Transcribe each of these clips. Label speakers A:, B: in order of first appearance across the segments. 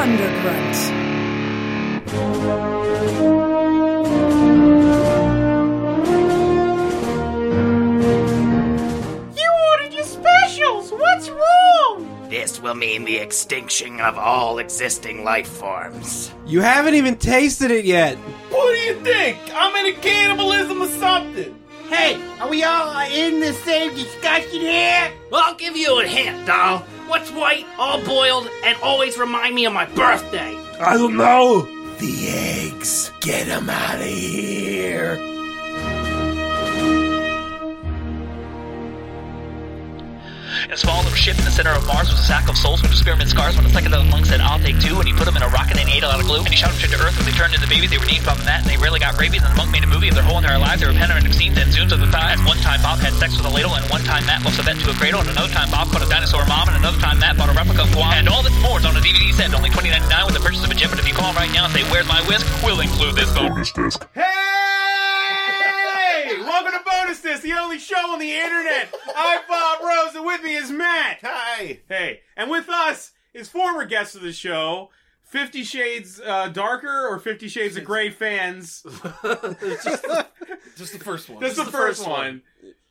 A: undergrunt.
B: You ordered your specials! What's wrong?
C: This will mean the extinction of all existing life forms.
D: You haven't even tasted it yet.
E: What do you think? I'm into cannibalism or something.
F: Hey, are we all uh, in the same discussion here?
C: Well, I'll give you a hint, doll. What's white, all boiled, and always remind me of my birthday?
E: I don't know.
C: The eggs. Get them out of here.
G: And swallowed them shipped in the center of Mars was a sack of souls from experiment scars when a psychedelic monk said, I'll take two, and he put them in a rocket and he ate a lot of glue, and he shot them straight to Earth when they turned into babies. They were named Bob and Matt, and they rarely got rabies, and the monk made a movie of their whole entire lives. They were panoramic scenes and zooms of the thighs. One time Bob had sex with a ladle, and one time Matt lost a vet to a cradle, and another time Bob caught a dinosaur mom, and another time Matt bought a replica of Guam. And all this and more is on a DVD set, only twenty ninety nine with the purchase of a gem, but if you call right now and say, Where's my whisk? We'll include this bonus.
E: Hey! Welcome to Bonus This, the only show on the internet. I'm Bob Rose, and with me is Matt.
H: Hi.
E: Hey, and with us is former guest of the show, Fifty Shades uh, Darker or Fifty Shades of Grey fans.
H: Just the first one.
E: This is the first one.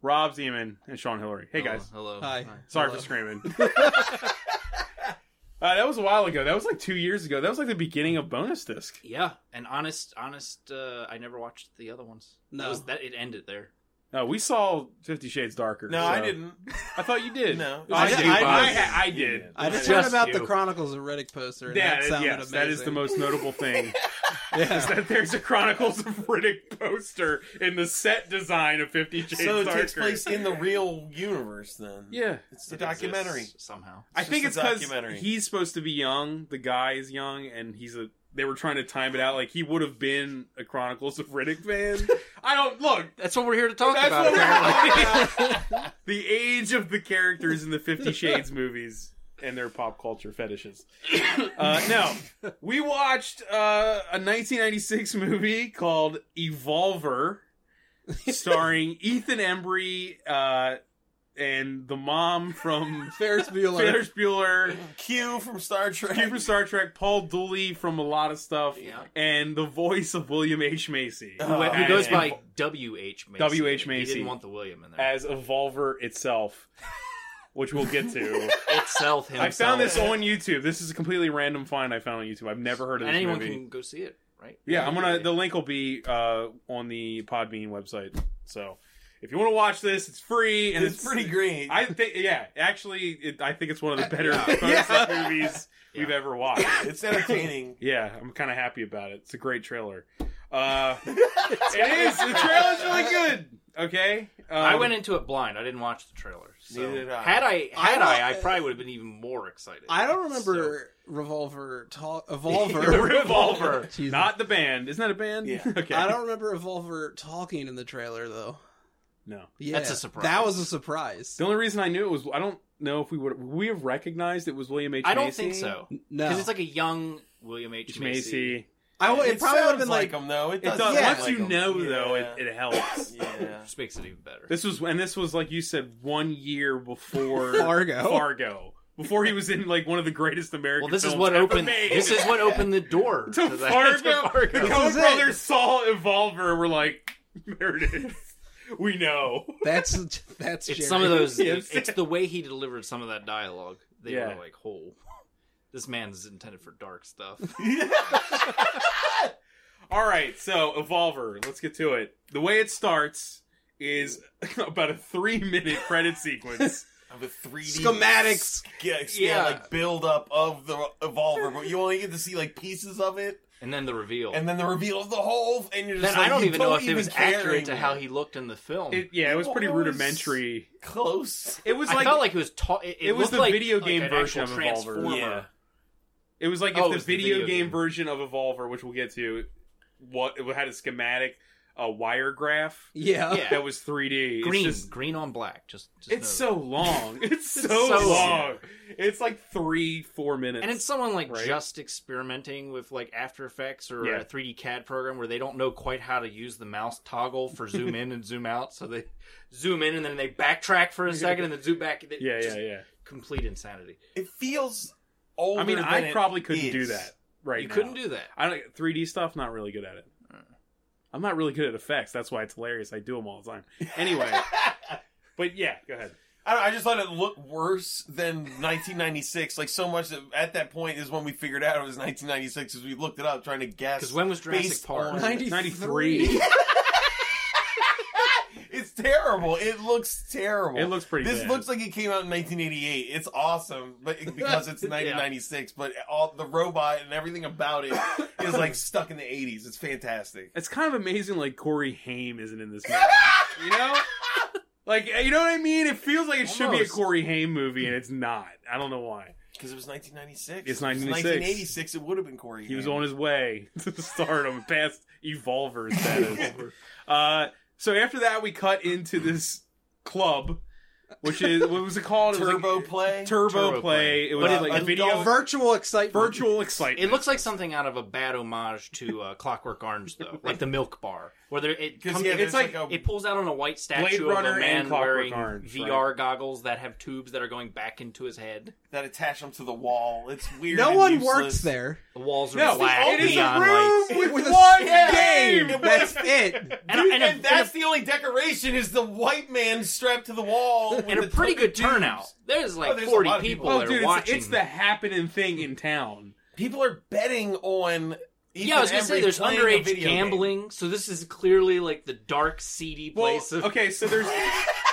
E: Rob Zeman and Sean Hillary. Hey, guys.
H: Hello.
D: Hi.
E: Sorry for screaming. Uh, that was a while ago. That was like two years ago. That was like the beginning of bonus disc.
C: Yeah, and honest, honest, uh, I never watched the other ones.
D: No.
C: That, was, that it ended there.
E: No, Uh, we saw Fifty Shades Darker.
H: No,
E: so-
H: I didn't.
E: I thought you did.
H: No.
E: I,
H: I
E: did.
H: did.
E: I,
H: I did.
E: I- I did.
D: I just
E: Just
D: heard about the
E: you.
D: Chronicles of Riddick poster, and
E: Yeah,
D: that sounded
E: yes,
D: amazing.
E: that is the most notable thing.
D: Yeah.
E: is that there's a Chronicles of Riddick poster in the set design of Fifty Shades
H: So it
E: Darker.
H: takes place in the real universe, then.
E: yeah.
H: It's a documentary.
C: Exists somehow.
E: I think it's
H: just a
E: because
H: documentary.
E: he's supposed to be young. The guy is young, and he's a. They were trying to time it out like he would have been a Chronicles of Riddick fan. I don't look.
C: That's what we're here to talk
E: That's
C: about.
E: what we're
C: apparently.
E: the age of the characters in the Fifty Shades movies and their pop culture fetishes. Uh, no, we watched uh, a 1996 movie called Evolver, starring Ethan Embry uh, and the mom from
D: Ferris Bueller.
E: Ferris Bueller.
H: Q from Star Trek.
E: Q from Star Trek, Paul Dooley from a lot of stuff,
C: Yeah. Uh,
E: and the voice of William H. Macy, who,
H: Oh,
C: Who
E: as-
C: goes by W.H. Macy.
E: W.H.
C: He
E: Macy.
C: didn't want the William in there.
E: as Evolver itself, which we'll get to.
C: Itself himself.
E: I found this on YouTube. This is a completely random find I found on YouTube. I've never heard of
C: And
E: this
C: anyone
E: movie.
C: can go see it, right?
E: Yeah, I'm gonna. The link will be uh, on the Podbean website. So if you want to watch this, it's free and
H: It's pretty great.
E: I think. Yeah, actually, it, I think it's one of the better movies we've
C: Uh, Yeah.
E: ever watched.
H: It's entertaining.
E: Yeah, I'm kind of happy about it. It's a great trailer. Uh, it is. The trailer's really good. Okay. Um,
C: I went into it blind. I didn't watch the trailer. So.
H: Neither did I.
C: Had I, had
D: I
C: I, I,
D: wa-
C: probably would have been even more excited.
D: I don't remember Revolver ta- Evolver.
E: Revolver,
D: Jesus.
E: not the band. Isn't that a band?
H: Yeah.
E: okay.
D: I don't remember Revolver talking in the trailer though.
E: No.
D: Yeah,
C: That's a surprise.
D: That was a surprise.
E: The only reason I knew it was I don't know if we would would we have recognized it was William H.
C: So. I don't
E: Macy?
C: think so.
D: No,
C: Because it's like a young William H.
E: H.
C: Macy.
E: Macy.
D: I w- it, probably would have
H: sounds
D: been like,
H: him, though. It
E: It
H: does.
E: does,
H: sound
D: Uh, yeah.
E: Once
H: like
E: you
H: him.
E: know,
H: Yeah.
E: though, it, it helps.
H: Yeah.
C: Which makes it even better.
E: This was and this was like you said, one year before
D: Fargo.
E: Fargo, before he was in like one of the greatest American.
C: well, this is
E: films
C: what
E: ever
C: opened.
E: Made.
C: This is what opened the door
E: to
C: that-
E: Fargo.
C: to Fargo.
E: The
D: This
E: Coen
D: is it.
E: brothers saw Evolver. and We're like, there it is. We know.
D: that's that's
C: It's
D: Jerry.
C: some of those.
E: Yeah, I'm
C: It's, it's the way he delivered some of that dialogue. They
E: Yeah.
C: were like, "Whole, this man's intended for dark stuff."
E: All right, so Evolver, let's get to it. The way it starts is about a three-minute credit sequence.
H: Of a 3D
D: schematics.
H: Yeah,
C: Yeah.
H: yeah, like build up of the evolver, but you only get to see like pieces of it,
C: And then the reveal.
H: and then the reveal of the whole. And you're just
C: then
H: like,
C: I don't
H: you
C: even know if it
H: even
C: was
H: care
C: accurate to
H: anymore.
C: how he looked in the film.
E: It, yeah, it was pretty
H: Well, it was-
E: rudimentary.
H: close.
E: It was
C: I
E: like,
C: felt like it was. Ta- it, it
E: it was
C: looked
E: the
C: like-
E: video
C: like
E: game
C: an
E: version
C: actual
E: of Evolver.
C: Transformer.
H: Yeah.
E: it was like
C: Oh,
E: if
C: it
E: the
C: was the
E: video,
C: video
E: game,
C: game.
E: version of Evolver, which we'll get to, what it had a schematic, a wire graph
D: yeah.
C: Yeah.
E: that was 3D. It's
C: Green,
E: just-
C: green on black. Just, just
E: it's
C: know
E: so long. It's so,
C: so
E: long. It's like three, four minutes.
C: that. And it's someone like
E: Right.
C: just experimenting with like After Effects or
E: Yeah.
C: a 3D CAD program where they don't know quite how to use the mouse toggle for zoom in and zoom out. So they zoom in and then they backtrack for a second and then zoom back. They-
E: yeah, yeah,
C: just
E: yeah.
C: Complete insanity.
H: It feels older.
E: I mean,
H: than
E: I
H: it
E: probably couldn't do
H: is.
E: that right
C: you
E: now.
C: couldn't do that.
E: I don't 3D stuff. Not really good at it. I'm not really good at effects. That's why it's hilarious. I do them all the time. Anyway, but yeah, go ahead.
H: I, don't, I just thought it looked worse than 1996. Like so much that at that point is when we figured out it was 1996 because we looked it up trying to guess.
C: Because when was Jurassic
H: Based
C: Park?
H: on-
E: 93.
H: it's terrible. It looks terrible.
E: It looks pretty
H: This
E: bad.
H: looks like it came out in 1988. It's awesome, but because it's 1996, but all the robot and everything about it is like stuck in the 80s. It's fantastic.
E: it's kind of amazing. Like Corey Haim isn't in this movie. you know, like you know what I mean. It feels like it should be a
C: Almost.
E: Corey Haim movie, and it's not. I don't know why.
H: Because it was 1996.
E: It's
H: If it was
E: 1986.
H: 1986. It would have been Corey.
E: He was
H: Haim.
E: on his way to stardom, past Evolver status. uh, so after that, we cut into this club, which is what was it called? It was like-
H: Turbo Play.
E: Turbo,
C: Turbo
E: play.
C: Play.
E: It was
C: But
E: like
C: it-
E: a
C: it-
E: video
D: virtual excitement.
E: virtual excitement.
C: It looks like something out of a bad homage to uh, Clockwork Orange, though, like the Milk Bar, where there, it
H: Because
C: comes,
H: yeah,
C: it's
H: it's like, a,
C: it pulls out on a white
E: Blade
C: statue
E: Runner
C: of a
E: and
C: man
E: Clockwork
C: wearing
E: Orange,
C: VR goggles that have tubes that are going back into his head.
H: that attach them to the wall. It's weird.
D: No
H: and
D: one
H: useless.
D: works there.
C: The walls are
E: No,
C: black.
E: it is a
C: neon
E: room
C: lights.
E: with
D: a
E: one
D: s-
E: game.
D: game. That's it.
C: and, a-
H: Dude,
C: and
H: and,
C: a-
H: that's the only decoration is the white man strapped to the wall. with
C: and a
H: the
C: pretty
H: fucking
C: good turnout.
H: tubes.
C: There's like
H: Oh, there's a
C: 40
H: lot of
C: people,
H: people.
E: oh,
C: that are
E: dude, it's,
C: watching.
E: it's the happening thing in town.
H: People are betting on. Ethan
C: yeah, I was gonna say
H: Embry
C: there's
H: playing a
C: underage
H: video game.
C: gambling, so this is clearly like the dark, seedy
E: Well,
C: place. of,
E: okay, so there's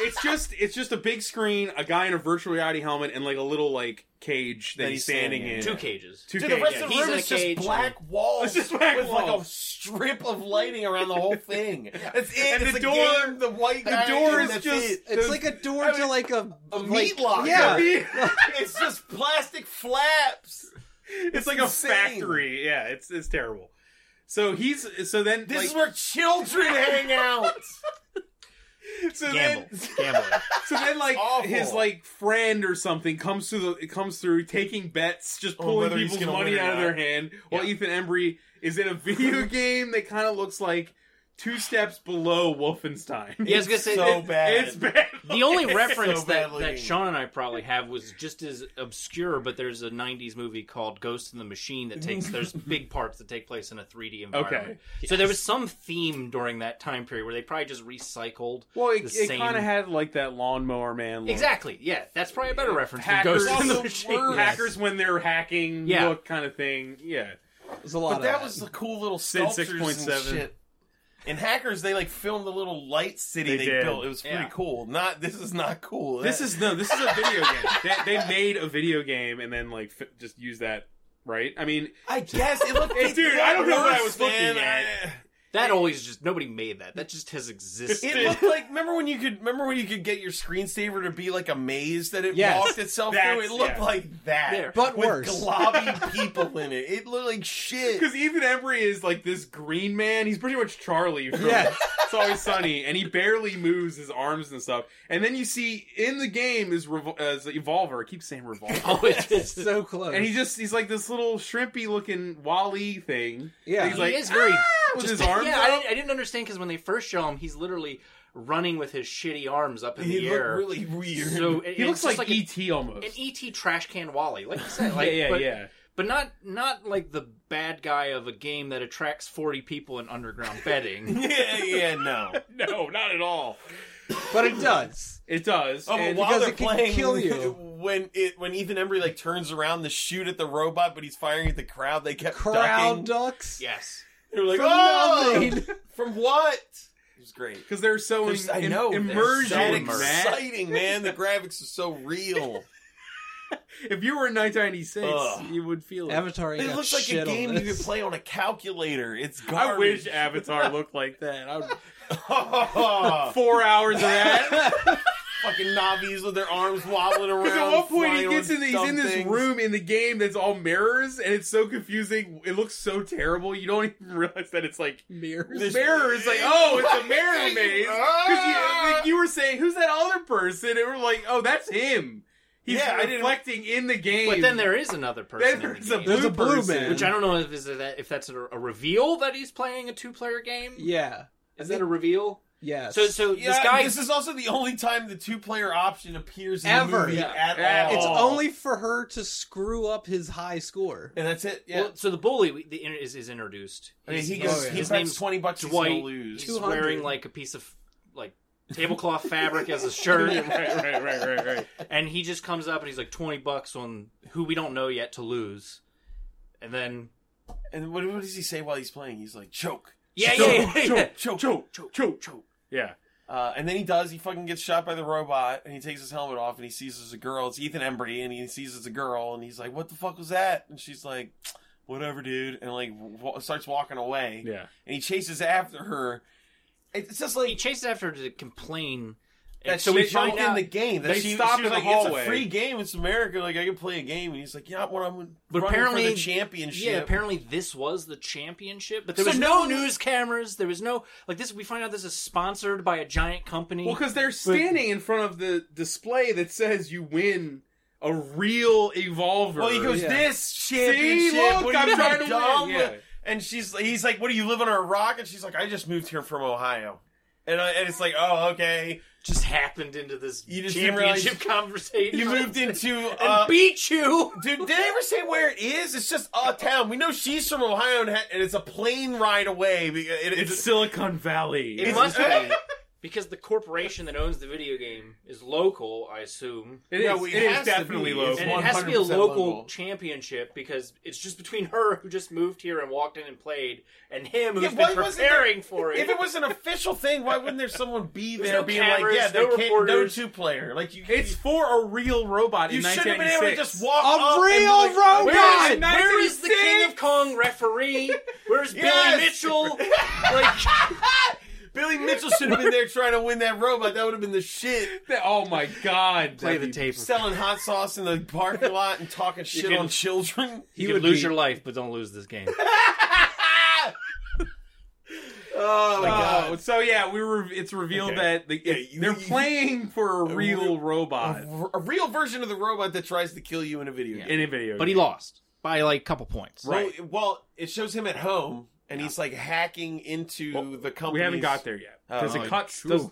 E: it's just it's just a big screen, a guy in a virtual reality helmet, and like a little like cage that,
H: That
E: he's
H: he's
E: standing,
H: standing
E: in.
H: in.
C: two cages.
E: Two
H: Dude,
E: cage.
H: the rest
E: yeah.
H: of the
C: He's
H: room
C: in a
H: is just
C: cage.
H: black walls
E: It's just black
H: with like a
E: walls.
H: strip of lighting around the whole thing. That's it.
E: And
H: it's
E: the
H: a
E: door-
H: game, the white
E: the
H: guy,
E: door
H: and
E: is
H: that's
E: just
H: it.
D: It's like a door to like a,
H: a
D: like-
H: meat locker.
D: Yeah,
H: it's just plastic flaps.
E: it's, like a
H: insane.
E: factory. Yeah, it's it's terrible. So he's so then
H: This
E: like,
H: is where children hang out.
E: so
C: Gamble,
E: then
C: gamble.
E: so then like
H: awful.
E: his like friend or something comes through the it comes through taking bets, just
H: On
E: pulling
H: Oh, whether he's
E: people's
H: gonna
E: money
H: win or
E: out of
H: not.
E: their hand. While
C: Yeah.
E: Ethan Embry is in a video game that kind of looks like two steps below Wolfenstein.
C: Yeah, I was gonna say
H: so bad.
E: It's bad.
C: The only reference
H: So
C: that,
H: badly.
C: that Sean and I probably have was just as obscure, but there's a '90s movie called Ghost in the Machine that takes there's big parts that take place in a 3D environment.
E: Okay.
C: So there was some theme during that time period where they probably just recycled.
E: Well, it,
C: the
E: it
C: same-
E: kind of had like that lawnmower man. Look.
C: Exactly. Yeah, that's probably a better reference than
E: Hackers,
C: Ghost in the
E: Also
C: Machine.
E: hackers when they're hacking
C: Yeah.
E: look kind of thing. Yeah,
D: there's a lot
H: But
D: of
H: that was the cool little
E: Sid
H: sculptures
E: 6.7.
H: and shit. In Hackers, they like filmed the little light city
E: They
H: they,
E: did.
H: built. It was pretty
C: Yeah.
H: cool. Not this is not cool.
E: this
H: That-
E: is no, this is a video game. They, they made a video game and then like f- just use that, right? I mean,
H: I guess it looked.
E: Hey,
H: it
E: dude,
H: looked
E: I don't know what I
H: worse,
E: was looking
H: man.
E: at.
H: I-
C: That always just nobody made that. That just has
H: It
C: existed.
H: looked like remember when you could remember when you could get your screensaver to be like a maze that it
D: Yes.
H: walked itself
E: That's-
H: through. It looked
E: yeah.
H: like that,
C: There.
D: But
H: with
D: worse.
H: globby people in it. It looked like shit.
E: because Ethan Embry is like this green man. He's pretty much Charlie from
D: Yes.
E: It's Always Sunny, and he barely moves his arms and stuff. And then you see in the game is Revol- uh, is Evolver. I keep saying Revolver.
C: Oh, it's just-
D: so close.
E: And he just he's like this little shrimpy looking Wally thing.
D: Yeah.
E: he's
C: he
E: like "Ah!"
C: is very
E: with
C: just-
E: his arms
C: Yeah, I
E: up.
C: didn't, I didn't understand because when they first show him, he's literally running with his shitty arms up in
H: He
C: the
H: looked
C: air.
H: really weird.
C: so it-
E: he
C: it's
E: looks
C: just
E: like, E
C: a-
E: ET almost.
C: an ET trash can Wally, like you said, like
E: yeah, yeah,
C: but,
E: yeah.
C: but not not like the bad guy of a game that attracts forty people in underground betting.
H: yeah, yeah, no.
E: No, not at all.
D: but it does.
E: It does.
H: Oh, but
E: And-
H: while
D: because
H: they're
D: it can
H: playing,
D: kill you.
H: when it when Ethan Embry like turns around to shoot at the robot, but he's firing at the crowd. They kept
D: Crowd
H: ducking.
D: ducks.
C: yes,
H: They're like,
D: From
H: oh,
D: nothing.
H: from what? It was great.
E: because they're so
H: There's-
E: im-
H: I know
E: im-
H: they're
E: immersion.
H: so
E: in that.
H: exciting, man. The graphics are so real.
E: If you were in 1996,
H: Ugh.
E: you would feel it.
D: Avatar.
H: It
D: got
H: looks like a
D: shit on
H: game you
D: this.
H: could play on a calculator. It's
E: I wish
H: garbage.
E: Avatar looked like that. I would,
H: wish
E: four hours of that.
H: fucking Navi's with their arms wobbling around.
E: Because at one point he
H: flying
E: gets
H: on
E: in, the, he's
H: dumb
E: in this
H: things.
E: room in the game that's all mirrors, and it's so confusing. It looks so terrible. You don't even realize that it's like
D: mirrors.
E: this mirror is like, oh, it's a mirror maze. 'Cause you, like, you were saying, who's that other person? And we're like, oh, that's him. He's
H: Yeah, I didn't-
E: reflecting in the game.
C: but then there is another person. in the
E: there's a
C: game,
E: blue,
D: There's a blue
E: person.
D: man.
C: which I don't know if is that if that's a, a reveal that he's playing a two player game.
D: Yeah.
C: Is that a reveal?
D: Yes.
C: So so
H: Yeah,
C: this guy
H: This is also the only time the two-player option appears in
D: Ever.
H: the movie
D: Yeah.
H: at
E: Yeah.
H: all.
D: it's only for her to screw up his high score.
H: and that's it. Yeah,
C: well, so the bully the, is is introduced.
H: I mean, he
C: He's-
H: gets
D: oh, yeah.
H: he
C: his
H: bets
C: name's
H: twenty bucks. he's
C: Dwight.
H: gonna lose.
C: He's
D: 200.
C: wearing like a piece of like tablecloth fabric as a shirt,
E: right, right, right, right, right.
C: and he just comes up and he's like twenty bucks on who we don't know yet to lose, and then
H: And what, what does he say while he's playing? He's like choke,
C: yeah
H: choke,
C: yeah yeah, yeah.
H: choke, choke, choke, choke, choke,
E: Yeah.
H: Uh, and then he does. He fucking gets shot by the robot, and he takes his helmet off, and he sees there's a girl. It's Ethan Embry, and he sees it's a girl, and he's like, "What the fuck was that?" And she's like, "Whatever, dude," and like w- starts walking away.
E: Yeah.
H: And he chases after her. It's just
C: He
H: like
C: chases after her to complain. And
H: that
C: so we
H: shit broke
C: find
H: in
C: out,
H: the game. That
E: they
H: she,
E: stopped
H: she was
E: in the
H: like,
E: hallway."
H: It's a free game. It's America. Like I can play a game. And he's like, "Yeah, well, I'm
C: But
H: running for
C: apparently-
H: the championship."
C: yeah, apparently this was the championship, but there
H: So
C: was no
H: no-
C: news cameras. There was no like this. We find out this is sponsored by a giant company.
E: Well, because they're standing in front of the display that says you win a real evolver.
H: Well, he goes,
D: Yeah.
H: "This
E: See,
H: championship.
E: look,
H: what are
E: I'm
H: you,
E: trying to
H: dumb?"
E: win. Yeah.
H: And she's, he's like, "What do you live under a rock?" And she's like, "I just moved here from Ohio." And, I, and it's like, "Oh, okay.
C: just happened into this
H: You just didn't realize-
C: championship conversation.
H: You moved into."
C: and
H: Uh,
C: beat you.
H: Dude, did they ever say where it is? It's just a town. We know she's from Ohio, and, ha- and it's a plane ride away. because It,
E: It's Silicon Valley.
C: It
H: It's-
C: must be because the corporation that owns the video game is local, I assume,
E: It
H: Yeah,
E: is-
H: we-
E: it
H: it
E: is
H: has to
E: definitely
H: be.
E: local.
H: It's
C: and it has to be a
H: 100%
C: local,
H: local.
C: championship because it's just between her who just moved here and walked in and played, and him who's
H: Yeah, why
C: been
H: wasn't there-
C: preparing for it.
H: If it was an official thing, why wouldn't there someone be
C: There's
H: there
C: no
H: being
C: cameras,
H: like, yeah,
C: no
H: there can't, no
C: reporters.
H: two player. Like you,
E: It's for a real robot
H: you
E: in
H: should have been able to
E: 1996.
H: just walk
D: A
H: up and be
D: real
H: like,
D: robot!
H: Where is it?
C: Where is the King of Kong referee? Where's
H: Yes!
C: Billy Mitchell? Like,
H: Billy Mitchell should have been there trying to win that robot. That would have been the shit.
E: Oh my god!
C: play
E: that'd
C: the
E: be-
C: tape.
H: Selling hot sauce in the parking lot and talking shit
C: can-
H: on children.
C: You
D: He
C: could
D: would
C: lose
D: be-
C: your life, but don't lose this game.
H: Oh my
E: Oh, so yeah, we were. It's revealed
H: Okay.
E: that the,
H: Yeah, you-
E: they're
H: you-
E: playing for a real
H: real-
E: robot
H: A, a real version of the robot that tries to kill you in a video game.
E: in a video.
C: But he
E: game.
C: lost by like a couple points.
H: Well,
E: right.
H: well, it shows him at home and he's like hacking into the company.
E: We haven't got there yet because
H: Oh,
E: it cuts.
C: true.
E: does-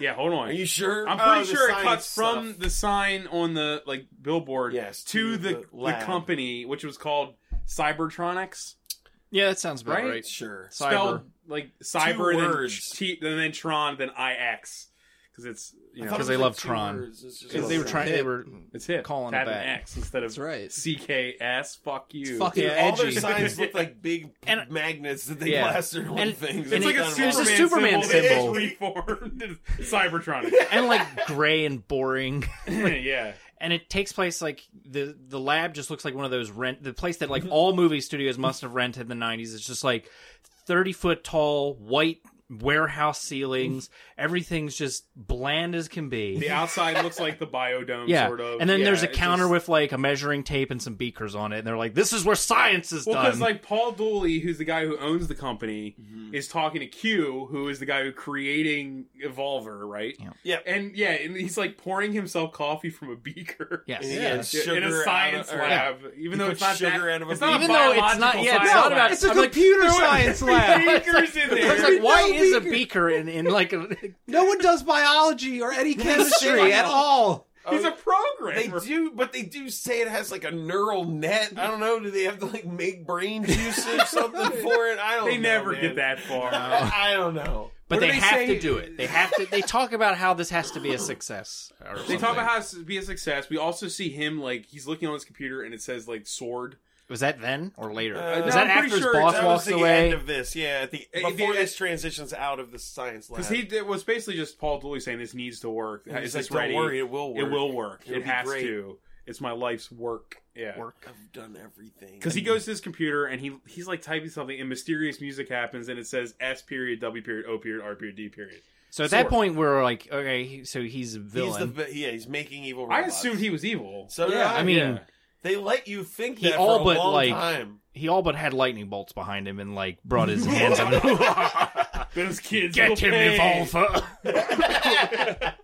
E: yeah, hold on.
H: Are you sure?
E: I'm
H: Oh,
E: pretty
H: the
E: sure it
H: science
E: cuts
H: stuff.
E: from the sign on the like billboard
H: Yes,
E: to
H: to
E: the
H: the
E: the,
H: lab.
E: company, which was called Cybertronics,
C: Yeah, that sounds about
E: Right?
C: right.
H: Sure.
C: Cyber.
E: spelled like cyber, and then,
H: words.
E: t- and then Tron, then IX, because it's you know
C: Because they love Tron. Because they were trying, they were
E: it's hip.
C: calling
E: Add
C: it
E: an
C: back.
E: X instead of
D: That's right.
E: CKS. Fuck you.
D: It's fucking
C: Yeah,
H: all their
D: edgy.
H: signs look like big
C: And-
H: magnets that they
C: Yeah.
H: plastered on
C: And-
H: things.
C: and
E: It's like a
H: It's done
E: Superman,
C: It's a
H: wrong.
C: Superman symbol.
E: symbol. It's reformed Cybertronic.
C: and like gray and boring.
E: yeah.
C: And it takes place like the the lab just looks like one of those rent the place that
E: Mm-hmm.
C: like all movie studios must have rented in the nineties. It's just like thirty foot tall white warehouse ceilings.
E: Mm-hmm.
C: Everything's just bland as can be.
E: The outside looks like the biodome,
C: Yeah,
E: sort of.
C: and then
E: Yeah,
C: there's a
E: it's
C: counter
E: just-
C: with like a measuring tape and some beakers on it, and they're like, "This is where science is
E: Well,
C: done."
E: because like Paul Dooley, who's the guy who owns the company,
C: Mm-hmm.
E: is talking to Q, who is the guy who creating Evolver, right?
C: Yeah.
H: Yeah.
E: and yeah, and he's like pouring himself coffee from a beaker.
C: yes,
H: Yeah,
E: Yeah,
H: and sugar
E: in a science
H: out of- or-
E: lab, even though
H: put
E: it's not
H: sugar
E: that,
H: out of a
E: it's not
C: even
E: a
C: though it's not,
E: biological
C: yeah, it's
E: science
C: not about.
E: lab.
D: It's a computer science lab.
E: beakers
C: I
E: in
C: was
E: there.
C: like, why
D: No
C: is a
D: beaker.
C: beaker in, in like a
D: No one does biology or any chemistry at all.
E: He's a
H: Oh. They
E: programmer.
H: do, but they do say it has like a neural net. I don't know. Do they have to like make brain juice or something for it? I don't.
E: They
H: know,
E: never
H: Oh, man.
E: get that far.
H: I don't know.
C: But
E: What do
C: they,
E: they
C: have
E: say-
C: to do it. They have to. They talk about how this has to be a success. Or
E: They talk about how it's be a success. We also see him like he's looking on his computer and it says like sword.
C: was that then or later?
H: Uh,
C: was that
E: I'm
H: no,
E: pretty
C: after his
E: sure
C: boss
E: that
H: That was
C: walks
H: the
C: away?
H: end of this. Yeah, at the,
E: Uh,
H: before
E: the-
H: this transitions out of the science lab.
E: Because he it was basically just Paul Dooley saying this needs to work.
H: And he's
E: Is this
H: like,
E: ready?
H: Don't worry, it will
E: It
H: work.
E: will work.
H: It'll
E: it
H: be
E: has
H: great.
E: to. It's my life's work. Yeah.
C: Work.
H: I've done everything.
E: Because he goes to his computer and he he's like typing something and mysterious music happens and it says S period W period O period R period D period.
C: So at that
E: Sure.
C: point, we're like, okay, he- so he's a
H: He's
C: villain.
H: the vi- yeah. He's making evil.
E: I
H: Robots.
E: assumed he was evil.
H: So
D: Yeah,
H: yeah,
C: I mean,
E: Yeah.
H: they let you think
C: He
H: that
C: all
H: for a
C: but,
H: long
C: like-
H: time.
C: he all but had lightning bolts behind him and like brought his hands up.
E: Those kids
C: Get
E: will
C: him,
E: pay.
C: Evolver.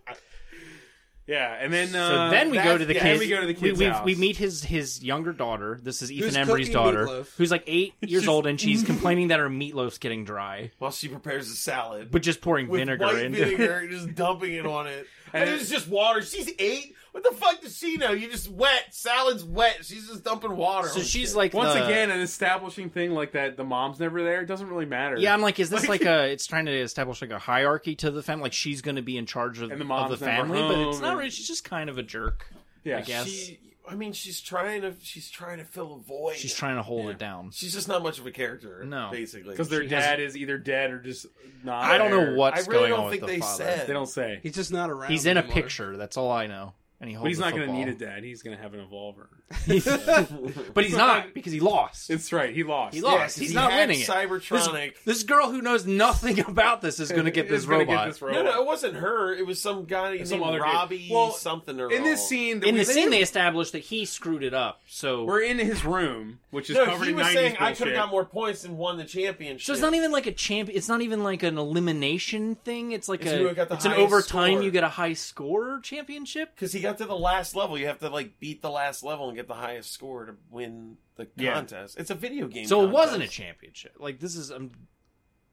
E: Yeah, and then
C: So
E: uh,
C: then we go
D: that's-
C: to the
E: yeah,
C: kids.
E: then we go to the kid's
C: we,
E: house.
C: we meet his his younger daughter. This is Ethan
D: Who's
C: Embry's
D: cooking
C: daughter,
D: meatloaf.
C: who's like eight years old, and she's complaining that her meatloaf's getting dry,
H: While she prepares a salad.
C: but just pouring
H: with
C: vinegar
H: white
C: into.
H: vinegar and just dumping it on it. And, it's just water. She's eight. What the fuck does she know? You just wet. Salad's wet. She's just dumping water.
C: So
H: on
C: she's
H: shit.
C: like,
E: once
C: the-
E: again, an establishing thing like that. The mom's never there. It doesn't really matter.
C: Yeah, I'm like, is this like a? It's trying to establish like a hierarchy to the family. Like she's going to be in charge of,
E: And the
C: of
E: mom's
C: the
E: never
C: family, but it's
E: home,
C: not
E: and-
C: really. She's just kind of a jerk.
E: yeah.
C: I guess.
H: She, I mean, she's trying to. She's trying to fill a void.
C: She's trying to hold it down.
H: She's just not much of a character.
C: No.
H: basically.
E: because their
C: She has-
E: dad is either dead or just not.
C: I don't
E: there.
C: know what's
H: I really
C: going
H: don't
C: on
H: think
C: with the
H: they
C: father.
H: said.
E: they don't say.
D: He's just not around.
C: He's in a
D: anymore.
C: picture. That's all I know. And he holds.
E: But he's
C: the
E: not going to
C: football.
E: need a dad. He's going to have an evolver.
C: But he's not because he lost.
E: It's right. He lost.
C: He
E: Yeah,
C: lost.
H: 'cause
C: he's
H: he
C: not
H: hacked
C: winning it.
H: Cybertronic.
C: This, this girl who knows nothing about this is going to get
E: he's
C: this
E: gonna
C: robot.
E: this
H: No,
E: robot.
H: no, it wasn't her. It was some guy
E: Some
H: named
E: other dude.
H: Robbie
E: Well,
H: something or
E: in this
H: all.
E: scene, that
C: in
E: we-
C: the scene, they established that he screwed it up. So
E: we're in his room, which is
H: No,
E: covered
H: he
E: in
H: was
E: 90s
H: saying I
E: bullshit.
H: could have got more points and won the championship.
C: So it's not even like a champ. It's not even like an elimination thing. It's like
H: It's
C: a.
H: who got the
C: it's an
H: highest
C: overtime.
H: score.
C: You get a high score championship.
H: because he got to the last level. You have to like beat the last level and get the highest score to win the
E: Yeah.
H: contest. It's a video game.
C: So it wasn't a
H: contest.
C: championship. Like this is um,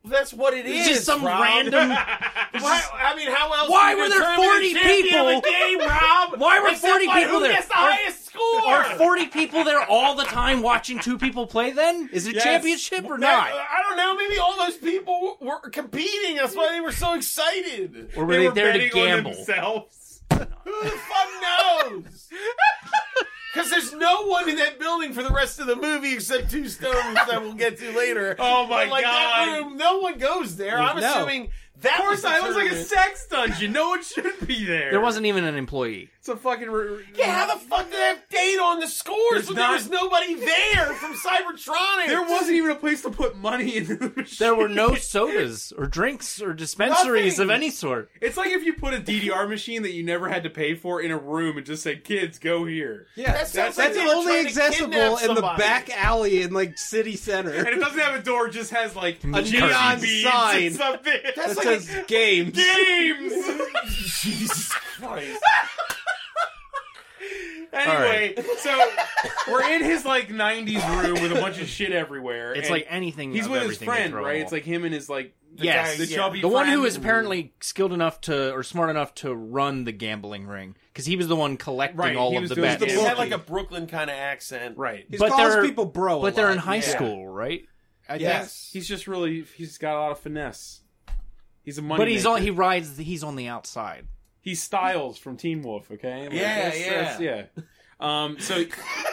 H: That's what it
C: it's
H: is.
C: just some
H: Rob.
C: random.
H: Why, I mean, how else?
C: Why
H: do you
C: were there
H: determine
C: 40
H: the champion of the
C: people?
H: game, Rob?
C: Why were
H: Except
C: 40
H: by
C: people
H: who
C: there?
H: gets the
C: Are-
H: highest score?
C: Are forty people there all the time watching two people play? Then is it
E: Yes.
C: championship or
H: That-
C: not?
H: Uh, I don't know. Maybe all those people were competing. That's why they were so excited.
C: Or were
E: They
C: they,
E: were
C: there to
E: betting on
C: gamble?
E: themselves.
H: Who the fuck knows? Because there's no one in that building for the rest of the movie except two stoners that we'll get to later.
E: Oh my
H: But, like,
E: god!
H: That room, no one goes there. I'm
D: No.
H: assuming that
E: Of course,
H: was
E: I looks like a
H: determined.
E: sex dungeon. No one should be there.
C: There wasn't even an employee.
E: It's a fucking. Re-
H: Yeah, how the fuck did they have data on the scores
E: There's
H: when
E: not-
H: there was nobody there from Cybertronics?
E: There wasn't even a place to put money into the machine.
C: There were no sodas or drinks or dispensaries
E: Nothing.
C: of any sort.
E: It's like if you put a DDR machine that you never had to pay for in a room and just said, "Kids, go here,"
D: Yeah,
H: That sounds
D: that's,
H: like they were
D: only
H: trying to
D: accessible
H: kidnap
D: in the
H: somebody.
D: back alley in like city
E: and
D: center.
E: it doesn't have a door; it just has like a
D: neon sign.
E: something.
D: That
H: like
D: says games.
E: games.
H: Jesus Christ.
E: anyway, so we're in his like '90s room with a bunch of shit everywhere.
C: It's
E: and
C: like anything.
E: he's
C: of
E: with his
C: everything they
E: friend,
C: throw
E: right?
C: at
E: It's like him and his like the
C: Yes.
E: guy- the
H: Yeah.
E: chubby,
C: the one who
E: friend.
C: is apparently skilled enough to or smart enough to run the gambling ring because he was the one collecting
E: Right,
C: all
E: he
C: of
E: was
C: the
E: doing
C: bets.
E: the
H: He
E: Yeah.
H: had like a Brooklyn kind of accent.
E: right.
D: He
C: But
D: calls
C: they're-
D: people bro. a
C: but they're in
D: lot.
C: high
D: Yeah.
C: school, right? I
D: Yes.
E: He's just really he's got a lot of finesse. He's a money.
C: But he's
E: maker.
C: on. He rides. He's on the outside.
E: He styles from Teen Wolf. Okay. Like,
H: Yeah, yeah.
E: yeah. Um. So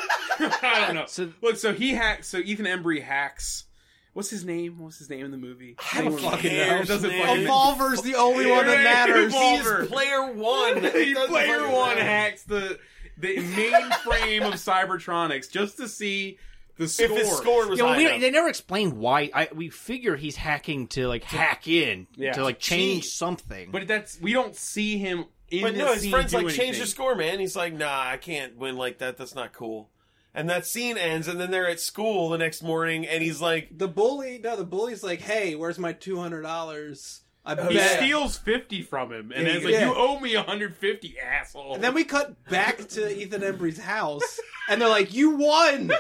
E: I don't know.
C: So-
E: Look. So he hacks. So Ethan Embry hacks. What's his name? What's his name in the movie? I
H: don't fucking know.
E: Doesn't
H: Man.
E: fucking
D: Evolver's the only one that
E: Yeah,
D: matters.
H: He
E: Revolver.
H: is player one. It
E: the
H: doesn't
E: player
H: fucking
E: one
H: matter.
E: hacks the the mainframe of Cybertronics just to see the score.
H: If his score was
C: Yeah, well,
H: high
C: we
H: enough.
C: don't, they never explain why. I, we figure he's hacking to like hack in
E: Yeah.
C: to like change
H: Cheat.
C: something.
E: But that's we don't see him in
H: But
E: this
H: no, his
E: scene
H: friend's
E: do
H: like, change
E: anything.
H: the score, man. He's like, nah, I can't win like that. That's not cool. And that scene ends, and then they're at school the next morning, and he's like,
D: The bully, no, the bully's like, "Hey, where's my two hundred dollars? I bet."
E: He steals fifty from him, and
H: Yeah,
E: then it's
H: he-
E: like,
D: yeah.
E: "You owe me hundred fifty, asshole."
D: And then we cut back to Ethan Embry's house, and they're like, "You won!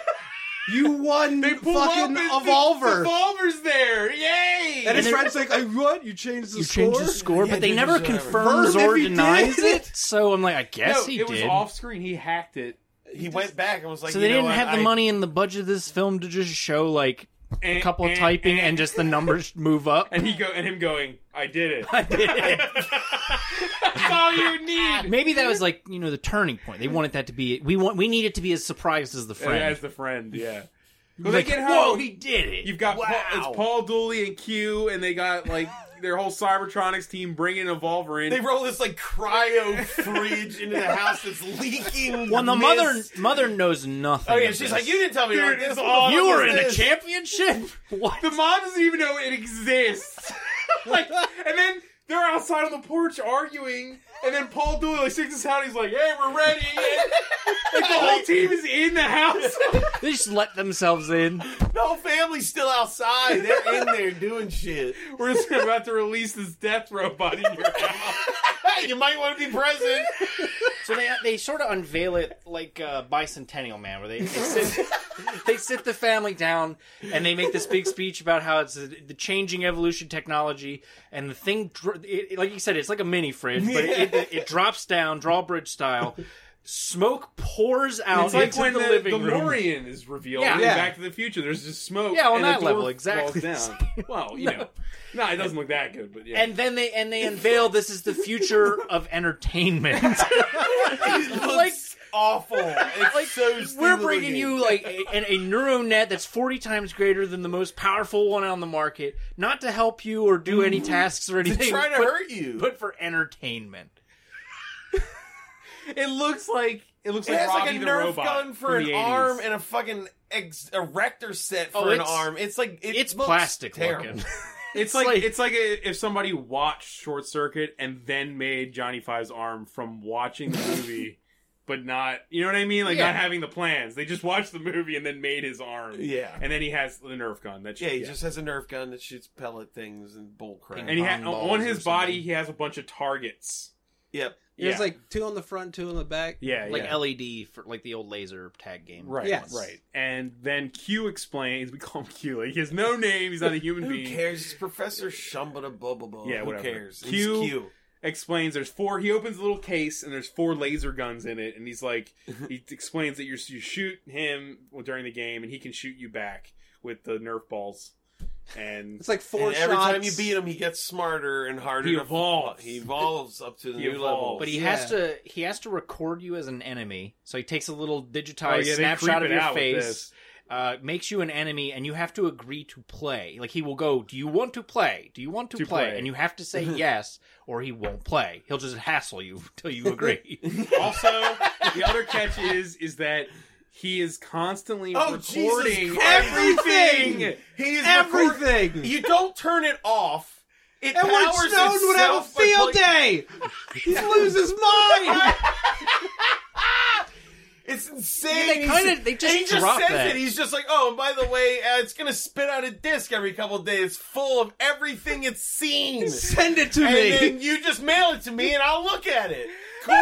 D: You won!
E: they pull
D: fucking
E: up and
D: Evolver!"
E: The, the Evolver's there, yay!
D: and his friend's like, "I won! You changed the
C: you
D: score."
C: change the score, but they
H: dude,
C: never
H: just whatever.
C: confirms
D: Confirm if
C: or
D: he did
C: denies
D: it.
C: it. So I'm like, I
E: no,
C: guess he
E: it was
C: did.
E: off screen. He hacked it,
H: he went back and was like,
C: so
H: you
C: they
H: know
C: didn't
H: what?
C: have the
H: I-
C: money in the budget of this film to just show like a
E: And-
C: couple of typing and just the numbers move up.
E: eh, and he go and him going, "I did it."
C: Maybe
E: That's all you need.
C: that was like you know the turning point. They wanted that to be we want we need it to be as surprised as the
E: And
C: friend.
E: As the friend, yeah. Well,
C: Like,
E: they get
C: Whoa,
E: home.
C: he did it!
E: You've got
H: Wow.
E: Paul, it's Paul Dooley and Q, and they got like their whole Cybertronics team bringing Evolver in.
H: They roll this like cryo fridge into the house that's leaking.
C: when the
H: mist.
C: mother mother knows nothing.
H: oh yeah,
C: of
H: she's
C: this.
H: like, you didn't tell me
E: Dude,
H: about this.
E: it's
H: What
E: all-
H: fuck
C: You were
H: is
C: in the
H: this?"
C: championship. What?
E: the mom doesn't even know it exists. like, and then they're outside on the porch arguing, and then Paul Dooley like, sticks his out. He's like, "Hey, we're ready!" And, like the whole team is in the house.
C: They just let themselves in.
H: The whole family's still outside. They're in there doing shit.
E: we're just about to release this death robot in your house.
H: Hey, you might want to be present.
C: So they they sort of unveil it like uh, Bicentennial Man, where they they sit, they sit the family down and they make this big speech about how it's the, the changing evolution technology and the thing. dr- It, it- like you said, it's like a mini fridge, but it, it, it drops down drawbridge style. Smoke pours out
E: It's like
C: into
E: when
C: the,
E: the,
C: living
E: the
C: room.
E: Lorian is revealed
C: Yeah.
E: in
D: Yeah.
E: Back to the Future. There's just smoke.
C: Yeah, on
E: and the
C: that
E: door
C: level, exactly
E: falls
C: the
E: down. Well, you know, no, it doesn't look that good, but yeah.
C: and then they and they unveil this is the future of entertainment. like
H: awful. It's
C: like
H: so
C: we're
H: stupid
C: bringing
H: looking.
C: you like a, an, a neural net that's 40 times greater than the most powerful one on the market not to help you or do any tasks or anything
H: trying Mm-hmm. to
C: but,
H: hurt you.
C: but for entertainment
E: it looks like it looks
H: it
E: like
H: has
E: Robbie
H: like a
E: the
H: Nerf
E: robot
H: gun for
E: from
H: an
E: the 80s.
H: arm and a fucking ex- erector set for
C: Oh,
H: an
C: it's-
H: arm. It's like it
C: it's
H: looks
C: plastic
H: terrible.
C: looking
E: It's, like,
C: like-
E: it's like a, if somebody watched Short Circuit and then made Johnny Five's arm from watching the movie, but not you know what I mean, like
C: Yeah.
E: not having the plans. They just watched the movie and then made his arm.
H: Yeah.
E: and then he has the Nerf gun. That
H: Yeah, he just has a Nerf gun that shoots pellet things and bull crap.
E: and he ha-
C: Pong balls
E: on
C: or
E: his
C: something.
E: body he has a bunch of targets.
H: yep.
E: Yeah.
D: There's like two on the front, two on the back.
E: Yeah,
C: like
E: yeah.
C: led for like the old laser tag game
E: Right,
D: Yes.
E: right. And then Q explains, we call him Q, like he has no name, he's not a human
H: Who
E: being.
H: cares? It's Professor Shumbada Bubba Bubba.
E: Yeah,
H: Who
E: whatever.
H: cares? He's
E: Q-
H: Q.
E: Explains there's four, he opens a little case and there's four laser guns in it. And he's like, he explains that you you shoot him during the game and he can shoot you back with the Nerf balls. And
D: It's like four
H: And every
D: shots.
H: time you beat him, he gets smarter and harder.
E: He
H: to-
E: evolves.
H: He evolves up to the
E: He
H: new level.
E: evolves.
C: but he has to he has to record you as an enemy so he takes a little digitized
E: Oh, yeah, they creep
C: snapshot
E: it
C: of your
E: out with
C: face
E: this.
C: uh, makes you an enemy and you have to agree to play like he will go do you want to play do you want to,
E: To
C: play?
E: play.
C: and you have to say yes or he won't play he'll just hassle you until you agree
E: also, the other catch is, is that he is constantly
H: Oh,
E: recording
H: Jesus Christ.
E: everything.
H: He is recording-
D: everything.
H: You don't turn it off. It
D: and when
H: powers
D: Snowden would have a
H: itself by
D: field
H: play-
D: day, he loses his mind.
H: It's insane.
C: They
H: He's-
C: kinda- they just
H: he just
C: dropped
H: says
C: that.
H: it. He's just like, oh, and by the way, uh, it's gonna spit out a disc every couple of days, full of everything it's seen,
D: Send it to
H: and
D: me.
H: then you just mail it to me, and I'll look at it. Cool.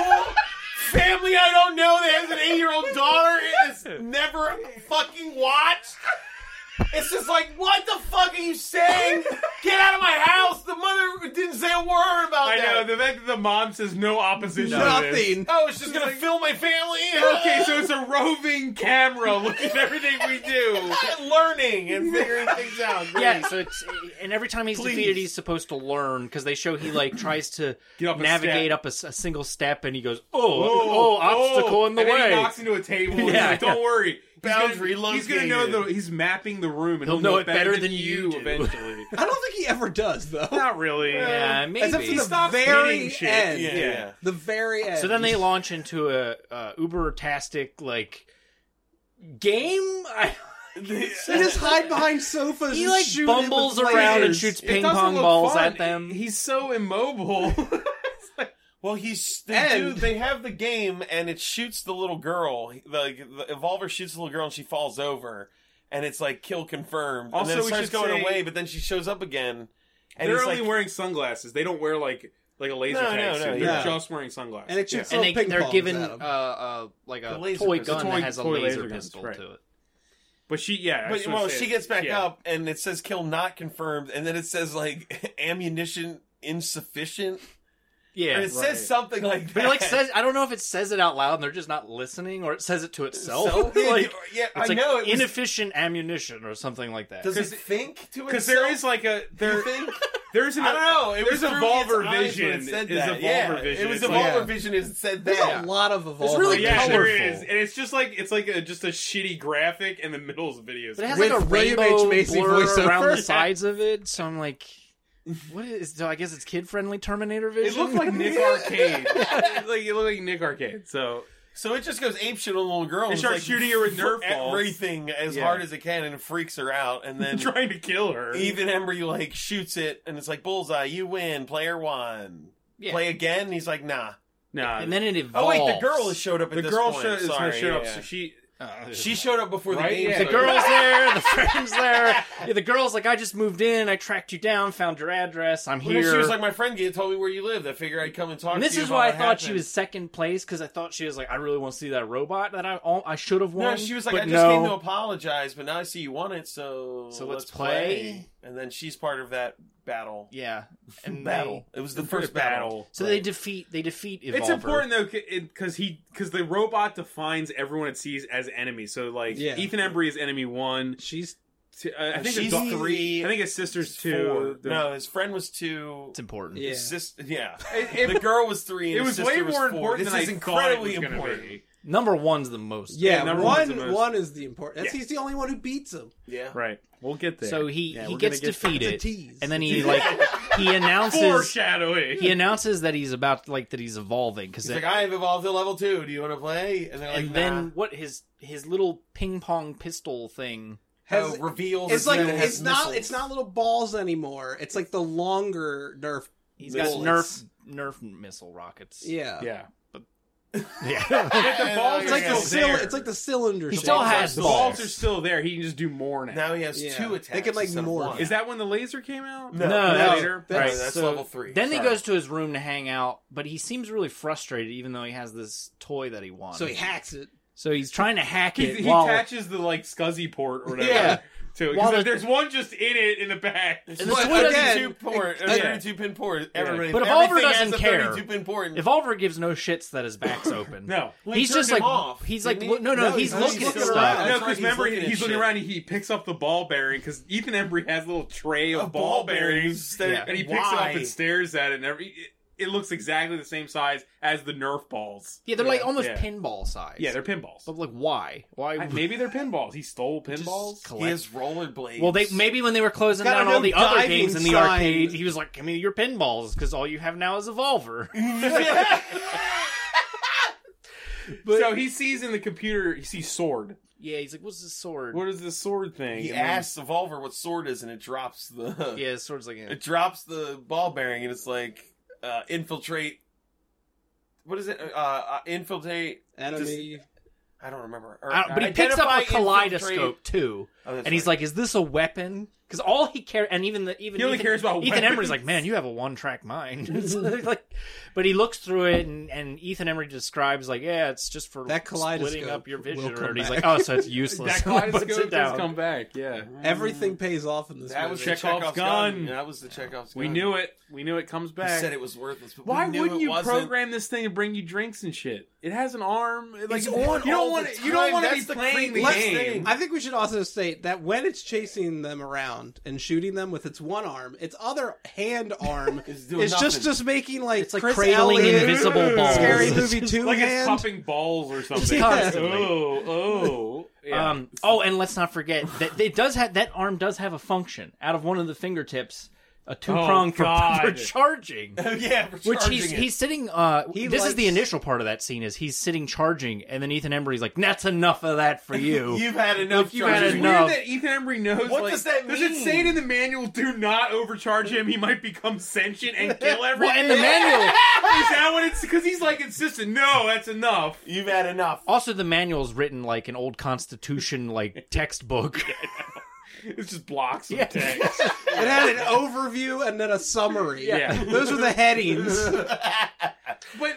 H: Family I don't know that has an eight-year-old daughter it's never fucking watched. It's just like, what the fuck are you saying? Get out of my house! The mother didn't say a word about
E: I
H: that.
E: know, the fact that the mom says no opposition. to this.
D: Nothing.
H: Oh, it's just gonna fill my family.
E: Okay, so it's a roving camera looking at everything we do.
H: learning and figuring things out.
C: yeah so it's and every time he's defeated he's supposed to learn because they show he like tries to
E: Get up a
C: navigate
E: step.
C: up a, s- a single step and he goes oh oh, obstacle in the
E: and Then
C: way
E: he knocks into a table. and he's
C: Yeah,
E: like, Don't worry. He's
H: Boundary
E: gonna, He's gonna know the.
H: located.
E: He's mapping the room, and he'll,
C: know it better than you do.
E: eventually.
D: I don't think he ever does though.
E: Not really.
C: yeah
D: Except for
C: maybe
D: the
E: stops hitting
D: very
E: shit.
D: end.
H: Yeah.
E: Yeah.
D: The very end.
C: So then they launch into a uh, uber-tastic like game. I,
D: They just hide behind sofas.
C: he
D: and
C: like
D: shoot
C: bumbles
D: at the
C: around and
D: players.
C: shoots
E: It
C: ping
E: doesn't
C: pong
E: look
C: balls
E: fun.
C: at them.
E: He's so immobile.
H: Well, he's they
D: And-
H: do. They have the game, and it shoots the little girl. The, the evolver shoots the little girl, and she falls over, and it's like kill confirmed.
E: Also,
H: and then
E: we
H: it starts
E: should
H: going
E: say-
H: away, but then she shows up again, and
E: They're
H: he's
E: only
H: like,
E: wearing sunglasses. They don't wear like like a laser
H: No,
E: tag
H: no,
E: suit.
H: no,
E: They're
D: yeah.
E: just wearing sunglasses.
D: And it shoots
C: and they,
D: little ping
C: they're
D: pongs
C: given
D: at 'em.
C: uh, uh, like a
H: The laser
C: toy
H: pistol.
C: gun
E: It's a toy-
C: that has a
E: toy
C: laser,
E: laser gun,
C: pistol
E: right.
C: to it.
E: But she, yeah, I
H: But
E: just
H: well,
E: wanna say
H: she
E: that-
H: gets back
E: yeah.
H: up, and it says kill not confirmed, and then it says like ammunition insufficient,
C: Yeah,
H: and
E: right.
H: it says something like that.
C: but it, like says I don't know if it says it out loud and they're just not listening, or it says it to itself.
H: So- yeah,
C: like,
H: yeah,
C: it's
H: I
C: like
H: know. It was,
C: inefficient ammunition or something like that.
H: does it
E: 'cause-
H: think to itself?
E: because there is like a there.
H: You think?
E: There's an
H: I don't know. It
E: there's
H: was
E: a
H: through its
E: Volver
H: eyes when
E: Vision.
H: It said
E: is
H: that.
E: a
H: yeah.
E: Volver Vision.
H: It was
E: It's
H: a
E: like- oh,
H: Volver Vision. It said
D: There's
H: that.
D: a lot of evolving.
C: really
E: Yeah, there
C: colorful.
E: is, and it's just like it's like a just a shitty graphic, and the middle's videos.
C: But it has
D: With
C: like a
D: William
C: rainbow
D: H. Macy
C: blur
D: voiceover.
C: around the
D: Yeah.
C: sides of it, so I'm like, what is? I guess it's kid-friendly Terminator
E: it
C: vision.
E: looked like Nick Arcade. like it looked like Nick Arcade. So
H: So it just goes apeshit on the little girl.
E: It
H: and
E: starts
H: like
E: shooting her with Nerf balls.
H: Everything as
E: Yeah.
H: hard as it can and it freaks her out. And then
E: trying to kill her.
H: Ethan Embry like shoots it and it's like bullseye. You win. Player one.
C: Yeah.
H: Play again. And he's like nah.
E: nah,
C: and then it evolves.
H: Oh wait, the girl has showed up. At
E: the
H: this
E: girl
H: point.
E: show, is
H: Sorry,
E: her show up.
H: yeah.
E: So she
H: She showed up before
E: Right?
H: the game.
E: Yeah.
C: Uh, The
H: started.
C: girl's there, the friend's there. Yeah, the girl's like, I just moved in, I tracked you down, found your address, I'm
H: Well, no,
C: here.
H: She was like, my friend gave told me where you lived. I figured I'd come and talk.
C: and this
H: to you
C: is
H: about
C: why I
H: what
C: thought
H: happened.
C: she was second place because I thought she was like, I really want to see that robot that I all, I should have won.
H: No, she was like,
C: but
H: I just
C: no.
H: came to apologize, but now I see you want it, so
C: So let's play.
H: And then she's part of that battle.
C: yeah, and
H: Battle.
C: they-
H: It was the, first battle.
C: so they defeat they defeat Evolver.
E: It's important though, because he because the robot defines everyone it sees as enemy. So like
D: Yeah.
E: Ethan Embry is enemy one. She's t- uh, I think
H: She's
E: she's three.
H: three.
E: I think his sister's
H: Four.
E: two. The-
H: No, his friend was two.
C: It's important.
D: Yeah.
H: His sis- yeah.
E: It,
H: the
E: it,
H: girl was three. And
E: it
H: his
E: was
H: sister
E: way more
H: four.
E: important
H: This
E: than
H: is
E: I
H: incredibly
E: thought it was gonna
H: important.
E: be.
C: Number one's the most.
D: Yeah,
E: number one's the
D: one
E: most-
D: one is the important. That's
E: Yeah.
D: he's the only one who beats him.
H: Yeah.
E: Right, we'll get there.
C: So he
E: Yeah,
C: he
E: we're gonna
C: gets
E: get there.
D: It's a
C: defeated,
D: tease.
C: and then he like he announces
E: foreshadowing.
C: he announces that he's about like that he's evolving because
H: He's like, I have evolved to level two. Do you want to play? And they're like,
C: and then what his his little ping pong pistol thing
H: nah.
D: Has-
H: Oh, reveals.
D: it's like
H: that it has
D: it's not
H: missiles.
D: it's not little balls anymore. It's like the longer Nerf.
C: he's got
D: Bullets.
C: nerf nerf missile rockets
D: Yeah,
E: yeah,
C: yeah
H: And, uh,
E: balls
D: It's like
E: Yeah,
D: the
E: it's
D: cylinder.
E: there.
D: It's like the cylinder.
C: He
D: shape.
C: still has
E: the balls
C: balls.
E: are still there. He can just do more now.
H: Now he has
D: Yeah.
H: two
D: They
H: attacks.
D: can, like,
H: instead of
D: morph.
H: one.
E: Is that when the laser came out?
H: No.
C: No,
E: Is that
C: no.
E: later.
D: That's-
H: Right, that's
C: so
H: level three.
C: then he
H: Sorry.
C: goes to his room to hang out but he seems really frustrated even though he has this toy that he wants
D: So he hacks it.
C: so he's trying to hack
E: He,
C: it
E: he
C: while,
E: attaches the like scuzzy port or whatever
D: Yeah.
E: to it. 'Cause
C: While the-
E: there's one just in it in the back.
H: It's
C: And
H: just
C: the
H: a
C: toy doesn't-
H: 32 port, a
E: Yeah.
H: 32 pin port. Everybody,
C: But if
H: everything
C: Oliver
H: has
C: doesn't
H: a
C: care-
H: 32 pin port.
C: Evolver gives no shits that his back's open.
E: No.
H: Well, he
C: he's
H: turned
C: just
H: him
C: like
H: off,
C: he's like
H: didn't
C: look,
H: he?
C: no, no,
D: No,
C: he's,
D: he's
C: looking at
D: looking
C: stuff.
D: around.
E: No,
H: That's
E: because
H: right, he's
E: remember
H: looking
E: he-
H: at
E: he's looking
H: shit.
E: around. He, he picks up the ball bearing because Ethan Embry has a little tray of
H: A
E: ball,
H: ball bearing.
E: bearings,
H: Yeah.
E: and he picks it
H: Why?
E: up and stares at it. And every it, it looks exactly the same size as the Nerf balls.
C: Yeah, they're like almost
E: yeah.
C: pinball size.
E: Yeah, they're pinballs.
C: but like why? Why
E: I- Maybe they're pinballs. He stole pinballs.
H: He has rollerblades.
C: Well, they maybe when they were closing
D: Gotta
C: down all
D: do
C: the other
D: diving
C: games in the
D: sign.
C: arcade, he was like, "Give me your pinballs, because all you have now is Evolver."
E: so he sees in the computer. He sees sword.
C: yeah, he's like, "What's this sword?"
E: What is the sword thing?
H: He
E: And then-
H: asks Evolver what sword is, and it drops the
C: yeah, his sword's like, eh.
H: it drops the ball bearing, and it's like uh, infiltrate. What is it? Uh, uh, infiltrate.
D: Enemy.
H: I don't remember. Or,
C: I don't- but he picks up
H: identify,
C: a
H: infiltrate-
C: kaleidoscope too,
H: Oh, that's
C: and he's
H: right.
C: like, "Is this a weapon?" Because all he cares, and even the even
E: He only
C: Ethan,
E: cares about
C: Ethan
E: weapons.
C: Emery's like, "Man, you have a one-track mind." It's like, but he looks through it, and, and Ethan Emery describes like, "Yeah, it's just for
D: That
C: splitting
D: kaleidoscope
C: up your
D: will
C: vision."
D: come
C: And he's like,
D: back.
C: "Oh, so it's useless."
E: that
C: And he puts
E: kaleidoscope
C: it down.
E: does come back. Yeah,
D: Everything pays off in this.
H: that was
D: movie.
H: the
E: Chekhov's
H: Chekhov's gun.
E: gun.
H: That was the Chekhov's gun.
E: we knew it. We knew it comes
H: He
E: back.
H: said it was worthless. But
E: Why
H: we knew
E: wouldn't
H: it
E: you
H: wasn't.
E: program this thing to bring you drinks and shit? It has an arm. Like
H: It's
E: you,
H: on
E: you
H: all
E: don't
H: the
E: want to. You don't
H: time.
E: want to be
H: That's the
E: playing the
H: creepy
E: game.
H: thing.
D: I think we should also state that when it's chasing them around and shooting them with its one arm, its other hand arm
H: It's
D: is
H: doing nothing.
D: just just making like
C: like
D: Chris
C: cradling
D: Elliott,
C: invisible balls.
D: Scary
C: It's
D: Movie
C: just
D: Two
E: Like it's
D: hand.
E: popping balls or something.
C: constantly.
E: Oh, oh. Yeah.
C: Um, oh, and let's not forget that it does have that arm does have a function out of one of the fingertips, a two prong for,
E: Oh, God.
C: for charging.
H: yeah, for
C: Which
H: charging
C: he's
H: it.
C: he's sitting. Uh,
D: He
C: this is the
D: likes-
C: initial part of that scene is he's sitting charging, and then Ethan Embry's like, "That's enough of that for you."
H: You've had enough.
E: You
C: had
H: charges.
E: it's
C: enough.
E: weird that Ethan Embry knows.
H: What
E: like,
H: does that
E: Does it
H: mean?
E: say it in the manual? Do not overcharge him. He might become sentient and kill
C: well,
E: everyone.
C: and the manual
E: Is that what it's? Because he's like insistent. No, that's enough.
H: You've had enough.
C: also the manual's written like an old Constitution like textbook.
E: It's just blocks of
C: Yeah.
E: text.
D: It had an overview and then a summary.
E: Yeah.
D: Those were the headings.
E: But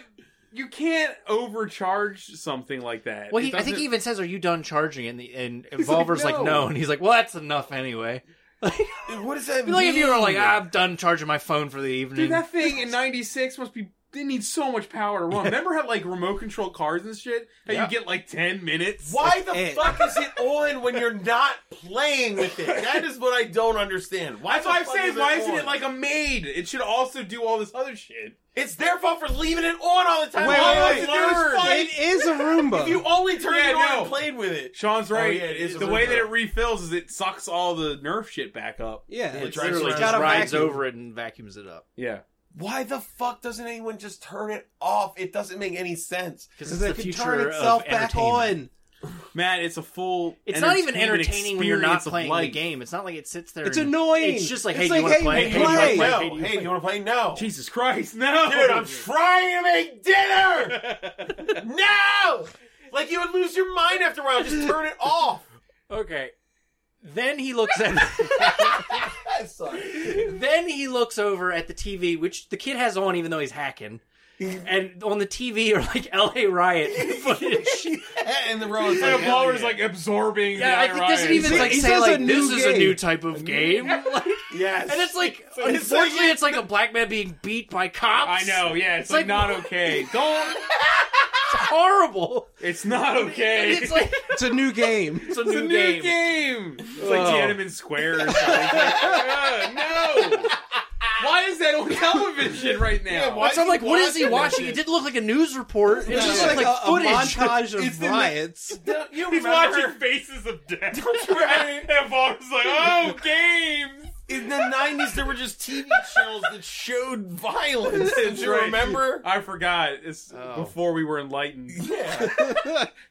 E: you can't overcharge something like that.
C: well,
E: It
C: he, I think
E: doesn't-
C: he even says, "Are you done charging?" And the and
E: like,
C: Evolver's like,
E: "No."
C: "No," and he's like, "Well, that's enough anyway."
H: What does that
C: Be
H: mean?
C: like if you were like, "I'm done charging my phone for the evening."
E: Dude, that thing in '96 must be. They need so much power to run. Remember how like remote control cars and shit? How
C: Yeah.
E: you get like ten minutes?
H: Why the
D: it.
H: fuck is it on when you're not playing with it? That is what I don't understand. Why
E: That's why I'm
H: the fuck
E: saying, why isn't
H: on?
E: it like a maid? It should also do all this other shit.
H: It's their fault for leaving it on all the time.
D: Wait,
H: all
D: wait,
H: I
D: wait.
H: have to do is fight.
D: it is a Roomba.
H: You only turned
E: Yeah,
H: it on
E: no.
H: and played with it.
E: Sean's right.
H: Oh, yeah, it is a
E: the way
H: Roomba.
E: that it refills is it sucks all the Nerf shit back up.
D: yeah,
H: It
D: it's
H: drives
C: literally
H: around.
C: just
D: got a
C: rides
D: vacuum.
C: over it and vacuums it up
E: Yeah.
H: Why the fuck doesn't anyone just turn it off? It doesn't make any sense.
C: because
D: Because
C: it's the
D: it can
C: future
D: turn itself
C: of
D: back
C: entertainment.
D: on.
E: Matt, it's a full.
C: It's not even
E: entertainment
C: entertaining when you're not
E: experience of
C: playing the
E: life.
C: game. It's not like it sits there.
D: It's
C: and-
D: annoying.
C: It's just like, hey,
D: It's
C: do you
D: like,
C: want to
D: hey,
C: play?
D: play.
C: Hey, do you
H: no.
C: wanna play?
H: Hey,
C: Hey, do you
H: do you want to play? No.
E: Jesus Christ, no,
H: Dude, I'm trying to make dinner. no. It's Like you would lose your mind after a while. Just turn it off.
C: Okay. Then he looks at
H: That sucks.
C: then he looks over at the TV, which the kid has on even though he's hacking. And on the TV are like LA Riot footage.
H: And the row is
E: And
H: like,
E: the
H: hell
E: Palmer's
H: yeah.
E: like absorbing.
C: Yeah,
E: the
C: I think doesn't
E: Iranians.
C: even like
D: He
C: say
D: says
C: like
D: a
C: this
D: new
C: is a new
D: game.
C: type of game. Like,
H: yes.
C: and it's like
H: like-
C: unfortunately it's like a black man being beat by cops.
E: I know. Yeah, it's,
C: It's
E: like,
C: like-
E: not okay. Don't.
C: It's horrible.
E: It's not okay.
C: And it's like
D: It's a new game.
C: it's a
E: It's
C: new,
E: a new
C: game.
E: game. It's like
H: Oh.
E: Tiananmen Square or something. It's like, uh, no. Why is that on television right now?
H: Yeah, why-
C: So I'm like, what is he
H: Watching that
C: watching?
H: shit.
C: It didn't look like a news report. It
D: It's
C: just
D: just
C: looked
D: like,
C: like,
D: a, a
C: footage.
D: montage of
H: It's the-
D: riots.
H: Don't you
E: He's
H: remember
E: watching Faces of Death.
H: Right.
E: and Bob's like, oh, games.
H: in the nineties there were just TV channels that showed violence. Did
E: That's
H: you
E: right.
H: remember? Oh.
E: I forgot. It's before we were enlightened.
H: Yeah.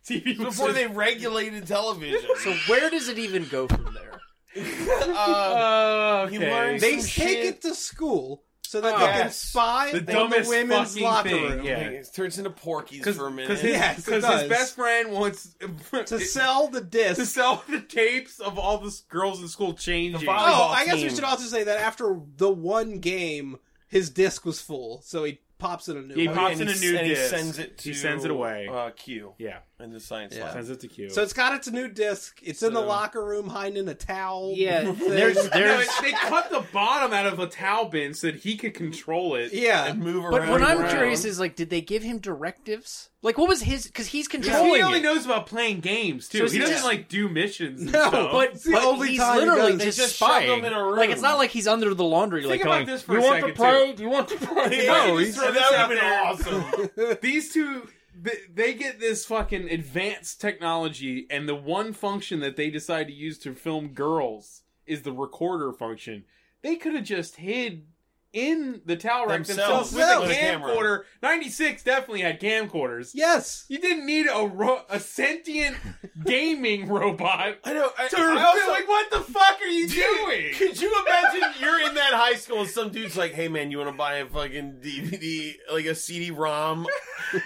E: TV was
H: Before
E: just-
H: they regulated television.
C: So where does it even go from there?
H: uh,
E: Oh,
H: He
E: okay.
H: learns-
D: They
H: Some
D: take
H: shit.
D: it to school so that
E: Oh,
D: they can
H: yes.
D: spy
E: The
D: on the
E: dumbest
D: women's
E: fucking
D: locker
E: thing,
D: room
E: yeah.
H: it turns into porkies
E: Because
H: for a
E: his,
H: minute.
D: Yes, it
E: 'cause his
D: does.
E: best friend wants
D: to sell the disc.
E: to sell the tapes of all the s- girls in school changing.
D: oh,
H: volleyball
D: I guess we
H: team.
D: should also say that after the one game, his disc was full, so he pops in a new
E: He
D: one.
E: pops
H: and
E: in
H: he-
E: a new
H: and he
E: disc.
H: sends it to
E: He sends it away.
H: Uh, Q
E: yeah,
H: in the science
D: Yeah.
H: lab.
E: sends it to Q.
D: So it's got its new disc. It's in the
E: So-
D: locker room, hiding in a towel.
C: Yeah,
D: thing.
C: there's
E: No,
C: there's.
E: it- they cut the bottom out of a towel bin so that he could control it.
D: yeah.
H: And move around.
C: But what I'm
H: around.
C: curious is like, did they give him directives? Like, what was his? Because he's
E: Because he
C: controlling
E: only
C: it.
E: knows about playing games
C: So
E: too.
C: is
E: he
C: he
E: doesn't
C: just-
E: like do missions. And
D: No,
E: stuff.
C: but
D: the
C: but
D: only
C: he's
D: time he
C: literally
D: goes-
H: They
C: just,
H: just shove
C: spying.
H: him in a room.
C: Like it's not like he's under the laundry. like
E: about
C: going,
E: this for
C: you
E: a
C: want
E: second,
C: to play?
E: too."
C: Do you want to play?
E: If I could just throw
H: that
E: this
H: would've
E: out
H: been
E: there.
H: awesome.
E: these two th- they get this fucking advanced technology and the one function that they decide to use to film girls is the recorder function they could have just hid in the tower rack
H: Themselves.
E: themselves, with a
H: With a camera.
E: camcorder 96 definitely had camcorders
D: yes.
E: you didn't need a ro- a sentient gaming robot
H: I know. I,
E: to
H: I
E: film-
H: also,
E: like what the fuck are you doing
H: Could you imagine you're in that high school and some dude's like, "Hey man, you want to buy a fucking DVD, like a CD-ROM?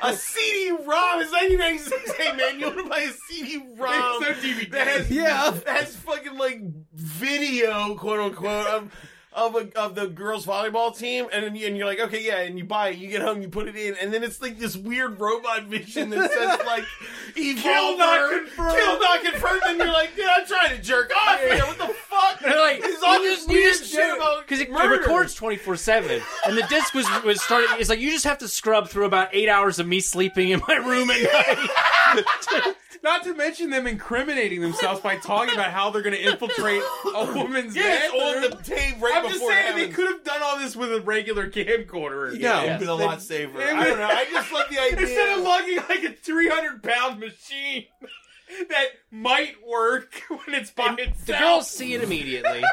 H: a CD-ROM is 1996. Hey man, you want to buy a CD-Rom
E: It's no DVD.
H: that has
D: Yeah.
H: that has fucking like video, quote unquote." Of, of, a, of the girls volleyball team, and then you, and you're like, okay, yeah, and you buy it, you get home, you put it in, and then it's like this weird robot vision that says like,
E: Kill not
H: "Evolver,
E: confirmed."
H: kill not confirmed, and you're like, dude, I'm trying to jerk off here. What the fuck?
C: They're like,
H: It's all
C: you
H: this
C: just, you
H: weird
C: just
H: shit about
C: because it, it
H: murder.
C: records twenty four seven, and the disc was was started. It's like you just have to scrub through about eight hours of me sleeping in my room at night.
E: Not to mention them incriminating themselves by talking about how they're going to infiltrate a woman's
H: Yeah, it's
E: bathroom.
H: on the tape right
E: I'm just
H: before.
E: saying
H: it
E: they
H: happens.
E: could have done all this with a regular camcorder.
D: Yeah.
H: It would have been a
D: They-
H: lot safer.
E: they
H: I don't know. I just love the idea.
E: Instead of lugging like a 300 pound machine that might work when it's by itself.
C: The girls see it immediately,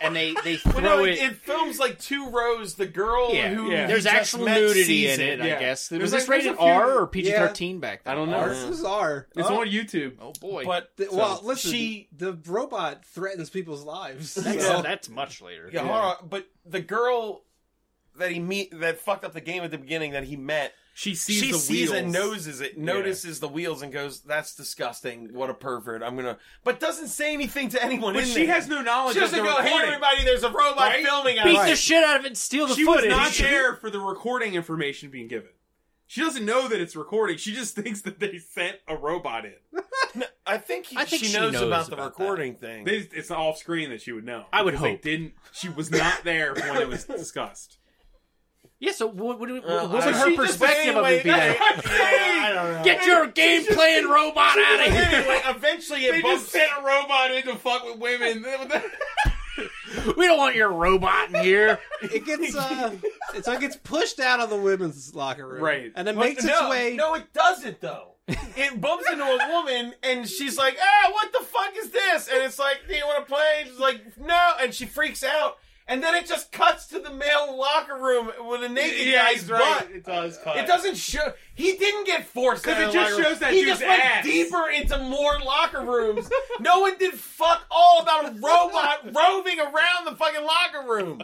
C: and they they throw
H: Well, no,
C: it.
H: it, it films like two rows. The girl
C: Yeah.
H: who
E: Yeah.
H: you
C: There's
H: just
C: actual
H: met
C: nudity
H: sees
C: in it,
E: yeah.
C: I guess.
E: There's
C: was
E: like-
C: this rated
E: there's a few-
C: R or PG thirteen back then?
E: I don't know.
D: Ours This is R.
E: It's
D: Oh.
E: on YouTube.
C: Oh boy,
H: But
D: Th- well, listen.
H: she.
D: the robot threatens people's lives.
C: that's,
D: so-
C: that's much later.
H: Yeah, Hold on, but the girl that he meet that fucked up the game at the beginning that he met.
E: She sees
H: she
E: the
H: sees
E: wheels.
H: and noses it, notices the wheels, and goes, "That's disgusting. What a pervert. I'm gonna." But doesn't say anything to anyone.
E: But
H: in
E: she
H: there.
E: has no knowledge
H: She
E: of the
H: doesn't go, "Hey,
E: recording.
H: everybody, there's a robot
E: Right?
H: filming us."
C: Beat the shit out of it and steal the
E: she
C: footage.
E: was not there for the recording information being given. She doesn't know that it's recording. She just thinks that they sent a robot in.
H: I think, he,
C: I think
H: she,
C: she
H: knows,
C: knows
H: about the
C: about
H: recording thing.
E: They, it's off screen that she would know.
C: I would
E: Because they
C: hope.
E: didn't. She was not there when it was discussed.
C: Yeah, so what, what, what,
H: Uh,
C: what was
H: I-
C: her
H: she just-
C: perspective of
H: anyway,
C: it being?
H: that's
C: like,
E: I'm saying!
H: I don't know.
C: Get your game playing robot out of here.
H: anyway, eventually
E: They
H: it
E: just
H: bumps.
E: sent a robot in to fuck with women.
C: We don't want your robot in here.
D: it gets uh, it's like it's pushed out of the women's locker room,
E: Right.
D: And it
H: But
D: makes
H: no,
D: its way.
H: No, it doesn't though. It bumps into a woman and she's like, "Ah, what the fuck is this?" And it's like, "Do you want to play?" And she's like, "No," and she freaks out. and then it just cuts to the male locker room with a naked
E: yeah,
H: guy's
E: he's right.
H: butt.
E: It does cut.
H: It doesn't show. He didn't get forced
E: 'Cause
H: out
E: it
H: of the
E: just
H: locker room.
E: shows that
H: he
E: dude's
H: just went
E: ass.
H: deeper into more locker rooms. no one did fuck all about a robot roving around the fucking locker room.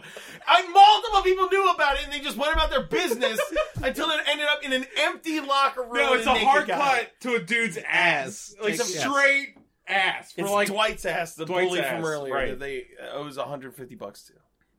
H: I multiple people knew about it, and they just went about their business until it ended up in an empty locker room.
E: No,
H: with
E: it's a
H: naked
E: hard
H: guy.
E: cut to a dude's ass, like
H: Takes-
E: some
H: yes.
E: straight ass for
H: It's
E: like
H: Dwight's ass, the
E: Dwight's
H: bully
E: ass,
H: from earlier
E: right.
H: that they uh, owes 150 bucks to.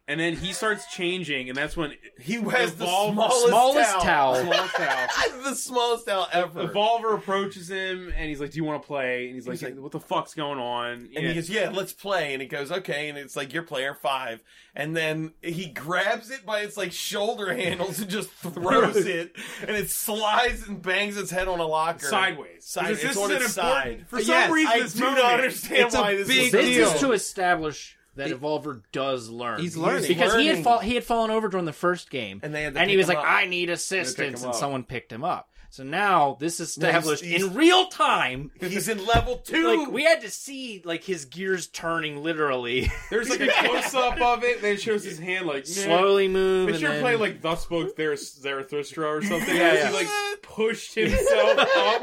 E: And then he starts changing, and that's when
H: He wears the
E: Evolve-
H: smallest,
C: smallest
H: towel.
C: towel.
E: Small Towel-
H: the smallest towel ever.
E: Evolver approaches him, and he's like, "Do you want to play?" And he's like,
H: He's like-
E: "What the fuck's going on?"
H: And
E: Yeah.
H: he goes, "Yeah, let's play." And it goes, "Okay." And it's like, "You're player five. And then he grabs it by its like shoulder handles and just throws it, and it slides and bangs its head on a locker
E: sideways.
H: Sideways.
E: Because
H: It's on
E: an
H: its
E: important-
H: side.
E: For some
D: Yes,
E: reason,
H: I
E: this
H: do
E: movie,
H: not understand
D: It's a
H: why this
D: big
H: is
C: This
D: deal.
C: is to establish that
D: It-
C: Evolver does learn.
D: He's learning.
C: because he had
H: learning.
C: fall, he had fallen over during the first game,
H: And they had to
C: and he
H: pick
C: was
H: him
C: like,
H: up.
C: "I need assistance,"
E: him
C: and
E: up.
C: someone picked him up. So now this is
H: No, he's-
C: established
H: he's-
C: in real time.
H: He's in level two.
C: Like we had to see like his gears turning literally,
E: There's like a close up of it, and then it shows his hand like nah.
C: slowly move.
E: They
C: and
E: should
C: then-
E: play like Thus Spoke Zarath- Zarathustra or something.
C: Yeah,
E: He like pushed himself up.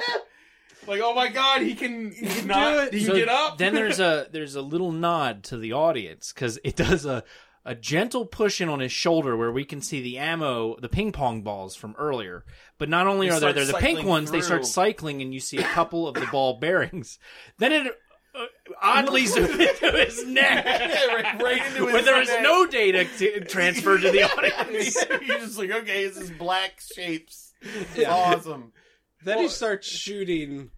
E: Like, oh my god, he can, he can not,
D: it.
E: he can
C: So
E: get up.
C: then there's a there's a little nod to the audience because it does a a gentle push in on his shoulder where we can see the ammo, the ping pong balls from earlier. But not only
H: They
C: are there
H: start
C: they're the pink
H: cycling
C: ones, they
H: through.
C: start cycling and you see a couple of the ball bearings. Then it uh, oddly zooms into his neck
H: Yeah, right, right into his
C: where there is
H: neck.
C: no data to, transferred to the audience.
H: You're just like, okay, it's this black shapes. Awesome.
D: Then he starts shooting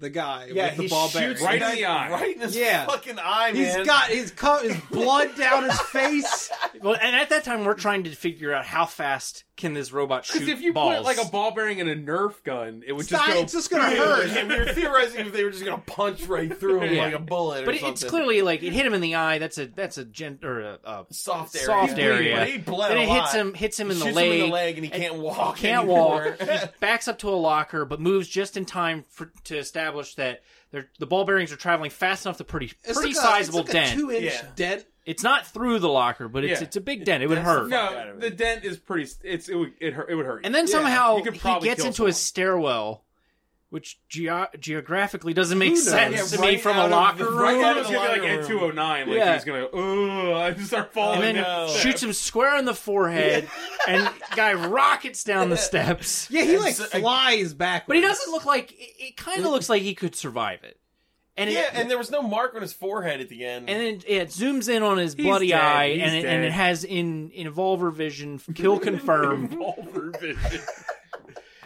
D: the guy with the
H: he
D: ball
H: shoots
E: right
D: bearing.
H: him
E: in the eye.
H: Right in his
D: Yeah.
H: fucking eye, man.
D: He's got his cut his blood down his face.
C: Well, and at that time we're trying to figure out how fast can this robot shoot
E: Because if you
C: balls.
E: put like a ball bearing in a Nerf gun, it would
D: It's,
E: just
D: not-
E: go.
D: it's just gonna
H: Yeah,
D: hurt.
H: we were theorizing if they were just gonna punch right through him
C: Yeah.
H: like a bullet, or
C: But it-
H: something.
C: it's clearly like it hit him in the eye. That's a that's a gent or a, a
H: soft area.
C: soft
H: He's bleeding,
C: area.
H: but He bled
C: then
H: a
C: it
H: lot.
C: hits him hits him in, the
H: Shoots
C: leg,
H: him in the leg, and he can't walk.
C: can't
H: anymore.
C: walk. He backs up to a locker, but moves just in time for, to establish that they're- the ball bearings are traveling fast enough to pretty
D: It's
C: pretty
D: like a-
C: sizable
D: it's like
C: dent.
D: A two inch
H: Yeah.
D: dent.
C: It's not through the locker, but it's
E: Yeah.
C: it's a big dent. It would
H: dents the
C: hurt.
H: fuck out
E: no,
H: of it.
E: the dent is pretty. It's it would it hurt. It would hurt. you.
C: And then
D: Yeah,
C: somehow
E: you could
C: he
E: probably
C: gets
E: kill
C: into
E: someone.
C: a stairwell, which ge- geographically doesn't
D: Who
C: make
D: knows?
C: sense
D: Yeah,
C: to
H: right
C: me from
H: out
C: a
H: of the-
C: locker
H: right
E: I
C: room.
E: thought it
H: out
E: was
H: of
E: gonna be like
H: locker
E: at
H: room.
E: 209. Like
C: Yeah.
E: he's gonna go, oh, and start
C: and
E: falling
C: then
E: down.
C: shoots him square in the forehead, and guy rockets down the steps.
D: Yeah, he like
H: It's a-
D: flies back.
C: But he doesn't look like it, it kind of looks like he could survive it. And it,
H: Yeah, and there was no mark on his forehead at the end.
C: and then it zooms in on his bloody
E: dead.
C: eye,
E: He's
C: and it, and
E: dead.
C: it has in, in Evolver Vision kill confirmed.
E: Revolver vision.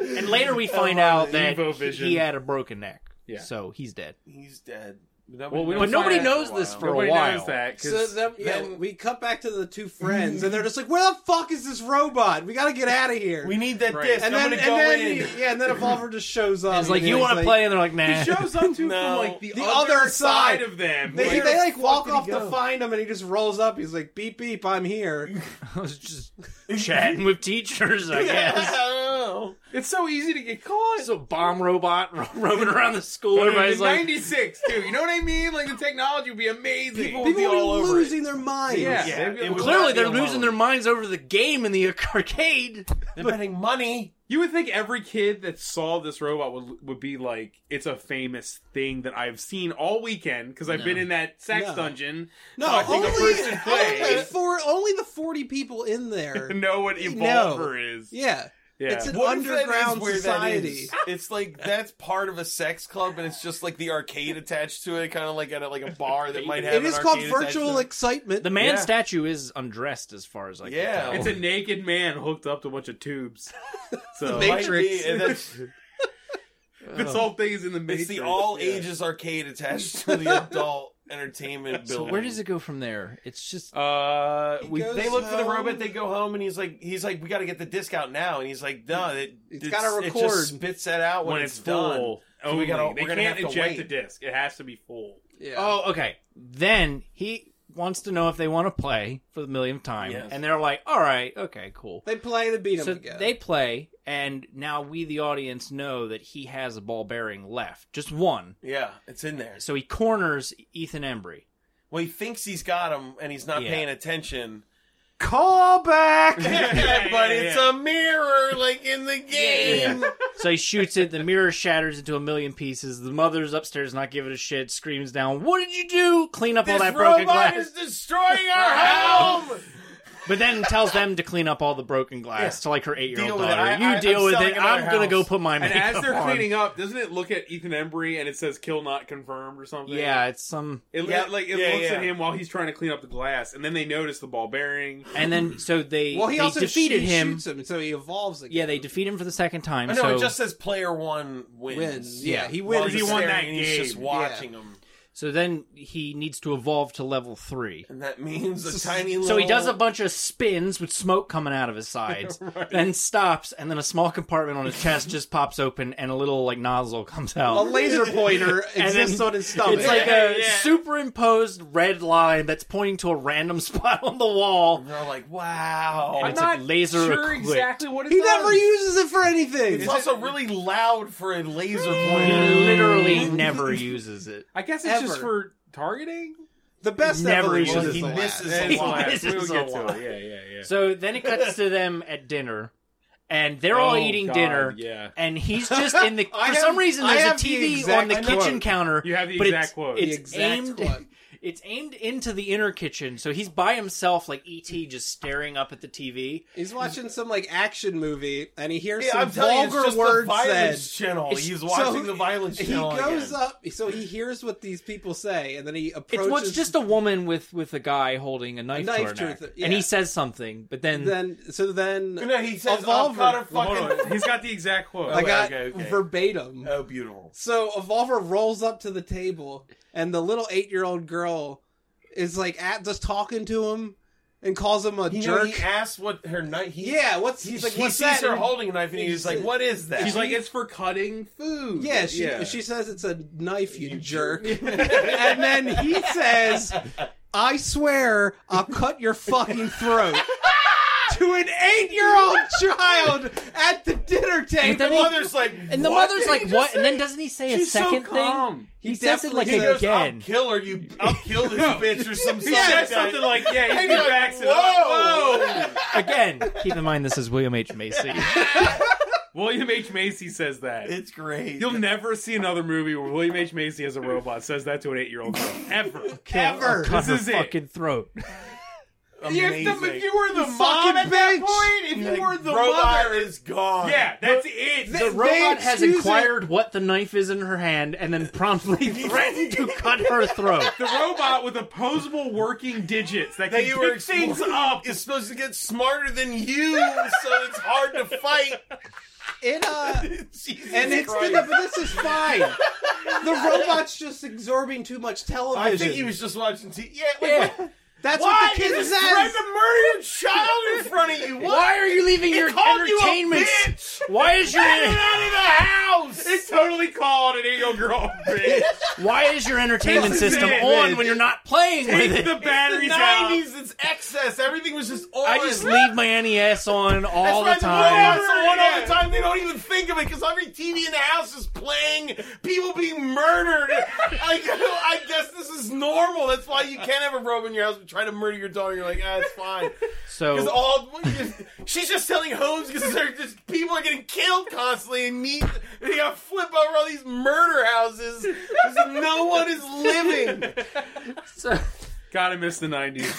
C: and later we find out that
E: Evo Vision.
C: he had a broken neck,
E: Yeah.
C: so he's dead.
H: he's dead.
E: Well, we
H: knows
E: don't
C: But nobody
E: find
H: that
C: knows
H: for a
C: this
H: while.
C: for
E: Nobody
C: a while.
E: knows that. 'cause-
D: So then, yeah,
H: then-
D: we cut back to the two friends, and they're just like, "Where the fuck is this robot? We gotta get out of here."
H: We need that
E: Right.
H: disc.
D: and
H: I'm
D: then, and
H: gonna go
D: then,
H: in.
D: he- yeah, and then Evolver just shows up.
C: It's like
D: and
C: you
D: he's
C: want to
D: like-
C: play, and they're like,
E: He
C: nah.
E: shows up too
H: No.
E: from like the,
D: The
E: other,
D: other
E: side.
D: side.
E: of them.
D: They,
E: Like,
D: they like walk
H: did he
D: off to
H: go?
D: find him, and he just rolls up. He's like, "Beep beep, I'm here."
C: I was just chatting with teachers, I guess.
H: Oh.
E: it's so easy to get caught.
C: There's a bomb robot ro- roaming around the school.
E: But
C: Everybody's
E: in
C: like,
E: '96 too. You know what I mean? Like the technology would be amazing.
H: People would
D: People
H: be all
D: are
H: over
D: losing
H: it.
D: their minds.
E: yeah, they'd
H: Yeah,
E: be
H: it
E: like,
H: would-
C: Clearly,
H: not be
C: they're
H: alone.
C: losing their minds over the game in the arcade.
H: They're betting money.
E: You would think every kid that saw this robot would would be like, "It's a famous thing that I've seen all weekend because I've been in that sex
D: No.
E: dungeon."
D: No,
E: I think
D: only,
E: a person
D: only
E: plays.
D: for only the forty people in there.
E: know what Evolver is.
D: Yeah,
E: Yeah.
D: it's an
H: What if that is
D: underground
H: where that
D: society.
H: is? It's like that's part of a sex club, and it's just like the arcade attached to it, kind of like at a, like a bar that might have.
D: It
H: an
D: is called
H: arcade attached to
D: virtual
H: it.
D: excitement.
C: The man
E: Yeah.
C: statue is undressed, as far as I
H: Yeah.
C: can tell.
E: It's a naked man hooked up to a bunch of tubes. So
D: The
H: Might be,
D: Matrix.
H: and that's-
E: this whole thing is in the Matrix.
H: Oh. It's the all
E: Yeah.
H: ages arcade attached to the adult entertainment
C: So
H: building.
C: where does it go from there? It's just
E: Uh, we
D: goes-
H: They look for the
D: home?
H: robot. They go home, and he's like, he's like, we got to get the disc out now. And he's like, no, it,
D: It's gotta
H: It
D: record.
H: just spits that out when,
E: when
H: it's,
E: it's
H: done.
E: full.
H: So we gotta-
E: only.
H: we're
E: they
H: gonna
E: can't
H: have to
E: eject
H: wait.
E: the disc. It has to be full.
D: Yeah.
C: oh, okay. Then he wants to know if they want to play for the millionth time,
H: Yes.
C: and they're like, "All right, okay, cool."
D: They play the beat 'em
C: So
D: again.
C: they play, and now we, the audience, know that he has a ball bearing left, just one.
H: Yeah, it's in there.
C: So he corners Ethan Embry.
H: Well, he thinks he's got him, and he's not
C: Yeah.
H: paying attention.
B: Call back.
H: but it's a mirror, like in the game.
C: So he shoots it. The mirror shatters into a million pieces. The mother's upstairs, not giving a shit, screams down, "What did you do? Clean up all
H: This
C: that broken
H: robot
C: glass!"
H: is destroying our home.
C: But then tells them to clean up all the broken glass to like her eight-year-old
H: Deal with it.
C: daughter.
H: I-
C: you
H: I-
C: deal
H: I'm
C: with
H: selling
C: it. I'm
H: another
C: gonna go
H: house."
C: put my
E: And
C: makeup
E: as they're
C: on.
E: cleaning up, doesn't it look at Ethan Embry and it says "kill not confirmed" or something?
C: yeah, it's some.
E: It,
H: Yeah.
E: it, like it
H: Yeah,
E: looks
H: yeah.
E: at him while he's trying to clean up the glass, and then they notice the ball bearing.
C: And then so they
D: Well, he
C: they
D: also
C: defeated
D: she
C: him.
D: shoots him, so he evolves again.
C: Yeah, they defeat him for the second time.
H: I know
C: so
H: it just says player one wins.
D: wins. Yeah, he wins.
H: While he's
E: He won
H: staring
E: that
H: and He's just
E: game.
H: watching him,
C: so then he needs to evolve to level three.
H: and that means a tiny. Little...
C: So he does a bunch of spins with smoke coming out of his sides, then stops, and then a small compartment on his chest just pops open, and a little like nozzle comes out.
D: a laser pointer
C: And then
D: exists on his stomach.
C: It's like a
E: Yeah.
C: superimposed red line that's pointing to a random spot on the wall.
H: And they're like, wow.
C: And
E: I'm
C: it's
E: not
C: like laser
E: sure
C: equipped.
E: exactly what it
D: he
E: does.
D: never uses it for anything.
H: It's also really loud for a laser
C: He
H: pointer.
C: literally never uses it.
E: I guess it's just
D: Ever.
E: for targeting.
D: the best
C: never
D: evolution
C: uses
D: is
C: it.
D: the
H: He
D: last.
H: misses
E: It's
H: a lot.
E: last.
C: This
E: We'll
C: is
E: get
C: a
E: to
C: lot.
E: it. Yeah, yeah, yeah.
C: So then it cuts to them at dinner, and they're all
E: Oh,
C: eating
E: God,
C: dinner.
E: Yeah.
C: And he's just in the. For
D: I have-
C: some reason,
D: I
C: there's a
D: have the
C: TV
D: exact
C: on the
D: quote.
C: kitchen counter.
E: You have the
C: but
E: exact
C: it's,
E: quote.
C: It's
D: The exact
C: aimed.
D: quote.
C: It's aimed into the inner kitchen, so he's by himself, like ET, just staring up at the TV.
D: He's watching some like action movie and he hears
H: Yeah,
D: some
H: I'm telling you, it's
D: vulgar
H: just the
D: words said.
H: violence channel.
C: It's-
H: Oh, He's
D: so
H: watching the violence
D: He
H: channel.
D: goes
H: again.
D: up, so he hears what these people say, and then he
C: It's
D: approaches.
C: what's just a woman with with a guy holding a knife,
D: knife
C: to her
D: to
C: neck,
D: her th-
C: and he
D: yeah.
C: says something, but then,
D: then so then
H: No, he says,
D: Evolver.
H: I've got a
E: Well, hold
H: fucking.
E: on. He's got the exact quote.
D: I got
H: okay, okay.
D: verbatim.
H: Oh, beautiful.
D: So Evolver rolls up to the table, and the little eight-year-old girl is like at, just talking to him and calls him a
H: You know,
D: jerk.
H: he asks what her knife. He,
D: yeah, what's
H: He's
D: he's like?
H: he
D: what's
H: sees
D: that?
H: her holding a knife and he's like, "What is that?"
E: She's like, it's for cutting food.
D: yeah, she she says it's a knife, you, jerk. and then he says, "I swear, I'll cut your fucking throat." To an eight-year-old child at the dinner
C: but then
D: table.
C: he-
H: mother's like,
C: and the
H: "What
C: mother's
H: did
C: like,
H: he just
C: "What?"
H: say?"
C: And then doesn't he say
E: She's
C: a second
E: so
C: thing?
E: calm.
C: He, says it like
D: definitely-
H: He goes,
C: again.
H: "I'll kill her, you. I'll kill this bitch or some
E: He
H: something."
E: said
H: like that.
E: something like, yeah, he
H: And you're like,
E: backs it
H: "Whoa."
E: up. Whoa!
C: Again, keep in mind this is William H. Macy.
E: William H. Macy says that.
H: It's great.
E: You'll never see another movie where William H. Macy as a robot says that to an eight year old girl. Ever.
D: Ever.
C: Cut
E: This
C: her
E: is it.
C: fucking throat.
H: Amazing.
E: If, the, if you were the mom
D: You fucking
E: at that
D: bitch.
E: point, if
H: Like,
E: you were the
H: robot
E: mother.
H: is gone.
E: Yeah, that's it.
C: The
D: They
C: robot has
D: excuse
C: inquired what the knife is in her hand and then promptly threatened to cut her throat.
E: the robot with opposable working digits that
H: that
E: can
H: you
E: pick
H: were
E: things up.
H: is supposed to get smarter than you, so it's hard to fight.
D: It uh,
H: Jesus
D: and it's
H: Christ.
D: but this is fine. The robot's just absorbing too much television.
H: I think he was just watching TV. Yeah, like, what-
D: That's
H: why
D: what the
H: did
D: kid
H: this threaten
D: says.
H: to murder your child in front of you? What?
C: Why are you leaving
H: It
C: your
H: called you a
C: entertainment?
H: bitch!
C: Why is your
H: Get out of the house!
E: It's totally called an eight year old girl. bitch.
C: why is your entertainment
E: This is
C: system
E: it,
C: on
E: bitch.
C: when you're not playing with
E: Take
C: it?
E: the
H: the
E: batteries out.
H: 90s, it's excess. Everything was just on.
C: I just leave my NES on
H: That's
C: all
H: why
C: the time.
H: robots are on all
E: Yeah.
H: the time. They don't even think of it because every TV in the house is playing people being murdered. I, I guess this is normal. That's why you can't have a robot in your house and try to murder your daughter. You're like, ah, it's fine. Because
C: So
H: all she's just selling homes because just people are getting killed constantly and meat. They got to flip over all these murder houses because no one is living.
C: so,
E: Gotta miss the 90s.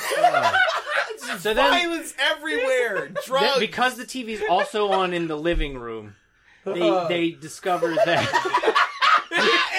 C: so then,
H: Violence everywhere.
C: then
H: Drugs.
C: because the TV's also on in the living room, they
H: Uh-huh.
C: they discover that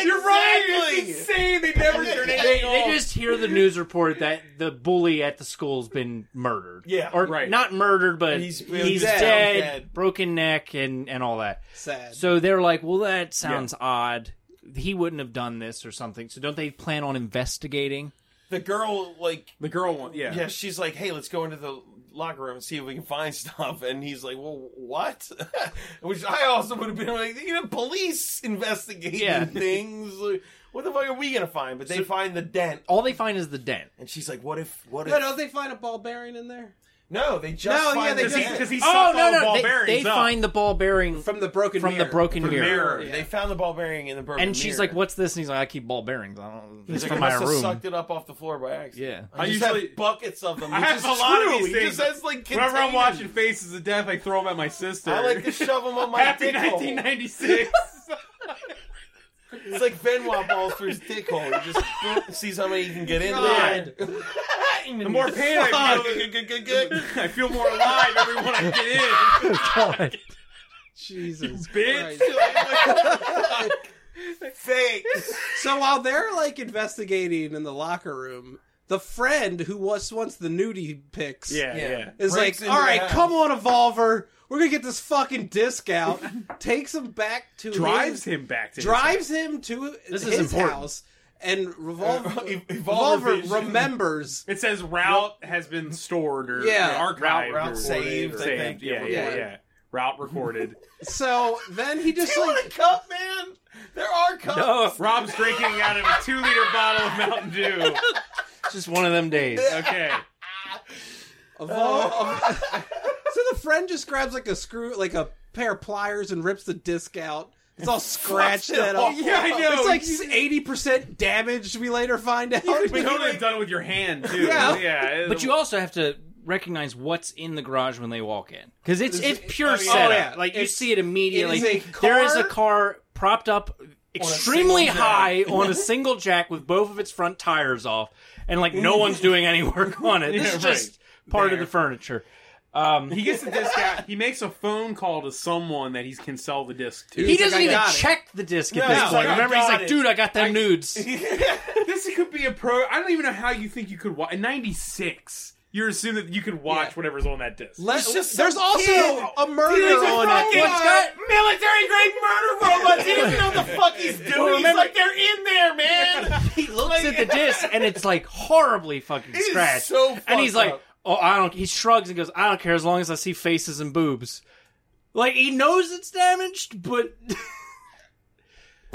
H: You're
E: It's insane. They never turn it.
C: they, they just hear the news report that the bully at the school's been murdered.
H: Yeah,
C: or
E: right.
C: not murdered, but
H: He's-
C: he's,
H: he's
C: dead,
H: dead. Dead.
C: broken neck, and and all that.
D: Sad.
C: So they're like, well, that sounds odd. He wouldn't have done this or something. So don't they plan on investigating?
H: the girl like
E: The girl one, yeah.
H: yeah, she's like, hey, let's go into the locker room and see if we can find stuff. And he's like, well, what? Which I also would have been like, you know, police investigating
C: Yeah.
H: things. Like, what the fuck are we gonna find? But they find the dent,
C: All they find is the dent.
H: and she's like, what if? What
D: No,
H: if?
D: don't they find a ball bearing in there?
H: No, they just
D: No,
H: find
D: yeah, they
H: the
E: Because
D: just-
E: he,
H: bear.
E: because he
C: oh
E: sucked all
C: no
E: the ball
C: no! They,
E: bearings
C: they
E: up.
C: find the ball bearing
D: from the broken
C: from
D: mirror.
C: the broken
E: From the
C: mirror.
E: mirror.
H: They found the ball bearing in the broken.
C: and she's
H: mirror.
C: like, "What's this?" And he's like, "I keep ball bearings. I don't,
H: He's
C: it's
H: like,
C: from
H: "I
C: my
H: must have
C: room."
H: sucked it up off the floor by accident.
C: Yeah.
H: I,
E: I
H: just
E: usually-
H: have buckets of them.
E: I
H: which
E: have
H: is
E: a lot of
H: true.
E: these
H: He
E: things.
H: just has, like
E: Whenever I'm
H: containers.
E: watching Faces of Death, I throw them at my sister.
H: I like to shove them on my
E: Happy
H: dick hole.
E: 1996.
H: It's like Benoit balls through his dick hole. He just sees how many he can get in there.
D: God.
E: the more pain I feel,
H: Good, good, good, good.
E: I feel more alive every one I get in.
C: God.
D: Jesus.
E: Bitch.
H: Fake.
D: So while they're like investigating in the locker room, the friend who was once the nudie picks
E: Yeah, yeah.
D: is
H: Breaks
D: like,
H: into
D: "All
H: the
D: right,
H: house."
D: come on, Evolver, we're gonna get this fucking disc out." Takes him back to
E: Drives
D: his,
E: him back to his
D: drives him to
C: This is
D: his
C: important.
D: house, and Revolver,
H: Uh, Ev- Evolver
D: Revolver
H: Vision.
D: remembers.
E: It says route has been stored or
D: Yeah.
E: yeah, archived,
H: Route- route
E: or
H: saved, I
E: saved.
H: think.
E: Yeah, yeah,
D: Yeah.
E: yeah, Route recorded.
D: So then he just
H: You want a
D: like
H: cup, man? There are cups.
C: No,
E: Rob's drinking out of a two-liter bottle of Mountain Dew.
C: it's just one of them days.
E: Okay,
D: Evol- so the friend just grabs like a screw, like a pair of pliers, and rips the disc out. It's all scratched
H: it
D: that
H: all
D: up.
E: Yeah, I know.
D: It's like eighty percent damaged. We later find out.
E: but you would have done it with your hand too.
D: Yeah.
E: yeah.
C: But you also have to recognize what's in the garage when they walk in because it's it's pure
H: oh, yeah.
C: setup.
D: yeah.
C: Like you
D: It's-
C: see it immediately.
D: it is a
C: there is a
D: car-
C: car propped up extremely
H: single jack.
C: high on a single jack with both of its front tires off, and like no one's doing any work on it. This
E: Yeah,
C: is just part of the furniture. Um,
E: He gets the disc out. He makes a phone call to someone that he can sell the disc to.
C: he
D: like,
C: doesn't
D: "I
C: even
D: got it."
C: check the disc at
H: No,
C: this
H: he's
C: point.
H: like, "I
C: Remember, he's
H: got
C: like,
H: it."
C: "Dude, I got them nudes."
E: this could be a pro. I don't even know how you think you could watch. In '96, you're assuming that you could watch whatever's on that disc.
D: Let-
H: It's just
D: there's
H: some
D: also
H: kid.
D: a murder on it.
C: What's got-
H: military grade murder robots. He doesn't know the fuck he's doing. he's like, they're in there, man.
C: he looks at the disc and it's like horribly fucking
H: is
C: scratched.
H: so
C: and he's
H: fucked
C: like,
H: up.
C: "Oh, I don't." He shrugs and goes, "I don't care as long as I see faces and boobs." Like he knows it's damaged, but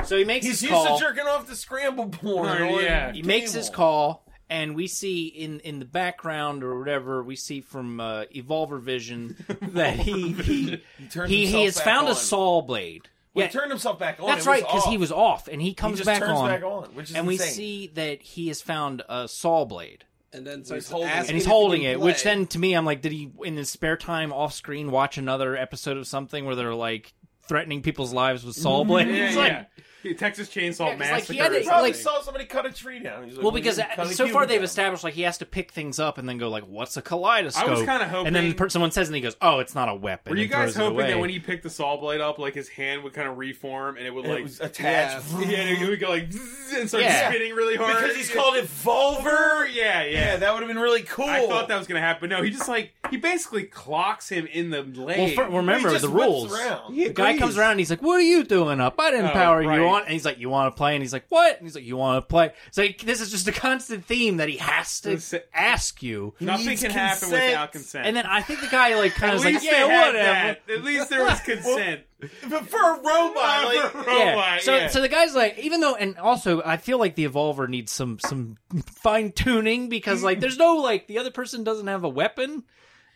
C: so he makes
H: He's
C: his
H: used
C: call.
H: to jerking off the scramble porn.
E: Porn,
H: on
E: Oh, yeah.
H: the
C: he makes his
H: table.
C: call, and we see in in the background or whatever we see from uh, Evolver Vision that he he he,
H: turns
C: he,
H: himself
C: has
H: back
C: found
H: on.
C: a saw blade.
H: Well,
C: Yeah,
H: He turned himself back on.
C: that's
H: It
C: right because
H: off.
C: he was off, and he
H: He
C: comes
H: just
C: back,
H: turns
C: on,
H: back on, which is
C: and we
H: insane.
C: see that he has found a saw blade.
D: And then starts
H: holding it.
D: asking
C: and he's
D: if he can
C: holding it, which
D: play.
C: then to me, I'm like, did he in his spare time off screen watch another episode of something where they're like threatening people's lives with saw blades?
E: Mm-hmm. yeah,
C: It's
E: yeah.
C: like-
E: He- Texas Chainsaw
C: Yeah, 'cause, like,
E: Massacre.
C: he had
E: or
C: to-
H: He probably
C: like-
E: something.
H: saw somebody cut a tree down. He's like,
C: Well,
H: we
C: because
H: need to cut a
C: so
H: human
C: far they've
H: down.
C: established like he has to pick things up and then go like, what's a kaleidoscope?
E: I was kinda hoping-
C: and then per- someone says, and he goes, oh, it's not a weapon.
E: Were you
C: and
E: guys
C: throws it
E: hoping
C: away.
E: that when he picked the saw blade up, like his hand would kind of reform and it would
H: And
E: like
H: it was attached.
E: yeah, it would go like "Zzz," and start
C: Yeah.
E: spinning really hard
H: Because he's
E: Yeah.
H: called it Volver.
E: Yeah, yeah.
H: Yeah, that would have been really cool.
E: I thought that was gonna happen. No, he just like he basically clocks him in the
C: well,
E: leg.
C: fir- remember
H: He just
C: the
H: whips
C: rules.
H: around.
D: He
C: The guy
D: agrees.
C: comes around and he's like, "What are you doing up? I didn't
E: Oh,
C: power
E: right.
C: you on." And he's like, "You want to play?" And he's like, "What?" And he's like, "You want to play?" So like, this is just a constant theme that he has to
E: It's-
C: ask you.
E: Nothing
H: needs
E: can happen
H: consent.
E: without consent.
C: And then I think the guy like kind
E: at
C: of was
E: least
C: like,
E: they
C: "Yeah,
E: had
C: whatever."
E: that. At least there was consent.
H: But for a robot, like,
E: For a
C: Yeah.
E: robot,
C: so
E: Oh yeah.
C: so the guy's like, even though, and also, I feel like the evolver needs some some fine tuning because like, there's no like the other person doesn't have a weapon,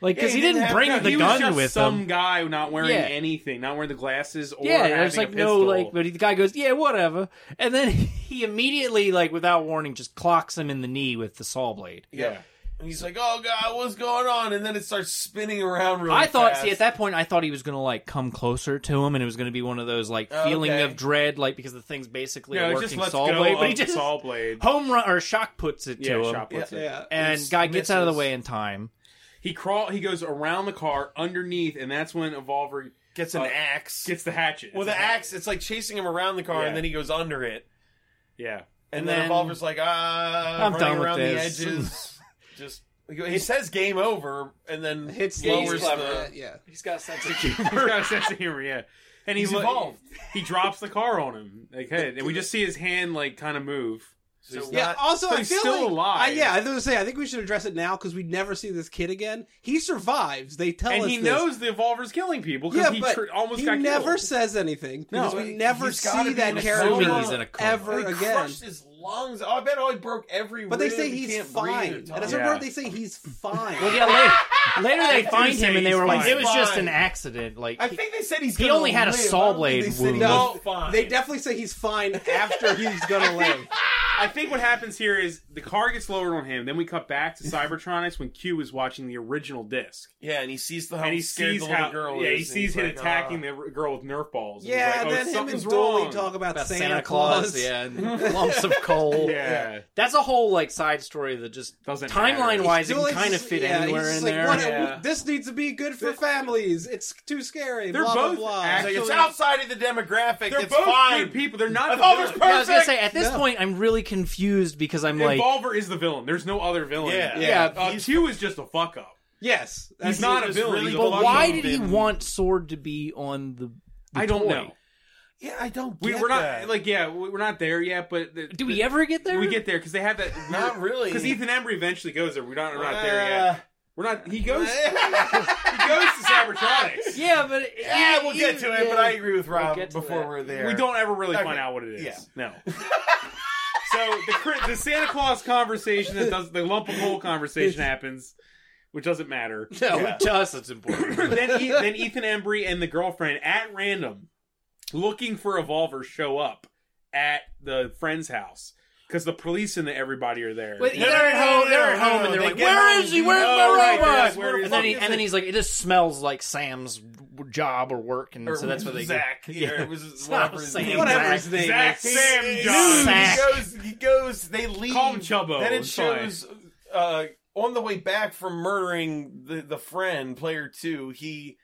C: like because he,
H: Yeah, he
C: didn't,
H: didn't have-
C: bring
E: No,
C: the
E: he was
C: gun
E: just
C: with
E: some
C: him.
E: guy not wearing
C: Yeah.
E: anything, not wearing the glasses or
C: Yeah,
E: having
C: there's
E: a
C: like no
E: pistol.
C: like, but the guy goes, yeah, whatever, and then he immediately like without warning just clocks him in the knee with the saw blade.
E: yeah.
H: And he's like, "Oh God, what's going on?" And then it starts spinning around really
C: I thought,
H: fast.
C: see, at that point, I thought he was gonna like come closer to him, and it was gonna be one of those like
H: Okay.
C: feeling of dread, like because the thing's basically
E: No,
C: a
E: it
C: working
E: just lets
C: saw
E: go
C: blade, but
E: of
C: he just
E: saw blade.
C: home run or shock puts it
E: Yeah,
C: to him,
E: shot puts it.
D: Yeah.
C: and
H: Just
C: guy gets out of the
H: misses.
C: way in time.
E: He crawl. He goes around the car underneath, and that's when Evolver
H: gets an
E: uh,
H: axe.
E: gets the hatchet.
H: well,
E: It's a
H: the
E: hatchet.
H: axe, it's like chasing him around the car,
E: Yeah.
H: and then he goes under it,
E: Yeah.
H: and,
C: And
H: then,
C: then-
H: Revolver's like, "Ah,
C: I'm
H: running
C: done with
H: around
C: this.
H: the edges." Just he says, "Game over," and then
D: hits the-
H: lowers
D: yeah,
H: the.
D: yeah.
C: He's got a sense
E: He's got a sense of humor, yeah. And he
H: He's
E: lo-
H: evolved.
E: He drops the car on him. Like, hey, and we just see his hand like kind of move. So he's
D: Yeah.
E: not-
D: Also,
E: so
D: I
E: he's
D: feel
E: still
D: like,
E: alive.
D: I, yeah, I was gonna say I think we should address it now because we never see this kid again. He survives. They tell
E: and
D: us
E: he
D: this.
E: knows the Evolver's killing people because
D: Yeah,
E: he
D: but
E: tr- almost
D: he
E: got
D: never
E: killed.
D: says anything because we
H: he-
D: never
H: he's gotta
D: see
H: be
D: that
H: in a
D: character
H: coma.
C: He's in a coma.
D: ever
H: oh, He
D: again.
H: crushed his lungs. Oh, I bet oh, he broke every.
D: But they
H: rib.
D: say
H: He
D: he's
H: can't
D: fine.
H: breathe.
D: And that's
C: Yeah.
D: what they say he's fine.
C: Well, yeah, later, later they
E: do
C: find
E: say
C: him and they
E: he's
C: were like,
E: fine.
C: it was just an
H: Fine.
C: accident. Like,
H: I think they said he's.
C: He
H: gonna
C: only had a
H: live.
C: saw
H: I don't think
C: blade
H: they said
C: wound.
H: he was
E: No, fine.
D: They definitely say he's fine after he's gonna live.
E: I think what happens here is the car gets lowered on him. Then we cut back to Cybertronics when Q is watching the original disc,
H: Yeah, and he Oh, sees the how
E: and he
H: scared
E: sees
H: the little
E: how
H: girl
E: yeah
H: is.
E: he
H: and
E: sees
H: he's
E: him
H: like,
E: attacking
H: ah.
E: the girl with Nerf balls. and
D: Yeah,
E: he's like, oh,
D: then him and
E: something's
D: Dolly
E: wrong.
D: talk about,
C: about
D: Santa, Claus.
C: yeah, and lumps of coal.
E: Yeah,
C: That's a whole like side story that just
E: Doesn't matter.
C: timeline wise it can
D: Dooley's
C: kind of
D: just-
C: fit
D: yeah,
C: anywhere
D: he's
C: in
D: just
C: there.
D: like, what-
E: Yeah.
D: This needs to be good for families. It's too scary.
E: They're
D: blah,
E: both
D: blah, blah.
E: act-
H: He's like, it's
E: Actually-
H: outside of the demographic.
E: they're
H: it's
E: both
H: fine.
E: good people. They're not.
H: I
E: The
H: thought it was
E: villain.
C: Yeah, I was gonna
H: perfect.
C: say at this
D: No.
C: point I'm really confused because I'm like
E: Involver is the villain. There's no other villain.
H: Yeah.
C: Yeah,
E: Uh, Q is just a fuck up.
D: yes.
E: He's not a
H: just
E: villain.
H: really-
E: he's a
C: but
E: fuck
C: why
E: up.
C: did he want Sword to be on the, the
E: I don't
C: toy?
E: know.
H: Yeah, I don't.
E: We,
H: get
E: we're not
H: that.
E: like yeah, we- we're not there yet. But the,
C: Do we ever get there?
E: We get there because they have that.
H: Not really.
E: Because Ethan Embry eventually goes there. We're not. We're not there yet.
H: Uh,
E: We're not. He goes. he goes to Cybertronics.
C: Yeah, but
H: Yeah, we'll get to it, but I agree with Rob
C: get to
H: before
C: that.
H: we're there.
E: We don't ever really
H: Okay.
E: find out what it is.
H: Yeah.
E: No. so the cri- the Santa Claus conversation that does the lump of coal conversation happens, which doesn't matter.
C: No,
H: Yeah.
C: to us it's important.
E: then, E- then Ethan Embry and the girlfriend at random looking for Evolver show up at the friend's house because the police and the everybody are there.
C: But
H: No,
C: they're
H: no,
C: at home.
H: no,
C: They're at
H: no,
C: home,
H: no,
C: and they're
H: they
C: like,
H: get
C: "Where
H: home,
C: is he?
H: you
C: Where's
H: know,
C: my
H: right,
C: robot?"
H: that's where
C: and then,
H: he
C: he, and then he's like, "It just smells like Sam's job or work," and
H: Or
C: so that's what they.
H: Zach. Yeah, it was
C: not
H: whatever. his
C: Sam.
H: name
D: Whatever
H: is.
D: his name
E: Zach,
D: is.
E: Sam,
H: He-
E: John.
C: Zach.
H: He goes. He goes. They leave.
E: Call him Chubbo,
H: Then it
E: it's fine.
H: shows uh, on the way back from murdering the the friend, player two. He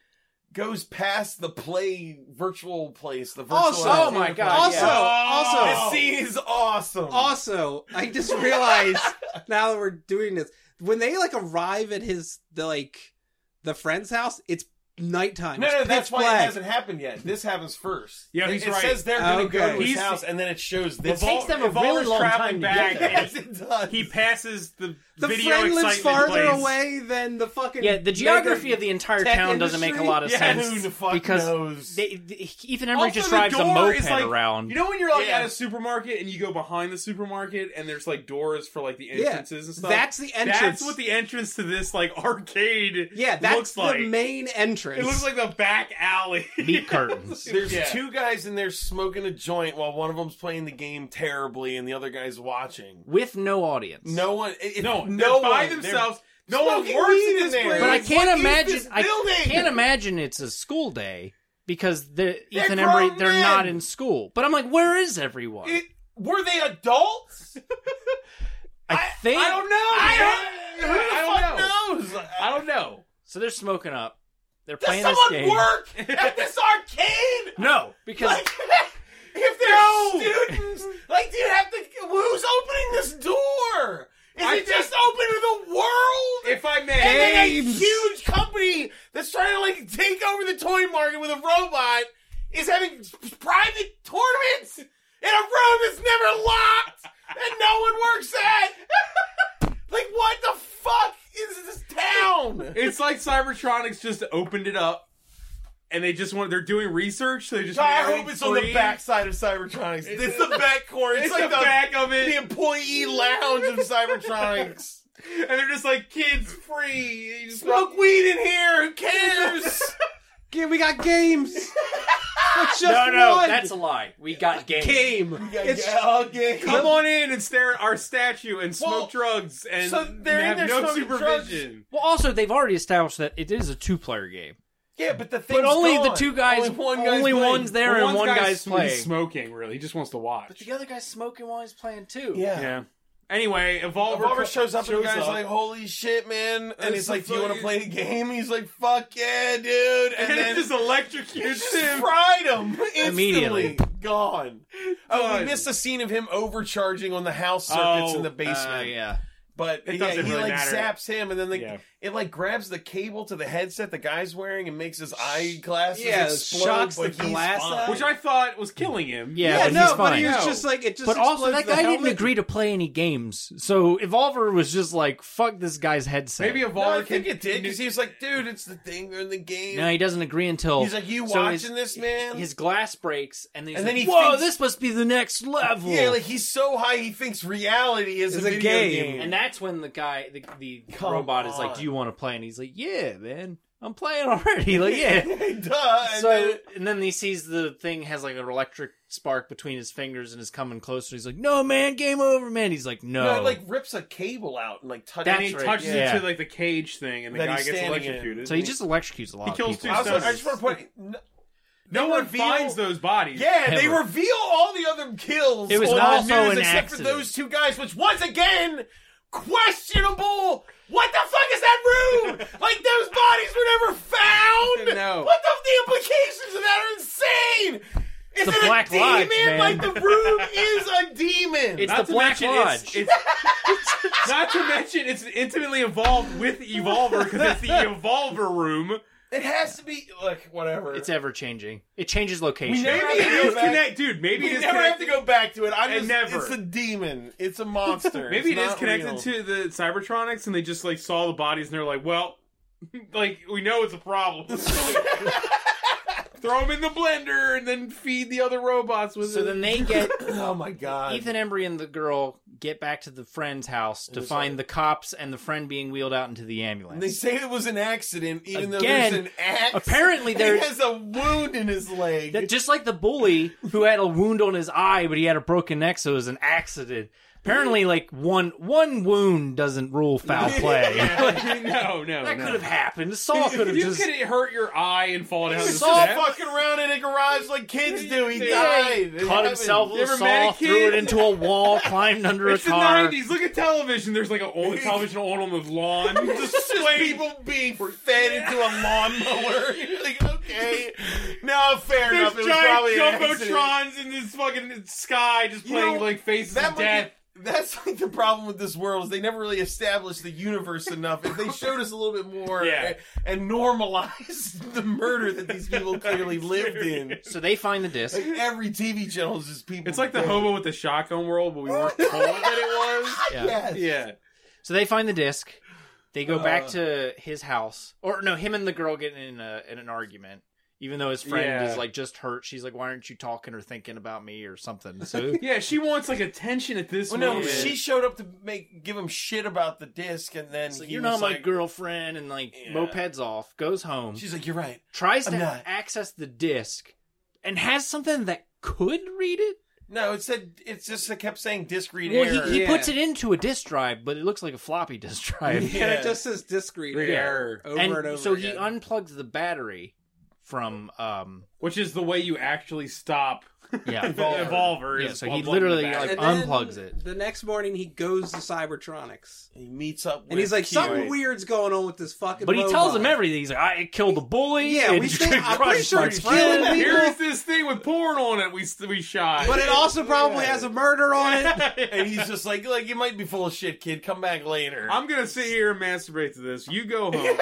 H: goes past the play virtual place. The virtual.
D: Also,
C: Oh my God,
D: Also,
C: yeah.
H: This
D: also,
H: scene is awesome.
D: also, I just realized now that we're doing this when they like arrive at his the, like the friend's house, it's nighttime.
H: No,
D: It's
H: no,
D: pitch
H: that's why
D: black.
H: it hasn't happened yet. This happens first.
E: Yeah,
H: it,
E: he's
H: it
E: right.
H: says they're going
D: Okay.
H: to go to his
E: He's-
H: house, and then it shows
C: Oh, It
H: this.
C: takes them a
E: Evolver's
C: really long
E: traveling
C: time to
E: back
C: get there.
H: Yes, it does.
E: he passes the,
D: The
E: video
D: friend lives
E: excitement
D: farther
E: place.
D: away than the fucking
C: Yeah, the geography of the entire
D: tech
C: town doesn't make a
D: industry?
C: lot of
H: yeah,
C: sense
H: who the fuck
C: because
H: knows?
C: they, they- Ethan Embry
E: Also,
C: just
E: the
C: drives a
E: door
C: moped
E: is like-
C: around.
E: You know when you're like
H: Yeah.
E: at a supermarket and you go behind the supermarket and there's like doors for like the
D: Yeah.
E: entrances and stuff.
D: That's the entrance.
E: That's what the entrance to this like arcade.
D: yeah, that's
E: looks
D: the
E: like.
D: main entrance.
E: It looks like the back alley.
C: Meat curtains.
H: There's
E: Yeah.
H: two guys in there smoking a joint while one of them's playing the game terribly and the other guy's watching.
C: with no audience.
H: No one, it, it-
E: no,
H: no
E: no by
H: one.
E: themselves.
H: They're
E: No one
H: smoking
E: works
H: weed
E: in
H: in
E: this
H: there.
E: place.
C: but I can't imagine.
H: this
C: I
H: building?
C: can't imagine it's a school day because the
H: They're
C: Ethan Embry
H: grown
C: they're
H: men.
C: not in school. But I'm like, where is everyone?
H: They're- it- were they adults?
C: I think
H: I don't know.
E: I
H: man.
E: don't- I
H: Who the fuck knows?
E: I don't know.
C: so. They're smoking up. They're
H: Does
C: playing this
H: someone
C: game.
H: work at this arcade?
C: No, because
H: Like, if they're students, like, do you have to? Who's opening this door? Is
E: I
H: it
E: think-
H: just open to the world?
E: If I may,
H: And then a huge company that's trying to like take over the toy market with a robot is having private tournaments in a room that's never locked and no one works at. like, what the fuck is this town?
E: it's like Cybertronics just opened it up, and they just want they're doing research. So they just
H: God, I
E: made
H: hope it's on the
E: free.
H: backside of Cybertronics. It's the back corner. It's,
E: It's
H: like
E: the back of
H: the
E: it,
H: employee lounge of Cybertronics.
E: and they're just like kids free. You just-
H: Smoke weed in here. Who cares?
D: Yeah, we got games. it's just
C: no, no,
D: one
C: that's a lie. We got game.
D: game. It's
H: okay.
E: Come on in and stare at our statue and smoke
H: Well,
E: drugs and
H: so they're in
E: have
H: there
E: no
H: smoking
E: supervision.
C: Well, also they've already established that it is a two-player game,
H: Yeah, but the thing.
C: but only the two guys, only,
H: Only, one guy's playing.
C: one's there
E: Well,
C: and one guy's,
E: sm-
C: playing.
E: smoking. Really, he just wants to
C: But
E: watch.
C: the other guy's smoking while he's playing too.
H: Yeah.
E: Yeah. Anyway, Evolver,
H: Revolver shows up and the
E: shows
H: guy's
E: up.
H: like, "Holy shit, man!"
E: It's
H: And he's like,
E: the
H: "Do you want to
E: fucking-
H: play the game?" He's like, "Fuck yeah, dude!" And,
E: and,
H: then
E: just electrocutes
H: just
E: him.
H: fried him instantly.
C: Immediately.
H: Gone. Oh,
E: Done.
H: we missed a scene of him overcharging on the house circuits
E: Oh,
H: in the basement.
C: Uh, yeah.
H: But
E: It
H: yeah,
E: doesn't
H: he
E: really
H: like
E: matter.
H: zaps him, and then like
E: Yeah.
H: it like grabs the cable to the headset the guy's wearing and makes his eyeglasses
D: Yeah,
H: explode.
D: shocks
H: but
D: the
H: he's
D: glass
H: fine.
D: out.
E: Which I thought was killing him.
C: Yeah,
D: yeah,
C: but
D: no,
C: he's
D: but
C: fine.
D: he was
E: No.
D: just like it. Just
C: But also,
D: explodes
C: that
D: the
C: guy didn't
D: helmet.
C: agree to play any games, so Evolver was just like, "Fuck this guy's headset."
E: Maybe a
H: No,
E: Vol
H: I
E: can-
H: think it did because he was like, "Dude, it's the thing in the game."
C: no, he doesn't agree until
H: He's like, "You
C: so
H: watching
C: his-
H: this, man?"
C: His glass breaks, and then, he's
H: And
C: like,
H: then he
C: "Whoa,
H: thinks-
C: this must be the next level."
H: yeah, like he's so high he thinks reality is
D: It's
H: a,
D: a
H: video
D: game.
H: game.
C: and that's when the guy, the, the
H: Come
C: robot, is like,
H: on.
C: "Do you want to play?" And he's like, "Yeah, man, I'm playing already." Like, yeah.
H: Duh. And
C: so
H: then-
C: and then he sees the thing has like an electric spark between his fingers and is coming closer. He's like, "No, man, game over, man." He's like, "No."
H: No, it like rips a cable out and like touches.
E: And he
H: it.
E: touches
C: Yeah.
E: it to like the cage thing, and the
H: That
E: guy
H: he's
E: gets
H: standing in.
E: electrocuted.
C: so he just electrocutes a lot.
E: He kills
C: of
E: two
C: people.
H: I, was like, I
E: Stones.
H: just want to put. No,
E: no
H: they
E: one
H: reveal-
E: finds those bodies.
H: Yeah, they
C: Ever.
H: reveal all the other kills.
C: It was
H: on
C: also
H: the news
C: an
H: except for
C: accident.
H: those two guys, which once again questionable. What the fuck is that room? like those bodies were never found.
D: No.
H: What the, the implications of that are insane. Is
C: the
H: it
C: Black
H: a demon?
C: Lodge, man.
H: Like the room is a demon.
C: It's
E: Not
C: the
E: to
C: Black
E: mention,
C: Lodge.
E: It's, it's- not to mention, it's intimately involved with Evolver because it's the Evolver room.
H: it has to be like whatever.
C: It's ever changing. It changes location.
H: never-
E: Maybe it
H: Go
E: is
H: back.
E: connect, dude. Maybe it
H: you
E: is
H: never have to
E: connected.
H: go back to it. I
E: And
H: just,
E: never.
H: It's a demon. It's a monster.
E: Maybe it
H: It's
E: is
H: not
E: connected
H: real.
E: to the Cybertronics, and they just like saw the bodies, and they're like, "Well, like we know it's a problem." Throw them in the blender, and then feed the other robots with
C: So
E: it.
C: then they get
H: Oh my god.
C: Ethan Embry and the girl get back to the friend's house to find the cops and the friend being wheeled out into the ambulance.
H: They say it was an accident,
C: Again,
H: even though there's an axe.
C: apparently there-
H: he has a wound in his leg.
C: That- just like the bully who had a wound on his eye, but he had a broken neck, so it was an accident. Apparently, like one one wound doesn't rule foul play.
E: no, no,
C: that
E: no.
C: could have happened. Saul could have
E: You
C: just.
E: could hurt your eye and fall down
H: he
E: the
H: was all
E: steps.
H: fucking around in a garage like kids do. He
E: They-
H: died. It
C: Cut
H: happened.
C: himself with
E: You
C: a
E: ever met
C: saw,
E: a
C: threw it
E: kid?
C: into a wall, climbed under
E: It's
C: a
E: the
C: car.
E: nineties. Look at television. There's like a old television on on the lawn.
H: Just people being fed into a lawnmower. You're like, okay, no, fair
E: There's
H: enough. It was probably
E: giant
H: an accident.
E: jumbotrons in this fucking sky, just
H: You
E: playing
H: know,
E: like faces
H: that
E: of
H: might
E: death.
H: be- that's like the problem with this world is they never really established the universe enough. If they showed us a little bit more
E: Yeah.
H: and, and normalized the murder that these people clearly lived in,
C: So they find the disc.
H: like every TV channel is just people.
E: It's like the
H: dead. Ah,
E: hobo with the shotgun world, but we weren't told that
C: Yeah.
H: Yes.
E: it was. Yeah,
C: So they find the disc. They go
H: Uh.
C: back to his house, or no, him and the girl get in, a, in an argument. Even though his friend
E: Yeah.
C: is like just hurt, she's like, "Why aren't you talking or thinking about me or something?" So
E: yeah. She wants like attention at this
H: Well, no,
E: moment.
H: she showed up to make give him shit about the disc, and then
C: It's like,
H: he
C: you're
H: was
C: not my
H: like,
C: girlfriend, and like
H: Yeah.
C: mopeds off, goes home,
H: She's like, you're right.
C: tries to
H: I'm not.
C: access the disc, and has something that could read it.
H: No, it said it's just I kept saying disc read
C: Well,
H: error.
C: he, he
D: Yeah.
C: puts it into a disk drive, but it looks like a floppy disk drive.
D: And
H: Yeah.
D: it just says discrete
E: Yeah.
D: error over
C: and,
D: and, over.
C: so he
D: again.
C: unplugs the battery from um
E: which is the way you actually stop
C: yeah.
E: Evolver. Evolver
C: Yeah,
E: is
C: so he
E: unplugging the
C: literally,
E: battery.
C: like- uh,
D: And then
C: unplugs it.
D: The next morning, he goes to Cybertronics,
H: He meets up, with
D: and he's like,
H: Kira.
D: "Something weird's going on with this fucking."
C: but he
D: robot.
C: tells him everything. He's like, I it killed the bully.
D: Yeah,
C: it
D: we think- I'm
C: crushed
D: pretty sure
C: my
D: it's
C: friend."
D: killing people.
E: Here's this thing with porn on it. We we shot.
D: But it also probably has a murder on it.
H: and he's just like, like you might be full of shit, kid. Come back later.
E: I'm gonna sit here and masturbate to this. You go home.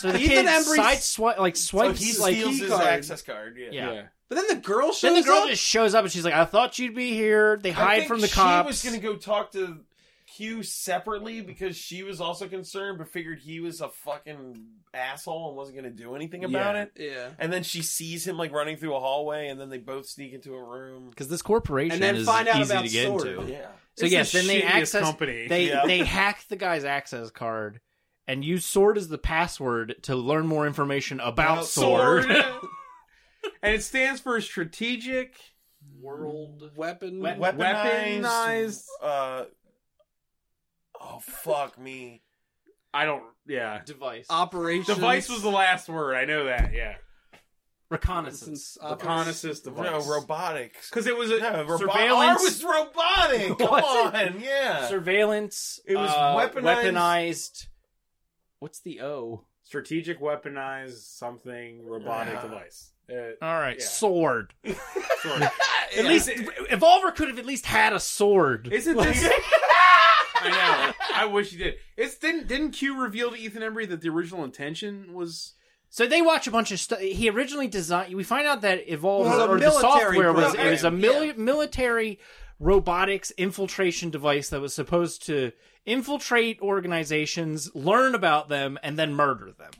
C: So the
D: Ethan
C: kid
D: Embry's-
C: side swipe, like
H: So
C: swipes,
H: he
C: like
H: steals his
D: card.
H: access card. Yeah.
C: yeah.
D: But then the girl shows
C: Then the girl
D: up.
C: just shows up and she's like, "I thought you'd be here." They
H: I
C: hide
H: think
C: from the
H: she
C: cops.
H: was going to go talk to Q separately because she was also concerned, but figured he was a fucking asshole and wasn't going to do anything about
C: Yeah.
H: it.
D: yeah.
H: And then she sees him like running through a hallway, and then they both sneak into a room.
C: because this corporation
D: And then
C: is
D: find out
C: easy
D: about
C: to get
D: Sword.
C: into.
H: Yeah.
C: So
E: It's
C: yes,
E: the
C: then they
E: shittiest
C: access
E: company.
C: they
H: Yeah.
C: they hack the guy's access card and use sword as the password to learn more information about
H: About
C: sword.
E: and it stands for strategic
C: World.
D: Weapon.
C: Weapon.
H: Weaponized.
E: Weaponized.
H: Uh, oh fuck me.
E: I don't. Yeah.
C: Device.
D: Uh, Operation.
E: Device was the last word. I know that. Yeah.
C: Reconnaissance.
E: Reconnaissance
H: Uh, No
E: device.
H: robotics.
E: Because it was a.
H: No, robo-
C: Surveillance.
H: R was robotic. Come
C: Was
H: on, yeah.
C: Surveillance.
H: uh, It was
C: uh,
H: weaponized-
C: weaponized- What's the O?
E: strategic weaponized something robotic
H: Yeah.
E: device. Uh,
C: All right,
E: Yeah.
C: sword.
E: sorry.
C: At least Evolver could have at least had a sword.
E: Isn't this? I know. I wish he did. It's didn't didn't Q reveal to Ethan Embry that the original intention was
C: So they watch a bunch of stuff. He originally designed. We find out that Evolve
D: It was a
C: or the
D: military
C: software was it
D: program,
C: was a mili- military robotics infiltration device that was supposed to infiltrate organizations, learn about them, and then murder them.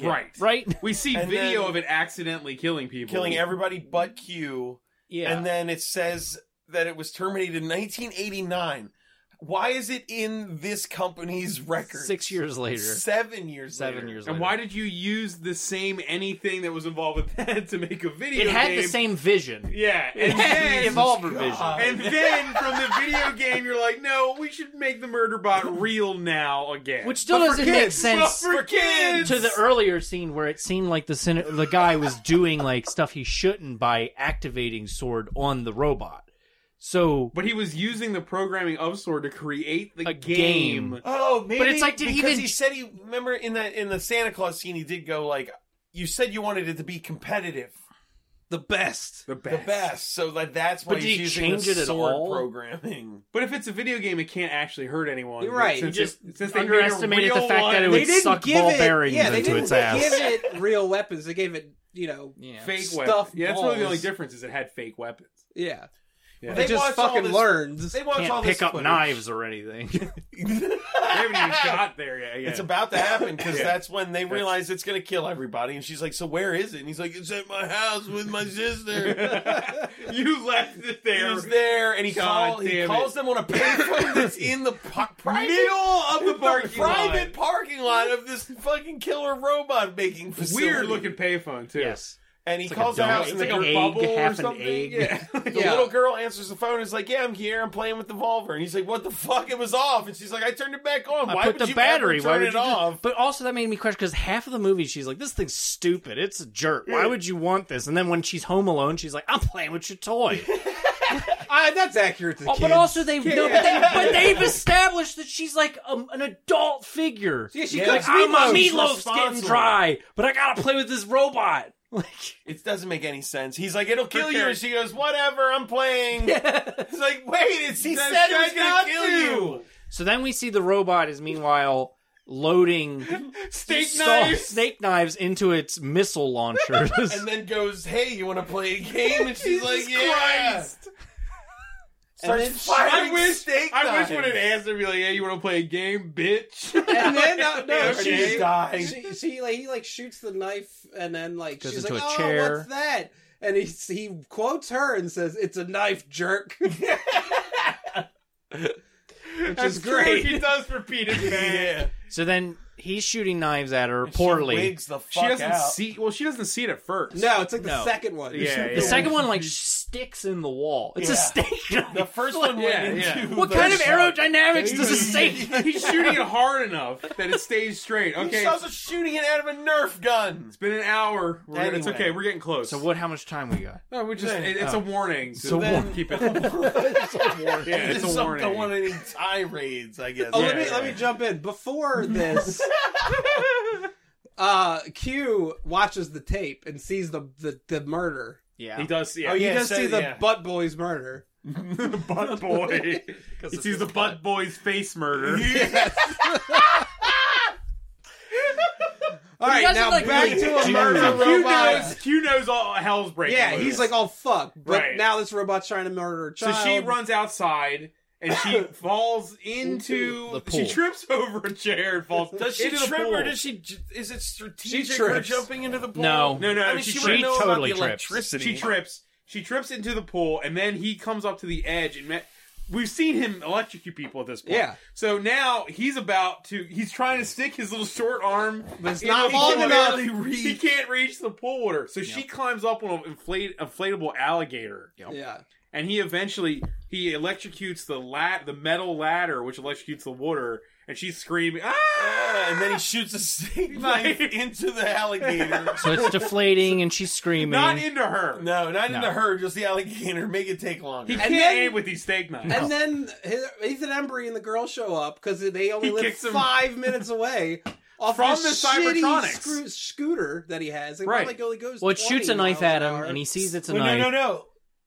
E: right.
C: Right?
E: We see
H: And
E: video
H: then-
E: of it accidentally killing people,
H: killing everybody but Q.
C: Yeah.
H: And then it says that it was terminated in 1989. Why is it in this company's record?
C: Six years later,
H: Seven years
C: seven
H: later.
C: years later,
E: And why did you use the same anything that was involved with that to make a video?
C: it had
E: game?
C: the same vision?
E: Yeah, and
C: It
E: then
C: evolved vision.
E: And then from the video game, you're like, no, we should make the murder bot real now again.
C: Which still
D: But for
C: doesn't make
D: kids.
E: Well,
C: sense
E: for kids
C: to the earlier scene where it seemed like the sen- the guy was doing like stuff he shouldn't by activating sword on the robot. So
E: But he was using the programming of Sword to create the
C: A
E: game.
C: game.
H: Oh, maybe.
C: it's like, did he
H: because
C: even-
H: he said he remember in that in the Santa Claus scene he did go like, you said you wanted it to be competitive,
D: the best.
E: The best.
H: the best, so that that's why
C: But did
H: he's
C: he
H: using
C: change
H: the
C: it at
H: sword
C: all?
H: programming.
E: But if it's a video game, it can't actually hurt anyone.
D: You're right.
E: Since,
C: You just
E: it- since they made a
C: underestimated the
E: real
C: fact that it
E: one,
C: would
D: They didn't
C: suck
D: give
C: ball
D: it,
C: bearings
D: yeah, they
C: into
D: didn't
C: its ass.
D: give it real weapons. They gave it, you know,
C: Yeah.
E: fake
D: stuffed
E: weapons. Yeah, that's really the
D: balls.
E: only difference is it had fake weapons.
D: yeah.
E: Yeah.
D: They
H: They
D: just
H: watch all
D: fucking
H: this-
D: learned.
H: They watch all
C: Can't
H: this
C: pick up
H: footage.
C: knives or anything.
E: They haven't even got there yet. yeah.
H: It's about to happen because
E: Yeah.
H: that's when they realize it's going to kill everybody. And she's like, "So where is it?" And he's like, "It's at my house with my sister."
E: you left it there.
H: He's there, and he,
E: God
H: call, he
E: damn
H: calls
E: it.
H: them on a payphone that's in the po- private,
E: Middle of the parking
H: private
E: lot.
H: parking lot of this fucking killer robot making facility.
E: Weird looking payphone too.
C: yes.
H: And he
C: It's like
H: calls
C: a
H: the
C: dome.
H: house,
C: It's
H: and
C: like
H: like
C: an
H: a
C: egg,
H: bubble or
C: half an
H: something.
C: egg.
E: Yeah.
H: The
D: Yeah.
H: little girl answers the phone. And is like, "Yeah, I'm here. I'm playing with the Volver." And he's like, "What the fuck? It was off." And she's like, "I turned it back on.
C: I
H: Why
C: put
H: would
C: the
H: you
C: battery.
H: Ever turn
C: Why would you
H: it
C: do-
H: off?"
C: But also that made me question because half of the movie she's like, "This thing's stupid. It's a jerk. Why would you want this?" And then when she's home alone, she's like, "I'm playing with your toy."
D: Ah, that's accurate to the
C: Oh, but
D: kids.
C: also they, no, but they, but they've established that she's like um, an adult figure.
D: yeah, she
H: Yeah.
D: cooks
C: Like, I'm
D: meatloaf.
C: my
H: meatloaf's
C: meatloaf's getting
H: responsible.
C: dry, but I gotta play with this robot. Like,
H: It doesn't make any sense. He's like, it'll kill you. And she goes, whatever, I'm playing. He's like, wait, it's, he
E: That's
H: said it was
E: not
H: going
E: to.
H: to kill you.
C: so then we see the robot is meanwhile loading
E: Steak
C: saw-
E: knives.
C: snake knives into its missile launchers.
H: And then goes, hey, you want to play a game? And she's like,
E: Jesus
H: yeah.
E: Christ.
H: Starts
D: then she-
H: firing
E: I wish-
H: steak
E: I wish
H: knives.
E: when it answered, be like, "Hey, you want to play a game, bitch?"
D: And then uh, no,
E: There it
D: she,
E: is.
H: She's dying.
D: she, she like he like shoots the knife and then like
C: Goes
D: she's
C: into
D: like,
C: a
D: oh,
C: chair.
D: what's that? And he he quotes her and says, "It's a knife, jerk," which
E: That's
D: is
E: true,
D: great.
E: He does repeat it, man.
H: yeah.
C: so then he's shooting knives at her
H: She
C: poorly.
H: wigs the fuck
E: She doesn't
H: out.
E: see. Well, she doesn't see it at first.
D: No, it's like the
C: No.
D: second one.
E: Yeah, yeah.
C: The second one like sticks in the wall. It's
H: Yeah.
C: a snake knife.
H: The first one
E: Yeah,
H: went
E: yeah.
H: into
C: what
H: the
C: kind of
H: shop.
C: aerodynamics does a snake?
E: He's shooting it hard enough that it stays straight. Okay,
H: He's also shooting it out of a Nerf gun.
E: it's been an hour. We're gonna- It's
H: Anyway.
E: okay. We're getting close.
C: So what? How much time we got?
E: No, we just.
H: Yeah.
E: it- it's a warning. So,
C: So
E: then,
C: what-
E: keep it. yeah, it's
H: Just
E: a
H: some-
E: warning.
H: Don't want any tirades, I guess.
D: Oh,
E: Yeah,
D: let me
E: yeah,
D: let me jump in before this. uh, Q watches the tape and sees the the, the murder.
C: Yeah.
E: He does. Yeah.
H: Oh,
D: He
H: yeah.
D: does
H: so-
D: see the
H: yeah.
D: butt boys murder.
E: the butt boy. he sees the butt boy's face murder.
D: All right,
C: doesn't,
D: now
C: like,
D: back
C: really
D: to a
C: do
D: murder
C: that.
E: Q
D: robot.
E: knows. Q knows all hell's breaking.
D: Yeah,
E: loose.
D: he's like, oh fuck! But
E: Right.
D: now this robot's trying to murder a
E: So
D: child.
E: she runs outside and she falls into.
C: The pool.
E: she trips over a chair and falls.
H: Does she
E: into the
H: trip
E: pool.
H: or does she? j- Is it strategic?
D: She
H: her
D: trips.
H: jumping into the pool.
C: No.
E: No, no,
H: I mean,
E: she
H: she,
E: trips.
H: would know
C: Totally
H: about the
C: trips.
H: electricity.
E: She trips. She trips into the pool, and then he comes up to the edge and. Met, We've seen him electrocute people at this point.
D: Yeah.
E: So now he's about to. He's trying to stick his little short arm. But
D: it's not long enough.
E: He can't reach the pool water. So she climbs up on an inflate, inflatable alligator.
D: Yeah,
E: and he eventually he electrocutes the lat the metal ladder which electrocutes the water and she's screaming ah!
H: Yeah, and then he shoots a steak knife into the alligator.
C: So it's deflating, and she's screaming.
E: not into her
H: No, not
C: No.
H: into her, just the alligator. Make it take
E: he
H: longer.
E: can't
D: then-
E: aim with these steak knives
D: and then his, Ethan Embry and the girl show up because they only
E: He
D: live
E: kicks him-
D: five minutes away. Off
E: From
D: this
E: the
D: shitty
E: Cybertronics.
D: screw- scooter that he has, it
E: Right.
D: probably only goes.
C: well, it shoots a
D: 20
C: knife
D: miles
C: at
D: an
C: him,
D: hour.
C: and he sees it's a
H: Well,
C: knife.
H: no, no, no.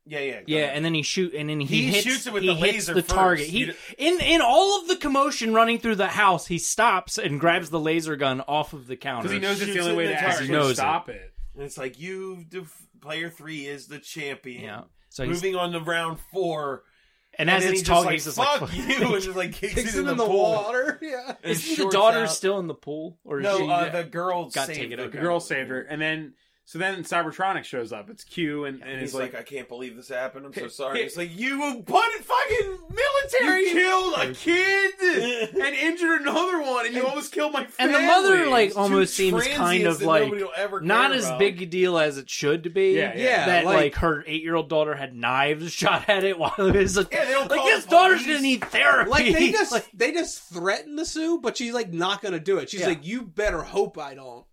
H: Yeah, yeah, go
C: Yeah,
H: ahead.
C: and then he shoot, and then he,
H: He
C: hits,
H: shoots it with
C: he
H: the
C: hits
H: laser
C: the
H: first.
C: target. He
H: You d-
C: in in all of the commotion running through the house, he stops and grabs the laser gun off of the counter.
E: because he knows it's the
H: Shoots
E: only
H: it
E: way
H: in
E: to
H: the
E: actually
C: target. Knows it.
E: stop it.
H: and it's like you, def- player three, is the champion.
C: yeah, so he's,
H: Moving on to round four,
C: and
H: and
C: as
H: then
C: it's
H: he
C: talking, he's just
H: just like, "Fuck
C: like,
H: you!" and just like kicks,
D: Kicks
H: it
D: him in the
H: pool.
D: water. Yeah.
H: And it
C: Isn't the
H: shorts
C: daughter
H: out.
C: still in the pool, or is
H: No,
C: she,
H: uh, the girl
C: Got
H: saved
C: taken
H: the
C: out.
E: The girl saved her, and then so then Cybertronics shows up. It's Q, and, and
H: And
E: it's
H: he's
E: like,
H: like, I can't believe this happened. I'm so sorry. It's like, you put fucking military.
E: you killed a kid and injured another one, and you almost killed my
C: and
E: family.
C: the mother like
H: It's
C: almost
H: two
C: seems kind
H: transients
C: of
H: that
C: like
H: nobody will ever
C: not
H: care
C: as
H: about.
C: big a deal as it should be.
E: Yeah, yeah.
D: Yeah,
C: that like,
D: like-
C: her eight year old daughter had knives shot at it while it was like,
H: Yeah, they don't
C: like
H: call
C: his
H: the
C: daughter's
H: police.
C: gonna need therapy.
D: Like they just
C: Like,
D: they just threatened to sue, but she's like not gonna do it. She's
C: Yeah.
D: like, you better hope I don't.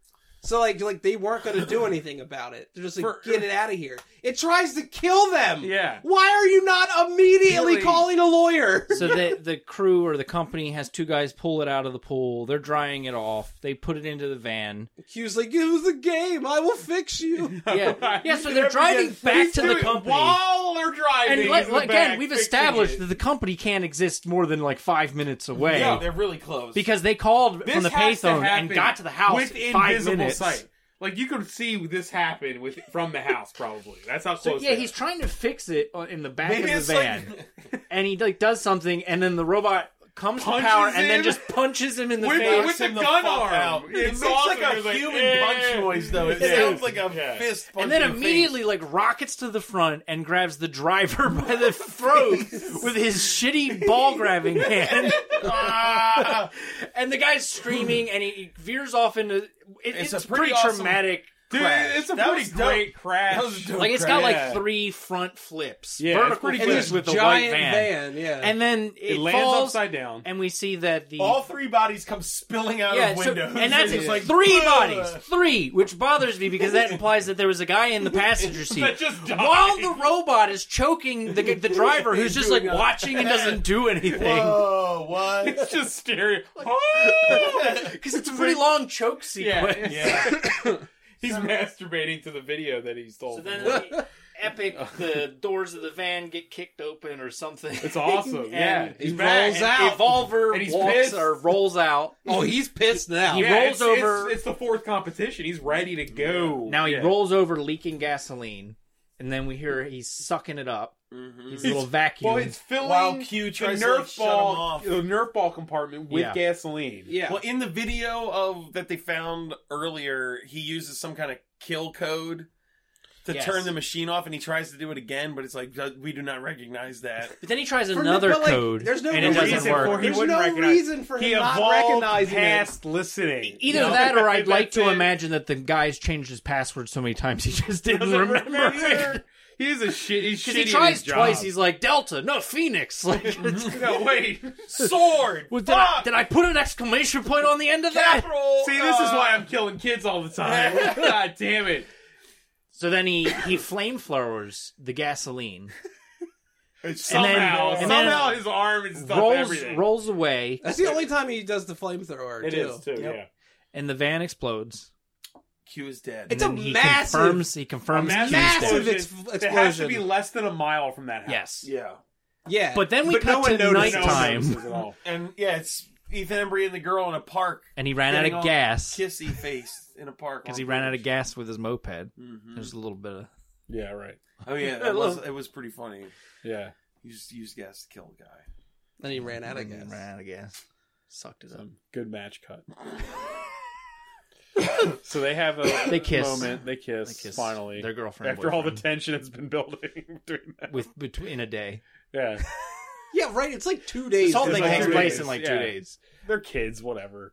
D: So like like they weren't gonna do anything about it. They're just like,
E: For-
D: get it out of here. It tries to kill them.
E: Yeah.
D: Why are you not immediately
E: Really?
D: calling a lawyer?
C: so the the crew or the company has two guys pull it out of the pool. They're drying it off. They put it into the van.
D: Q's like, it was the game. I will fix you.
C: Yeah, yeah. So they're driving back to the company.
E: while they're driving.
C: And
E: he's
C: like,
E: in the
C: like, again,
E: back
C: we've
E: fixing
C: established
E: it.
C: that the company can't exist more than like five minutes away.
H: Yeah, they're really close.
C: because they called
E: This
C: from the
E: has to
C: payphone and
E: happen
C: got to the house
E: with
C: in five
E: invisible
C: minutes.
E: sight. Like you could see this happen with from the house, probably. That's how
C: So
E: close.
C: yeah,
E: they
C: he's
E: are.
C: trying to fix it on- in the back
H: Maybe
C: of
H: it's
C: the van, and he like does something, and then the robot comes to
E: Punches
C: power and then
E: him.
C: just punches him in the
E: With-
C: face.
E: with-
H: Knocks him
E: the gun
H: fuck
E: arm.
H: out.
E: It's
H: It makes like
E: awesome.
H: a
E: It's like,
H: human
E: eh.
H: punch noise though. It
E: Yeah.
H: sounds like a
E: Yeah.
H: fist. Punch
C: and then
H: in the face.
C: immediately, like rockets to the front and grabs the driver by the throat with his shitty ball grabbing hand. Ah! and the guy's screaming, and he veers off into. It, it's,
H: It's
C: a
H: a
C: pretty,
H: pretty awesome-
C: traumatic.
E: Dude,
H: Crash.
E: it's a
H: That
E: pretty
H: was dope.
E: great crash.
H: That was a dope
C: Like it's got
H: crash.
C: like three front flips,
E: Yeah, it's
C: vertical
E: pretty
D: And
C: flips
D: this
E: good.
C: with the
D: giant
C: white van.
D: van. yeah.
C: and then it,
E: it lands
C: falls,
E: upside down.
C: and we see that the
H: all three bodies come spilling out
C: yeah,
H: of
C: so-
H: windows,
C: and that's
H: it's
C: it.
H: like
C: three
H: "Ugh."
C: bodies, three, which bothers me because that implies that there was a guy in the passenger seat
E: That just died.
C: while the robot is choking the the driver who's just like watching and doesn't do anything
H: Whoa, what?
E: it's just Oh! stereo.
C: because it's a pretty long choke sequence.
E: yeah, he's masturbating to the video that he stole.
C: So
E: from
C: then,
E: her.
C: like, epic, the doors of the van get kicked open or something.
E: it's awesome. yeah,
C: And
E: he's
D: he
E: back.
D: rolls
C: And
D: out.
C: Evolver
E: And he's
C: walks
E: pissed.
C: or rolls out.
D: oh, he's pissed now.
C: He
E: Yeah,
C: rolls
E: it's,
C: over-
E: It's, it's the fourth competition. He's ready to go.
C: Now he
E: Yeah.
C: rolls over, leaking gasoline, and then we hear he's sucking it up. He's a little
E: He's-
C: vacuum.
E: Well, it's filling
H: While Q tries
E: the
H: to,
E: Nerf
H: like, shut him
E: ball,
H: off.
E: the Nerf ball compartment with
C: Yeah.
E: gasoline.
D: yeah.
H: Well, in the video of that they found earlier, he uses some kind of kill code to
C: Yes.
H: turn the machine off, and he tries to do it again, but it's like we do not recognize that.
C: But then he tries
D: For-
C: another
D: but, like,
C: code,
D: There's no
C: and it
E: reason
C: doesn't
E: for
C: work.
E: he
D: There's
E: wouldn't
D: no
E: recognize-
D: reason for him
E: He
D: not
E: evolved
D: recognizing it.
E: past listening.
C: Either
E: You know?
C: that, or I'd
E: That's
C: like to
E: it.
C: imagine that the guy's changed his password so many times he just didn't
E: Doesn't
C: remember.
E: remember. He is a shit. He's shitty
C: Because he
E: at
C: tries
E: his job.
C: twice, he's like Delta, no Phoenix. Like, it's-
E: no wait.
H: Sword.
C: well, did, I,
H: Fuck!
C: did I put an exclamation point on the end of that?
H: Capital,
E: See, this is
H: uh,
E: why I'm killing kids all the time. God damn it!
C: So then he he flame flowers the gasoline,
E: Somehow,
C: and then
E: somehow his arm and stuff,
C: rolls
E: everything.
C: rolls away,
D: That's the only time he does the flamethrower.
E: it
D: too.
E: is too.
H: Yep.
E: Yeah.
C: and the van explodes.
H: Q is dead.
D: It's
C: And
D: a
C: then he
D: massive-
C: confirms he confirms Q's
E: massive,
C: dead.
D: massive ex-
E: It has to be
D: explosion.
E: less than a mile from that
C: Yes.
E: house.
H: yeah,
D: Yeah,
C: But then we
D: But no
C: cut
D: one
C: to
D: noticed.
E: No
C: nighttime,
E: one notices at all.
H: and yeah, it's Ethan Embry and the girl in a park,
C: and he ran out
H: Getting
C: of
H: all
C: gas
H: kissy face in a park
C: because
H: on
C: he ran out of
H: purpose.
C: gas with his moped.
H: Mm-hmm.
C: There's a little bit of
E: Yeah. Right.
H: Oh yeah, that was, it was pretty funny.
E: Yeah.
H: You just used gas to kill a guy.
D: then he ran out of
C: He
D: gas.
C: out of gas, sucked it up.
E: Good match cut. so they have a
C: They kiss.
E: moment. They kiss.
C: They kiss.
E: finally,
C: Their girlfriend
E: After all the
C: boyfriend.
E: tension has been building between them.
C: With between a day,
E: Yeah,
D: Yeah, right. It's like two days.
C: this whole
E: It's
C: thing
E: like
C: takes
E: two
C: place
E: days,
C: in like two
E: yeah.
C: days.
E: they're kids. Whatever.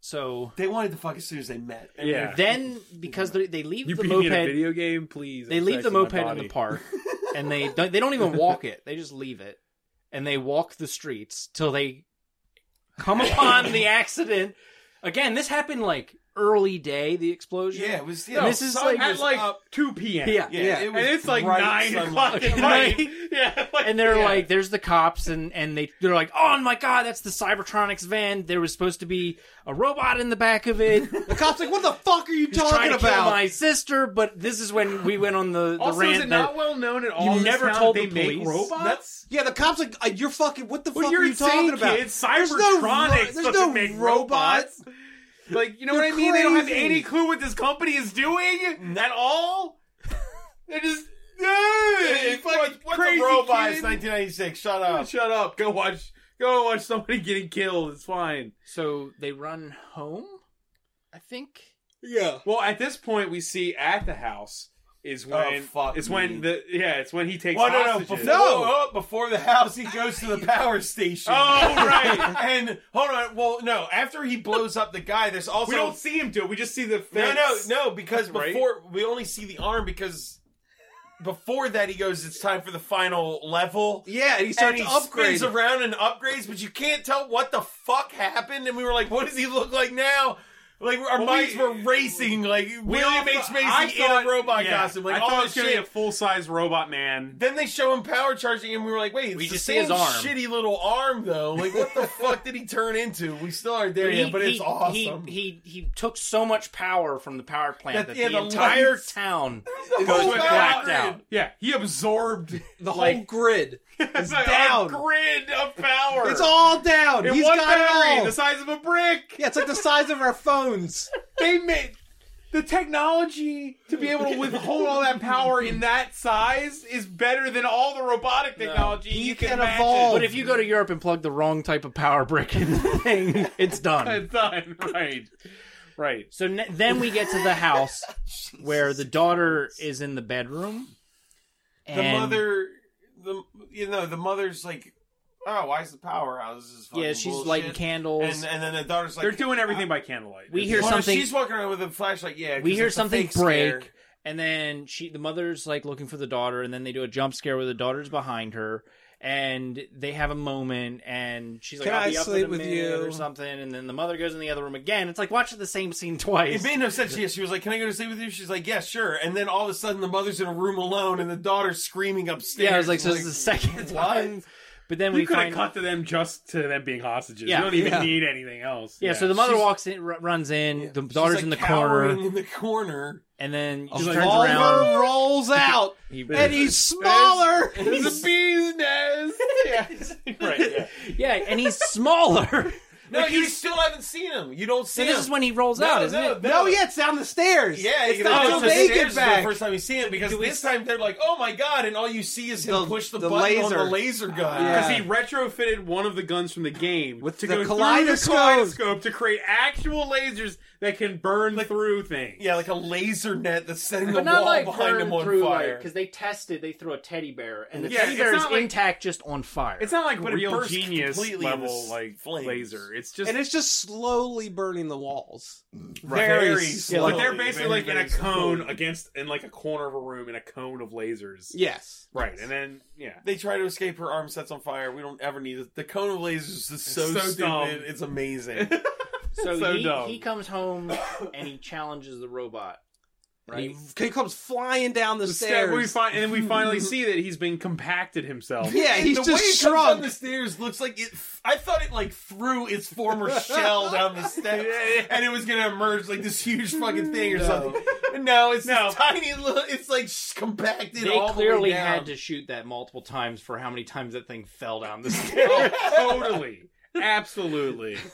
C: So
H: They wanted to fuck as soon as they met. And
E: Yeah.
C: then, because they, they leave
E: You
C: the
E: beat me in a
C: moped,
E: video game, please.
C: they
E: I'm
C: leave the
E: flexing my
C: moped in
E: body.
C: the park, and they don't, they don't even walk it. They just leave it, and they walk the streets till they come upon the accident. Again, this happened like early day. The explosion.
H: Yeah, it was. Yeah,
E: No,
C: this is like-
E: at like
H: up-
E: two p.m.
C: Yeah.
H: yeah,
D: yeah.
H: It was
E: and it's like
H: bright
E: nine
H: sunlight.
E: o'clock at
C: Right.
E: night. Yeah, like,
C: And they're
E: yeah.
C: like, there's the cops, and, and they they're like, oh my god, that's the Cybertronics van. There was supposed to be a robot in the back of it.
D: The cop's like, what the fuck are you
C: trying
D: talking
C: to kill
D: about?
C: my sister, but this is when we went on the, the
E: Also,
C: rant.
E: is it
C: that-
E: not well known at all?
C: You
E: in this
C: never
E: town
C: told
E: that
C: the
E: they
C: police?
E: make robots.
D: Yeah, the cop's like, uh, you're fucking, what the
E: Well,
D: fuck
E: you're
D: are you talking
E: insane,
D: about?
E: kids.
D: There's no ro-
E: Cybertronics
D: there's
E: doesn't
D: no
E: make
D: robots.
E: robots. Like, you know
D: You're
E: what I mean? They don't have
D: crazy.
E: any clue what this company is doing at all. They're just. Hey, fucking
H: What, what
E: crazy
H: the robot? It's
E: kid.
H: 1996. Shut up.
E: Shut up. Go watch. Go watch somebody getting killed. It's fine.
C: So they run home, I think.
D: Yeah.
E: Well, at this point, we see at the house is when
H: fuck
E: it's
H: me.
E: when the yeah it's when he takes
H: Well, no, no,
E: hostages.
H: before, oh, before the house, he goes to the power station.
E: Oh, right.
H: and hold on. Well, no, after he blows up the guy, there's also
E: we don't see him do it. We just see the
H: no, no,
E: fence.
H: no, because
E: Right?
H: before we only see the arm because before that he goes, it's time for the final level.
D: Yeah, and he
H: And
D: starts
H: he
D: upgrading.
H: spins around and upgrades, but you can't tell what the fuck happened. And we were like, "What does he look like now?" Like our
E: Well,
H: minds
E: we-
H: were racing. Like
E: all
H: William H
E: thought- I
H: Macy in
E: thought-
H: a robot
E: yeah,
H: costume. Like
E: I
H: all
E: thought it
H: this
E: was gonna be
H: shit.
E: a full size robot man.
H: Then they show him power charging, and we were like, "Wait, it's
C: We
H: the
C: just see
H: same
C: his arm.
H: shitty little arm, though. Like, what the fuck did he turn into? We still aren't there yet, but it's awesome.
C: He, he he took so much power from the power plant
H: That-
C: that,
H: yeah,
C: the,
H: the
C: entire
H: lights-
C: town
H: whole
C: goes
H: power
C: blacked
H: grid.
C: out.
E: Yeah, he absorbed
D: the whole
E: like-
D: grid.
E: it's like
D: down.
E: a grid of power.
D: It's all down.
E: in
D: He's
E: one
D: got
E: battery,
D: it all.
E: the size of a brick.
D: Yeah, it's like the size of our phones.
E: They made the technology to be able to withhold all that power in that size is better than all the robotic technology
D: He
E: you can,
D: can
E: imagine.
D: evolve.
C: But if you go to Europe and plug the wrong type of power brick in the thing, it's done.
E: It's done right, right.
C: So ne- then we get to the house where the daughter is in the bedroom.
H: the
C: and-
H: mother, the you know, the mother's like, "Oh, why is the power out? This is fucking
C: Yeah, she's
H: bullshit."
C: lighting candles.
H: and, and then the daughter's like,
E: They're doing everything by candlelight.
C: we
E: It's-
C: hear
H: Well, no,
C: something.
H: She's walking around with a flashlight. Yeah,
C: we
H: 'cause
C: hear
H: it's a
C: something
H: fake scare.
C: break and then she the mother's like looking for the daughter and then they do a jump scare where the daughter's behind her and they have a moment and she's like
D: Can
C: i'll
D: I
C: be up
D: sleep
C: in a
D: with
C: minute
D: you?
C: or something and then the mother goes in the other room again it's like watching the same scene twice
H: It made no sense. Yeah, she was like, "Can I go to sleep with you?" She's like, "Yeah, sure." And then all of a sudden, the mother's in a room alone, and the daughter's screaming upstairs.
C: yeah i was like so this is the second
H: what?
C: time but then
E: You
C: we
E: could
C: find
E: have cut to them just to them being hostages.
C: Yeah.
E: You don't even
D: Yeah.
E: need anything else.
C: yeah, so the mother
H: she's-
C: walks in r- runs in the
H: She's,
C: daughter's
H: like,
C: in the
H: cowering
C: corner
H: In the corner.
C: and then she
E: like,
C: turns
E: "Oh,
C: around
D: Revolver rolls out,
C: he,
D: and he's smaller.
E: It's a bee's nest. yeah. Right. Yeah.
C: yeah and he's smaller
H: No, you still haven't seen him. You don't see
C: so
H: him.
C: this is when he rolls
H: No,
C: out isn't
H: no,
C: it
D: No, yeah, it's down the stairs.
H: Yeah,
D: it's
H: you
D: not
H: know,
D: till
H: so
D: they
H: stairs
D: get
H: is
D: back.
H: The first time you see him because this time they're like, "Oh my god!" and all you see is him
D: The-
H: push the,
D: the
H: button on
D: laser.
H: the laser gun.
D: Yeah.
E: Because he retrofitted one of the guns from the game
D: With
E: to
D: the
E: go through
D: kaleidoscope.
E: the kaleidoscope to create actual lasers that can burn through things.
H: Yeah, like a laser net that's setting the
C: But not
H: wall
C: like
H: behind
C: burned
H: him on
C: through,
H: fire.
C: because they tested. They threw a teddy bear, and the
E: Yeah,
C: teddy
E: it's
C: bear is
E: not like-
C: intact, just on fire.
E: It's not like
H: But it
E: real
H: bursts
E: genius
H: completely in
E: level
H: this
E: like
H: flames.
E: laser. It's just
D: And it's just slowly burning the walls.
H: very
D: Very
H: slow.
E: but they're
H: Slowly,
E: basically
H: very,
E: like in
H: very
E: a cone
H: slowly.
E: against in like a corner of a room in a cone of lasers.
D: Yes.
E: Right. And then yeah.
H: They try to escape. Her arm sets on fire. We don't ever need it. The cone of lasers is so,
E: so
H: stupid.
E: dumb.
H: It's amazing.
C: so
E: so
C: he,
E: dumb.
C: he comes home and he challenges the robot.
D: He, he comes flying down the,
E: Instead,
D: stairs.
E: we find, and then we finally see that he's been compacted himself.
D: yeah, he's
H: the way
D: just
H: it comes down
D: shrunk.
H: the stairs looks like it. I thought it like threw its former shell down the steps, and it was gonna emerge like this huge fucking thing or something. But no, it's
E: No.
H: this tiny little. It's like sh- compacted.
C: They
H: all
C: clearly
H: the way down.
C: had to shoot that multiple times for how many times that thing fell down the stairs.
E: Oh, totally. Absolutely.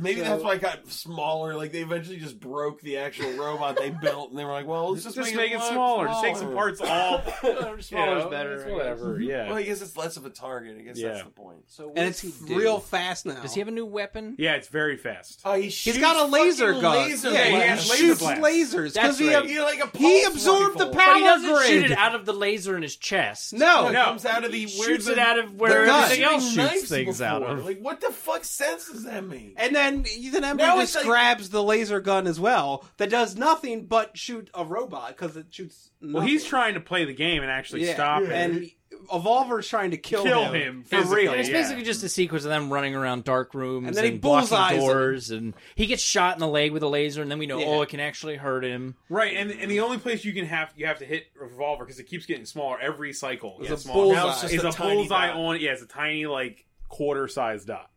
H: Maybe that's why it got smaller. Like they eventually just broke the actual robot they built, and they were like, "Well, let's just,
E: Just, make it
H: look
E: smaller. Just take some parts off. you
C: Smaller is
E: know,
C: better.
E: it's
C: I guess.
E: Whatever.
H: Well,
E: Yeah.
H: I guess it's less of a target. I guess
E: Yeah.
H: that's the point.
C: So what
D: and
C: does
D: it's
C: he do?
D: real fast now.
C: Does he have a new weapon?
E: Yeah. It's very fast.
H: Oh, he
D: He's
H: shoots
D: got a laser
H: fucking
D: gun.
H: Laser
E: blast.
D: yeah, he
H: blasts.
E: has laser
D: shoots
E: blast.
D: lasers
C: That's
D: because he,
C: right.
H: You're like a
D: he
H: pulse
D: absorbed the
H: rifle.
D: power
C: But he doesn't shoot
D: grid.
C: it out of the laser in his chest.
D: no,
H: It
E: No.
H: comes out of the where
C: shoots
H: the,
C: it out of
D: the
C: where
D: gun.
C: everything else
H: shooting
C: shoots
H: knives
C: things out
H: before.
C: of.
H: Like, what the fuck sense does that make?
D: And then Ethan Embry
H: Now it's
D: just
H: like-
D: grabs the laser gun as well that does nothing but shoot a robot because it shoots.
E: Well, he's trying to play the game and actually stop it.
D: And Evolver's trying to kill,
E: Kill
D: him,
E: him,
D: for real.
E: physically,
C: It's basically just a sequence of them running around dark rooms and,
D: And then he bullseyes
C: blocking
D: him.
C: doors, and he gets shot in the leg with a laser, and then we know,
D: Yeah.
C: oh, it can actually hurt him.
E: Right, and and the only place you can have you have to hit a revolver because it keeps getting smaller every cycle. It's
D: a
E: smaller.
D: bullseye. Now it's
E: It's,
D: just
E: a,
H: a tiny
E: bullseye
H: dot.
E: on. Yeah, it's a tiny like quarter size dot.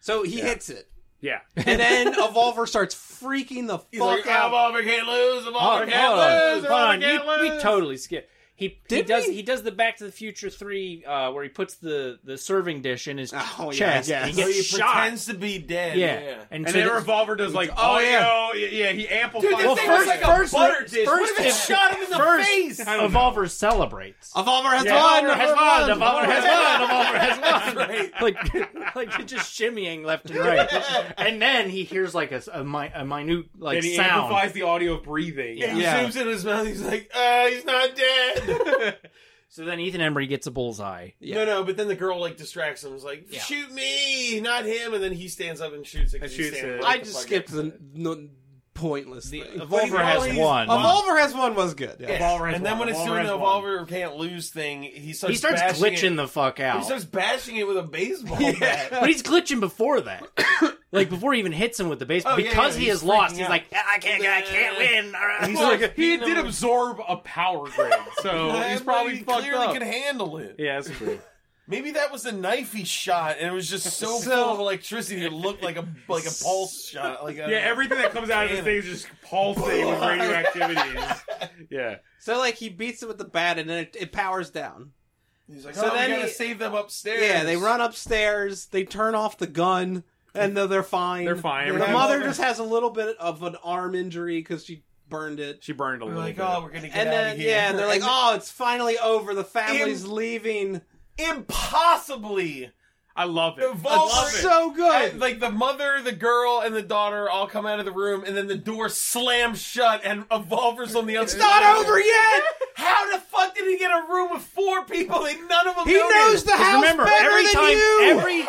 D: So he hits it.
E: Yeah,
D: And then Evolver starts freaking the
H: He's
D: fuck
H: like,
D: out.
H: Evolver can't lose.
C: Oh,
H: Evolver
C: hold
H: can't
C: on,
H: lose.
C: hold on,
H: Evolver can't
C: you- we
H: lose.
C: totally skip. He, he
D: Did
C: does
D: we?
C: he does the Back to the Future three uh, where he puts the, the serving dish in his
D: Oh, yeah,
C: chest.
D: yeah.
C: and he
H: So
C: gets
H: he
C: shot.
H: pretends to be dead.
C: yeah.
E: and,
C: so
E: then
C: that-
E: revolver does like
D: Oh,
E: oh
D: yeah.
E: yeah, yeah. He amplifies.
H: Dude, this
C: Well,
H: thing
C: first-
H: was like a
C: first-
H: butter dish.
C: first
H: what if it
C: if-
H: shot him in the
C: first-
H: face?
C: Evolver celebrates.
D: Evolver has
C: Yeah.
D: won.
C: Evolver has won. Evolver has won. Evolver has won.
H: Right.
C: Like, like just shimmying left and right, and then he hears like a s- a, mi- a minute like
E: and he
C: sound.
E: amplifies the audio of breathing.
C: Yeah.
H: He
D: Yeah.
H: zooms in his mouth. He's like, uh, he's not dead.
C: So then Ethan Embry gets a bullseye.
H: No, no. But then the girl like distracts him. Is like,
C: Yeah.
H: shoot me, not him. And then he stands up and shoots. it 'cause
E: And
H: he's
E: shoots
H: standing
E: it.
H: like
D: I
H: a
D: just
H: fucking-
D: skipped the no, pointless
C: The
D: thing.
C: Evolver has
H: always-
C: won.
D: Evolver has one was good. yeah.
C: Evolver has
H: And then
C: won.
H: when it's
C: Evolver
H: doing
C: has
H: the
C: won.
H: Evolver can't lose thing, he starts
C: he starts
H: bashing
C: glitching
H: it.
C: the fuck out.
H: He starts bashing it with a baseball
D: Yeah.
H: bat.
C: but he's glitching before that, like before he even hits him with the baseball.
H: Oh, yeah,
C: because
H: yeah,
C: he
H: he's
C: has lost,
H: freaking
C: he's
H: out.
C: like, "Ah, I can't, I can't win.
E: He's
H: Well,
E: like, he
H: you know-
E: did absorb a power grid, so he's probably
H: he
E: fucked
H: clearly
E: up.
H: could handle it.
E: yeah, that's true.
H: Maybe that was the knife he shot, and it was just so,
D: So-
H: full of electricity it looked like a like a pulse shot. Like a,
E: Yeah, everything that comes out of this
H: Damn
E: thing is just pulsing with radioactivity. yeah.
D: So like he beats it with the bat and then it, it powers down.
H: He's like,
D: So
H: so oh,
D: then
H: then we gotta
D: he-
H: save them upstairs.
D: Yeah, they run upstairs. They turn off the gun, and they're, they're fine.
E: They're fine.
D: The
E: Everything-
D: mother just has a little bit of an arm injury because she burned it.
E: She burned a
H: We're
E: little
H: like,
E: bit.
H: oh, we're gonna get
D: And
H: out
D: then
H: of here.
D: yeah, and they're like,
H: And
D: "Oh, it's finally over. The family's leaving."
H: impossibly
E: I love it.
H: Evolver-
E: I love it.
D: So good.
H: And, like the mother, the girl, and the daughter all come out of the room, and then the door slams shut, and Evolver's on the other.
D: It's not over yet.
H: How the fuck did he get a room with four people and none of them?
D: He knows the
C: 'Cause
D: house
C: remember,
D: better
C: every
D: than
C: time,
D: you.
C: every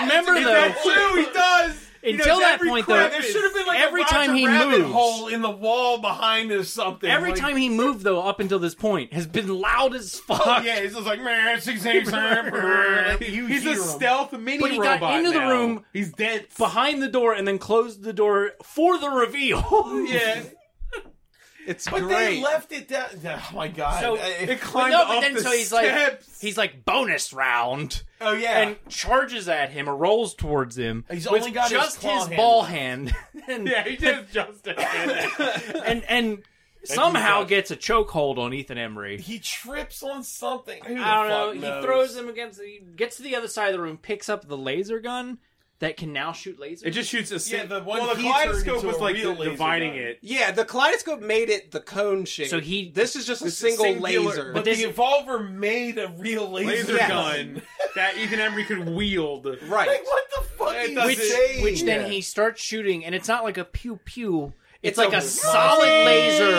C: remember
H: Is
C: though,
H: that true? He does. He
C: Until
H: knows
C: that
H: every
C: point,
H: crap.
C: though,
H: there should have been like
C: every
H: a Roger
C: time he
H: Rabbit
C: moves-
H: hole in the wall behind or something.
C: every
H: Like-
C: time he moved though, up until this point, has been loud as fuck.
H: Oh, yeah, he's just like man, six, eight, seven, brr." You
E: He's
H: hear
E: a
H: him.
E: stealth mini
C: But he got
E: robot.
C: into the
E: now.
C: room-
E: He's dead.
C: Behind the door and then closed the door for the reveal.
H: Yeah,
D: It's
H: but
D: great.
H: they left it down. Oh my god!
C: So-
H: I-
E: It climbed
C: no, but
E: up
C: then
E: the
C: so he's like
E: steps.
C: he's like bonus round
H: oh yeah,
C: and charges at him or rolls towards him.
H: He's
C: with
H: only got his
C: just
H: claw
C: his,
H: hand
C: ball
H: left.
C: hand. and,
E: yeah, he just just
C: and and somehow
E: got-
C: gets a chokehold on Ethan Emery.
H: he trips on something. Who the
C: I don't
H: fuck
C: know.
H: knows?
C: He throws him against. He gets to the other side of the room, picks up the laser gun that can now shoot lasers.
E: It just shoots a.
H: Yeah, the one
E: well, the
H: he turned
E: kaleidoscope
H: into
E: was
H: a
E: like
H: real laser
E: dividing
H: gun.
E: it.
D: yeah, the kaleidoscope made it the cone shape.
C: So he-
D: This is just a
H: It's
D: single
H: singular-
D: laser.
H: But
C: But this-
H: the Evolver made a real laser,
E: Laser
D: Yes.
E: gun that Ethan Embry could wield.
D: right.
H: Like what the fuck?
E: It
H: are you
E: doesn't-
C: which,
H: saying?
C: which then
H: Yeah.
C: he starts shooting, and it's not like a pew pew. It's,
D: It's
C: like
D: a
C: a, solid
D: constant-
C: laser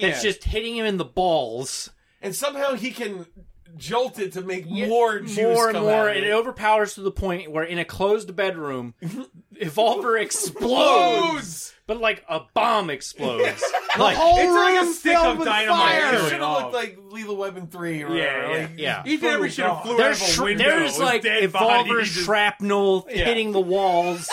C: that's
E: Yeah.
C: just hitting him in the balls
H: and somehow he can jolt it to make more juice
C: more and
H: come
C: more,
H: out of
C: and
H: it.
C: it overpowers to the point where in a closed bedroom, Evolver explodes, but like a bomb explodes. like
D: Whole
E: It's like a
D: room
E: stick of
D: filled with
E: dynamite.
D: fire.
E: It
H: It should have
E: off.
H: looked like Lethal Weapon Three. Or
E: Yeah,
H: whatever,
E: yeah,
H: like,
C: yeah.
E: Ethan Embry should have
H: God.
E: flew out
C: there's
E: of a
C: shr-
E: window.
C: there's
E: with
C: like
E: dead bodies.
C: Evolver
E: He just-
C: shrapnel
E: Yeah.
C: hitting the walls,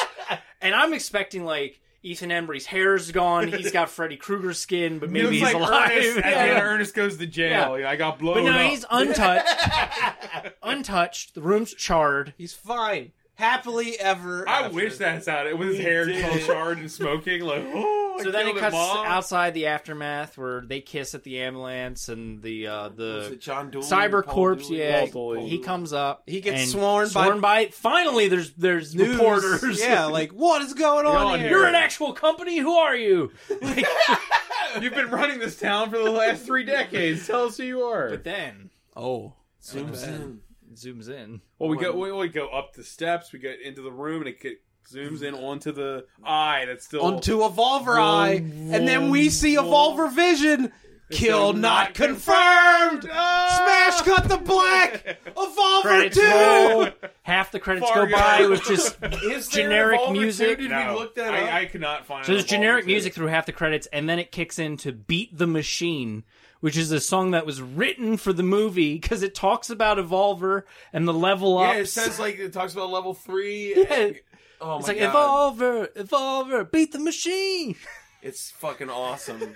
C: and I'm expecting like Ethan Embry's hair's gone. He's got Freddy Krueger skin, but
E: It
C: maybe
E: was
C: he's
E: like
C: alive.
E: Ernest, at the
C: Yeah.
E: end, Oh, Ernest goes to jail. I got blown
C: But no,
E: up.
C: he's untouched. untouched. The room's charred.
D: He's fine. Happily ever.
E: I
D: after.
E: wish that's how it was. His hair
H: did.
E: all charred and smoking. Like, oh, I
C: So then
E: killed
C: it
E: it
C: cuts
E: Mom.
C: outside the aftermath where they kiss at the ambulance and the uh,
H: Was
C: the
H: it John Dooley?
C: cyber
H: Paul
C: corpse.
H: Dooley?
C: Yeah,
E: Paul Dooley.
C: he comes up.
D: He gets
C: and
D: sworn by-
C: sworn by. Finally, there's there's
D: News.
C: reporters.
D: Yeah, like what is going on,
E: on
D: here?
C: You're an actual company. Who are you? Like,
E: You've been running this town for the last three decades. Tell us who you are.
C: but then
D: Oh,
H: Zooms
C: it
H: in.
C: zooms in.
E: well, we go we, we go up the steps. We get into the room, and it get, zooms in onto the eye that's still
D: onto Evolver Eye, and then we see Evolver Vision.
E: so
D: Kill not
E: not
D: confirmed.
E: Ah!
D: Smash cut the black. Evolver
C: Credits roll.
D: two.
C: Half the credits
E: Fargo.
C: go by with just
H: Is there
C: Generic
H: an Evolver
C: music?
H: Too? Did
E: No,
H: we look that up?
E: I, I could not find.
C: So there's
E: Evolver
C: generic
E: too.
C: music through half the credits, and then it kicks in to beat the machine, which is a song that was written for the movie because it talks about Evolver and the level ups.
H: Yeah, it says like it talks about level three.
C: Yeah.
H: Oh my
C: it's like
H: god,
C: Evolver, Evolver, beat the machine.
H: it's fucking awesome.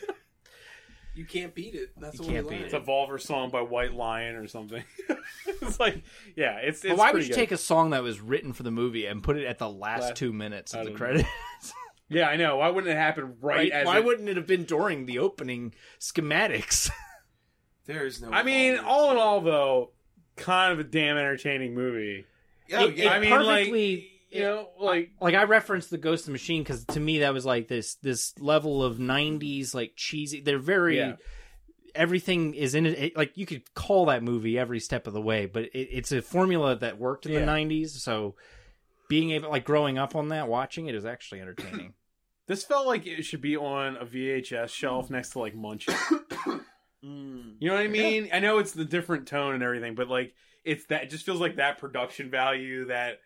D: You can't beat it. That's
C: You
D: what
C: can't
D: we
C: beat
E: It's
D: learned.
E: a Volver song by White Lion or something. it's like, yeah, it's. it's
C: But why would
E: pretty
C: you
E: good.
C: take a song that was written for the movie and put it at the last
E: Last-
C: two minutes
E: I
C: of the
E: don't know.
C: credits?
E: Yeah, I know. Why wouldn't it happen right, as?
C: Why
E: it-
C: wouldn't it have been during the opening schematics?
H: There is no.
E: I mean,
H: Evolver.
E: all in all, though, kind of a damn entertaining movie.
H: Oh,
C: It-
H: yeah.
E: I
C: it
E: mean, like,
C: perfectly-
E: you know, like
C: like I referenced the Ghost of the Machine because to me that was like this this level of '90s like cheesy. They're very
E: Yeah.
C: everything is in it, it- Like you could call that movie every step of the way, but it, it's a formula that worked in
E: Yeah.
C: the '90s. So being able like growing up on that, watching it is actually entertaining.
E: this felt like it should be on a VHS shelf next to like Munchie.
H: Mm.
E: You know what I mean? I know it's the different tone and everything, but like it's that it just feels like that production value that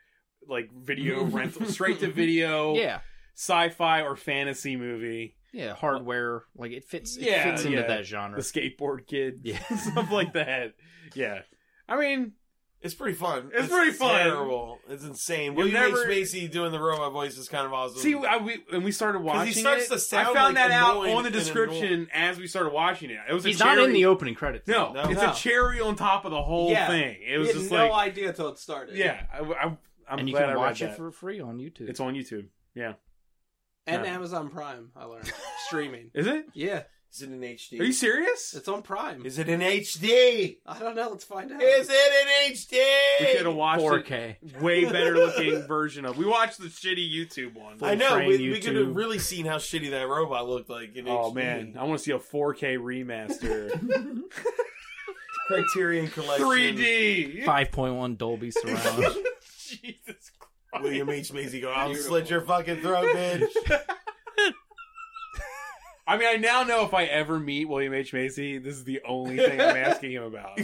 E: like video rental straight to video
C: yeah,
E: sci-fi or fantasy movie
C: yeah, hardware like it fits. It
E: Yeah,
C: fits into
E: yeah.
C: that
E: the
C: genre.
E: skateboard kid
C: Yeah.
E: stuff like that yeah i mean
H: It's pretty fun.
E: It's pretty fun.
H: Terrible. It's insane.
E: You'll
H: William H.
E: never-
H: Macy doing the robot voice is kind of awesome.
E: see I, we and we started watching
H: starts
E: it.
H: to sound
E: i found
H: like
E: that out
H: annoyed
E: on the
H: and
E: description as we started watching it it was
C: He's
E: a cherry,
C: not in the opening credits.
E: no,
H: No.
E: it's
D: No.
E: a cherry on top of the whole
D: Yeah.
E: thing it was
D: You had
E: just
D: no
E: like
D: idea till it started.
E: yeah I, I, i'm
C: and you
E: glad
C: can
E: I read
C: watch it
E: that.
C: for free on YouTube.
E: it's on youtube yeah
D: and
E: Yeah.
D: Amazon Prime. I learned streaming.
E: is it
D: Yeah,
H: Is it in HD?
E: are you serious
D: it's on Prime.
H: Is it in HD?
D: I don't know. Let's find out.
H: Is it
E: we
H: in
E: could
H: HD?
E: have watched it
C: 4K.
E: way better looking version of. We watched the shitty YouTube one.
H: I know.
C: frame
H: We, we
C: YouTube.
H: could have really seen how shitty that robot looked like. In
E: Oh
H: HD.
E: man, I want to see a 4K remaster,
H: Criterion Collection.
E: 3D.
C: 5.1 Dolby surround.
E: Jesus
H: William H. Macy go, I'll slit your fucking throat, bitch.
E: I mean, I now know if I ever meet William H Macy, this is the only thing I'm asking him about.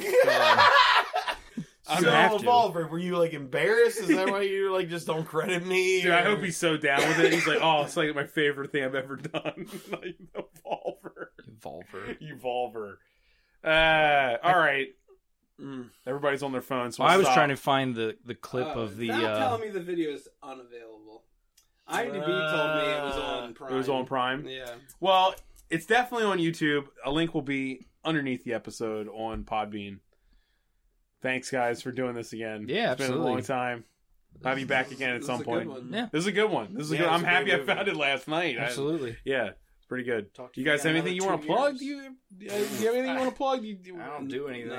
E: I'm
H: so,
E: have to.
H: Evolver, were you like embarrassed? Is that why you like just don't credit me?
E: Dude, I
H: or-
E: hope he's so down with it. He's like, oh, it's like my favorite thing I've ever done. like, Evolver.
C: Evolver.
E: Evolver. Uh, all right.
H: Mm.
E: Everybody's on their phone, so
C: Well, I was
E: stop.
C: trying to find the, the clip of the.
D: Now
C: Uh,
D: telling me the video is unavailable. IMDb told me it was on Prime.
E: Uh, It was on Prime.
D: Yeah.
E: Well, it's definitely on YouTube. A link will be underneath the episode on Podbean. Thanks, guys, for doing this again.
C: Yeah,
E: it's been
C: absolutely.
E: a long time. I'll be back again at
D: This
E: some
D: is a
E: point.
D: Good one.
C: Yeah.
E: This is a good one. This is
H: Yeah,
E: a good.
H: it's
E: I'm
H: a
E: happy
H: great
E: I found
H: movie.
E: it last night. I-
C: absolutely.
E: yeah, it's pretty good.
D: Talk to
E: You guys have
D: in
E: anything you
D: another
E: want to
D: two
E: plug? Do
D: years.
E: you, do you have anything you want to plug? You, you,
C: I don't do anything.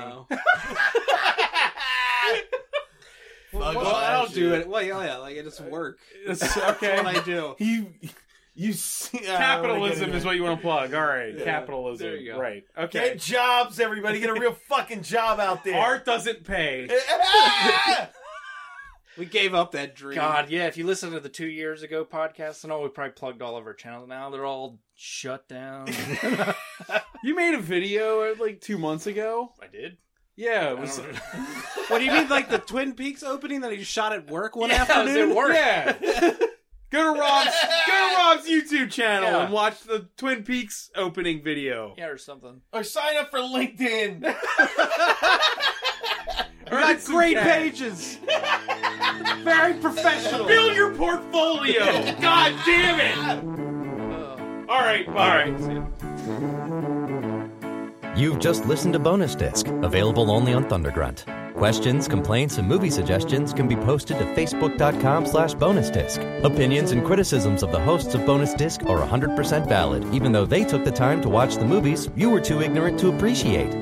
D: No.
H: Fuck
D: well,
H: all
D: I
H: that
D: don't do
H: shit.
D: it. Well, yeah, yeah, like I just work.
E: It's-
D: That's what
E: okay.
D: I do.
H: You, you see,
E: Capitalism is what you want to plug. All right,
H: Yeah.
E: capitalism.
D: There you go.
E: Right. Okay.
H: Get jobs, everybody. Get a real fucking job out there. Ah!
E: Art doesn't pay.
D: We gave up that dream.
C: God, yeah. If you listen to the two years ago podcast and all, we probably plugged all of our channels. Now they're all shut down.
E: You made a video uh, like two months ago.
C: I did.
E: Yeah, it was.
D: What do you mean, like the Twin Peaks opening that he shot at work one
C: Yeah, I was
D: afternoon?
C: at work.
E: Yeah. go to Rob's go to Rob's YouTube channel
C: Yeah.
E: and watch the Twin Peaks opening video.
C: Yeah, or something.
H: or sign up for LinkedIn.
D: You got great pages. Very professional.
E: Build your portfolio. God damn it. All right. All right.
A: You've just listened to Bonus Disc, available only on Thundergrunt. Questions, complaints, and movie suggestions can be posted to facebook.com slash bonus disc. Opinions and criticisms of the hosts of Bonus Disc are 100% valid, even though they took the time to watch the movies you were too ignorant to appreciate.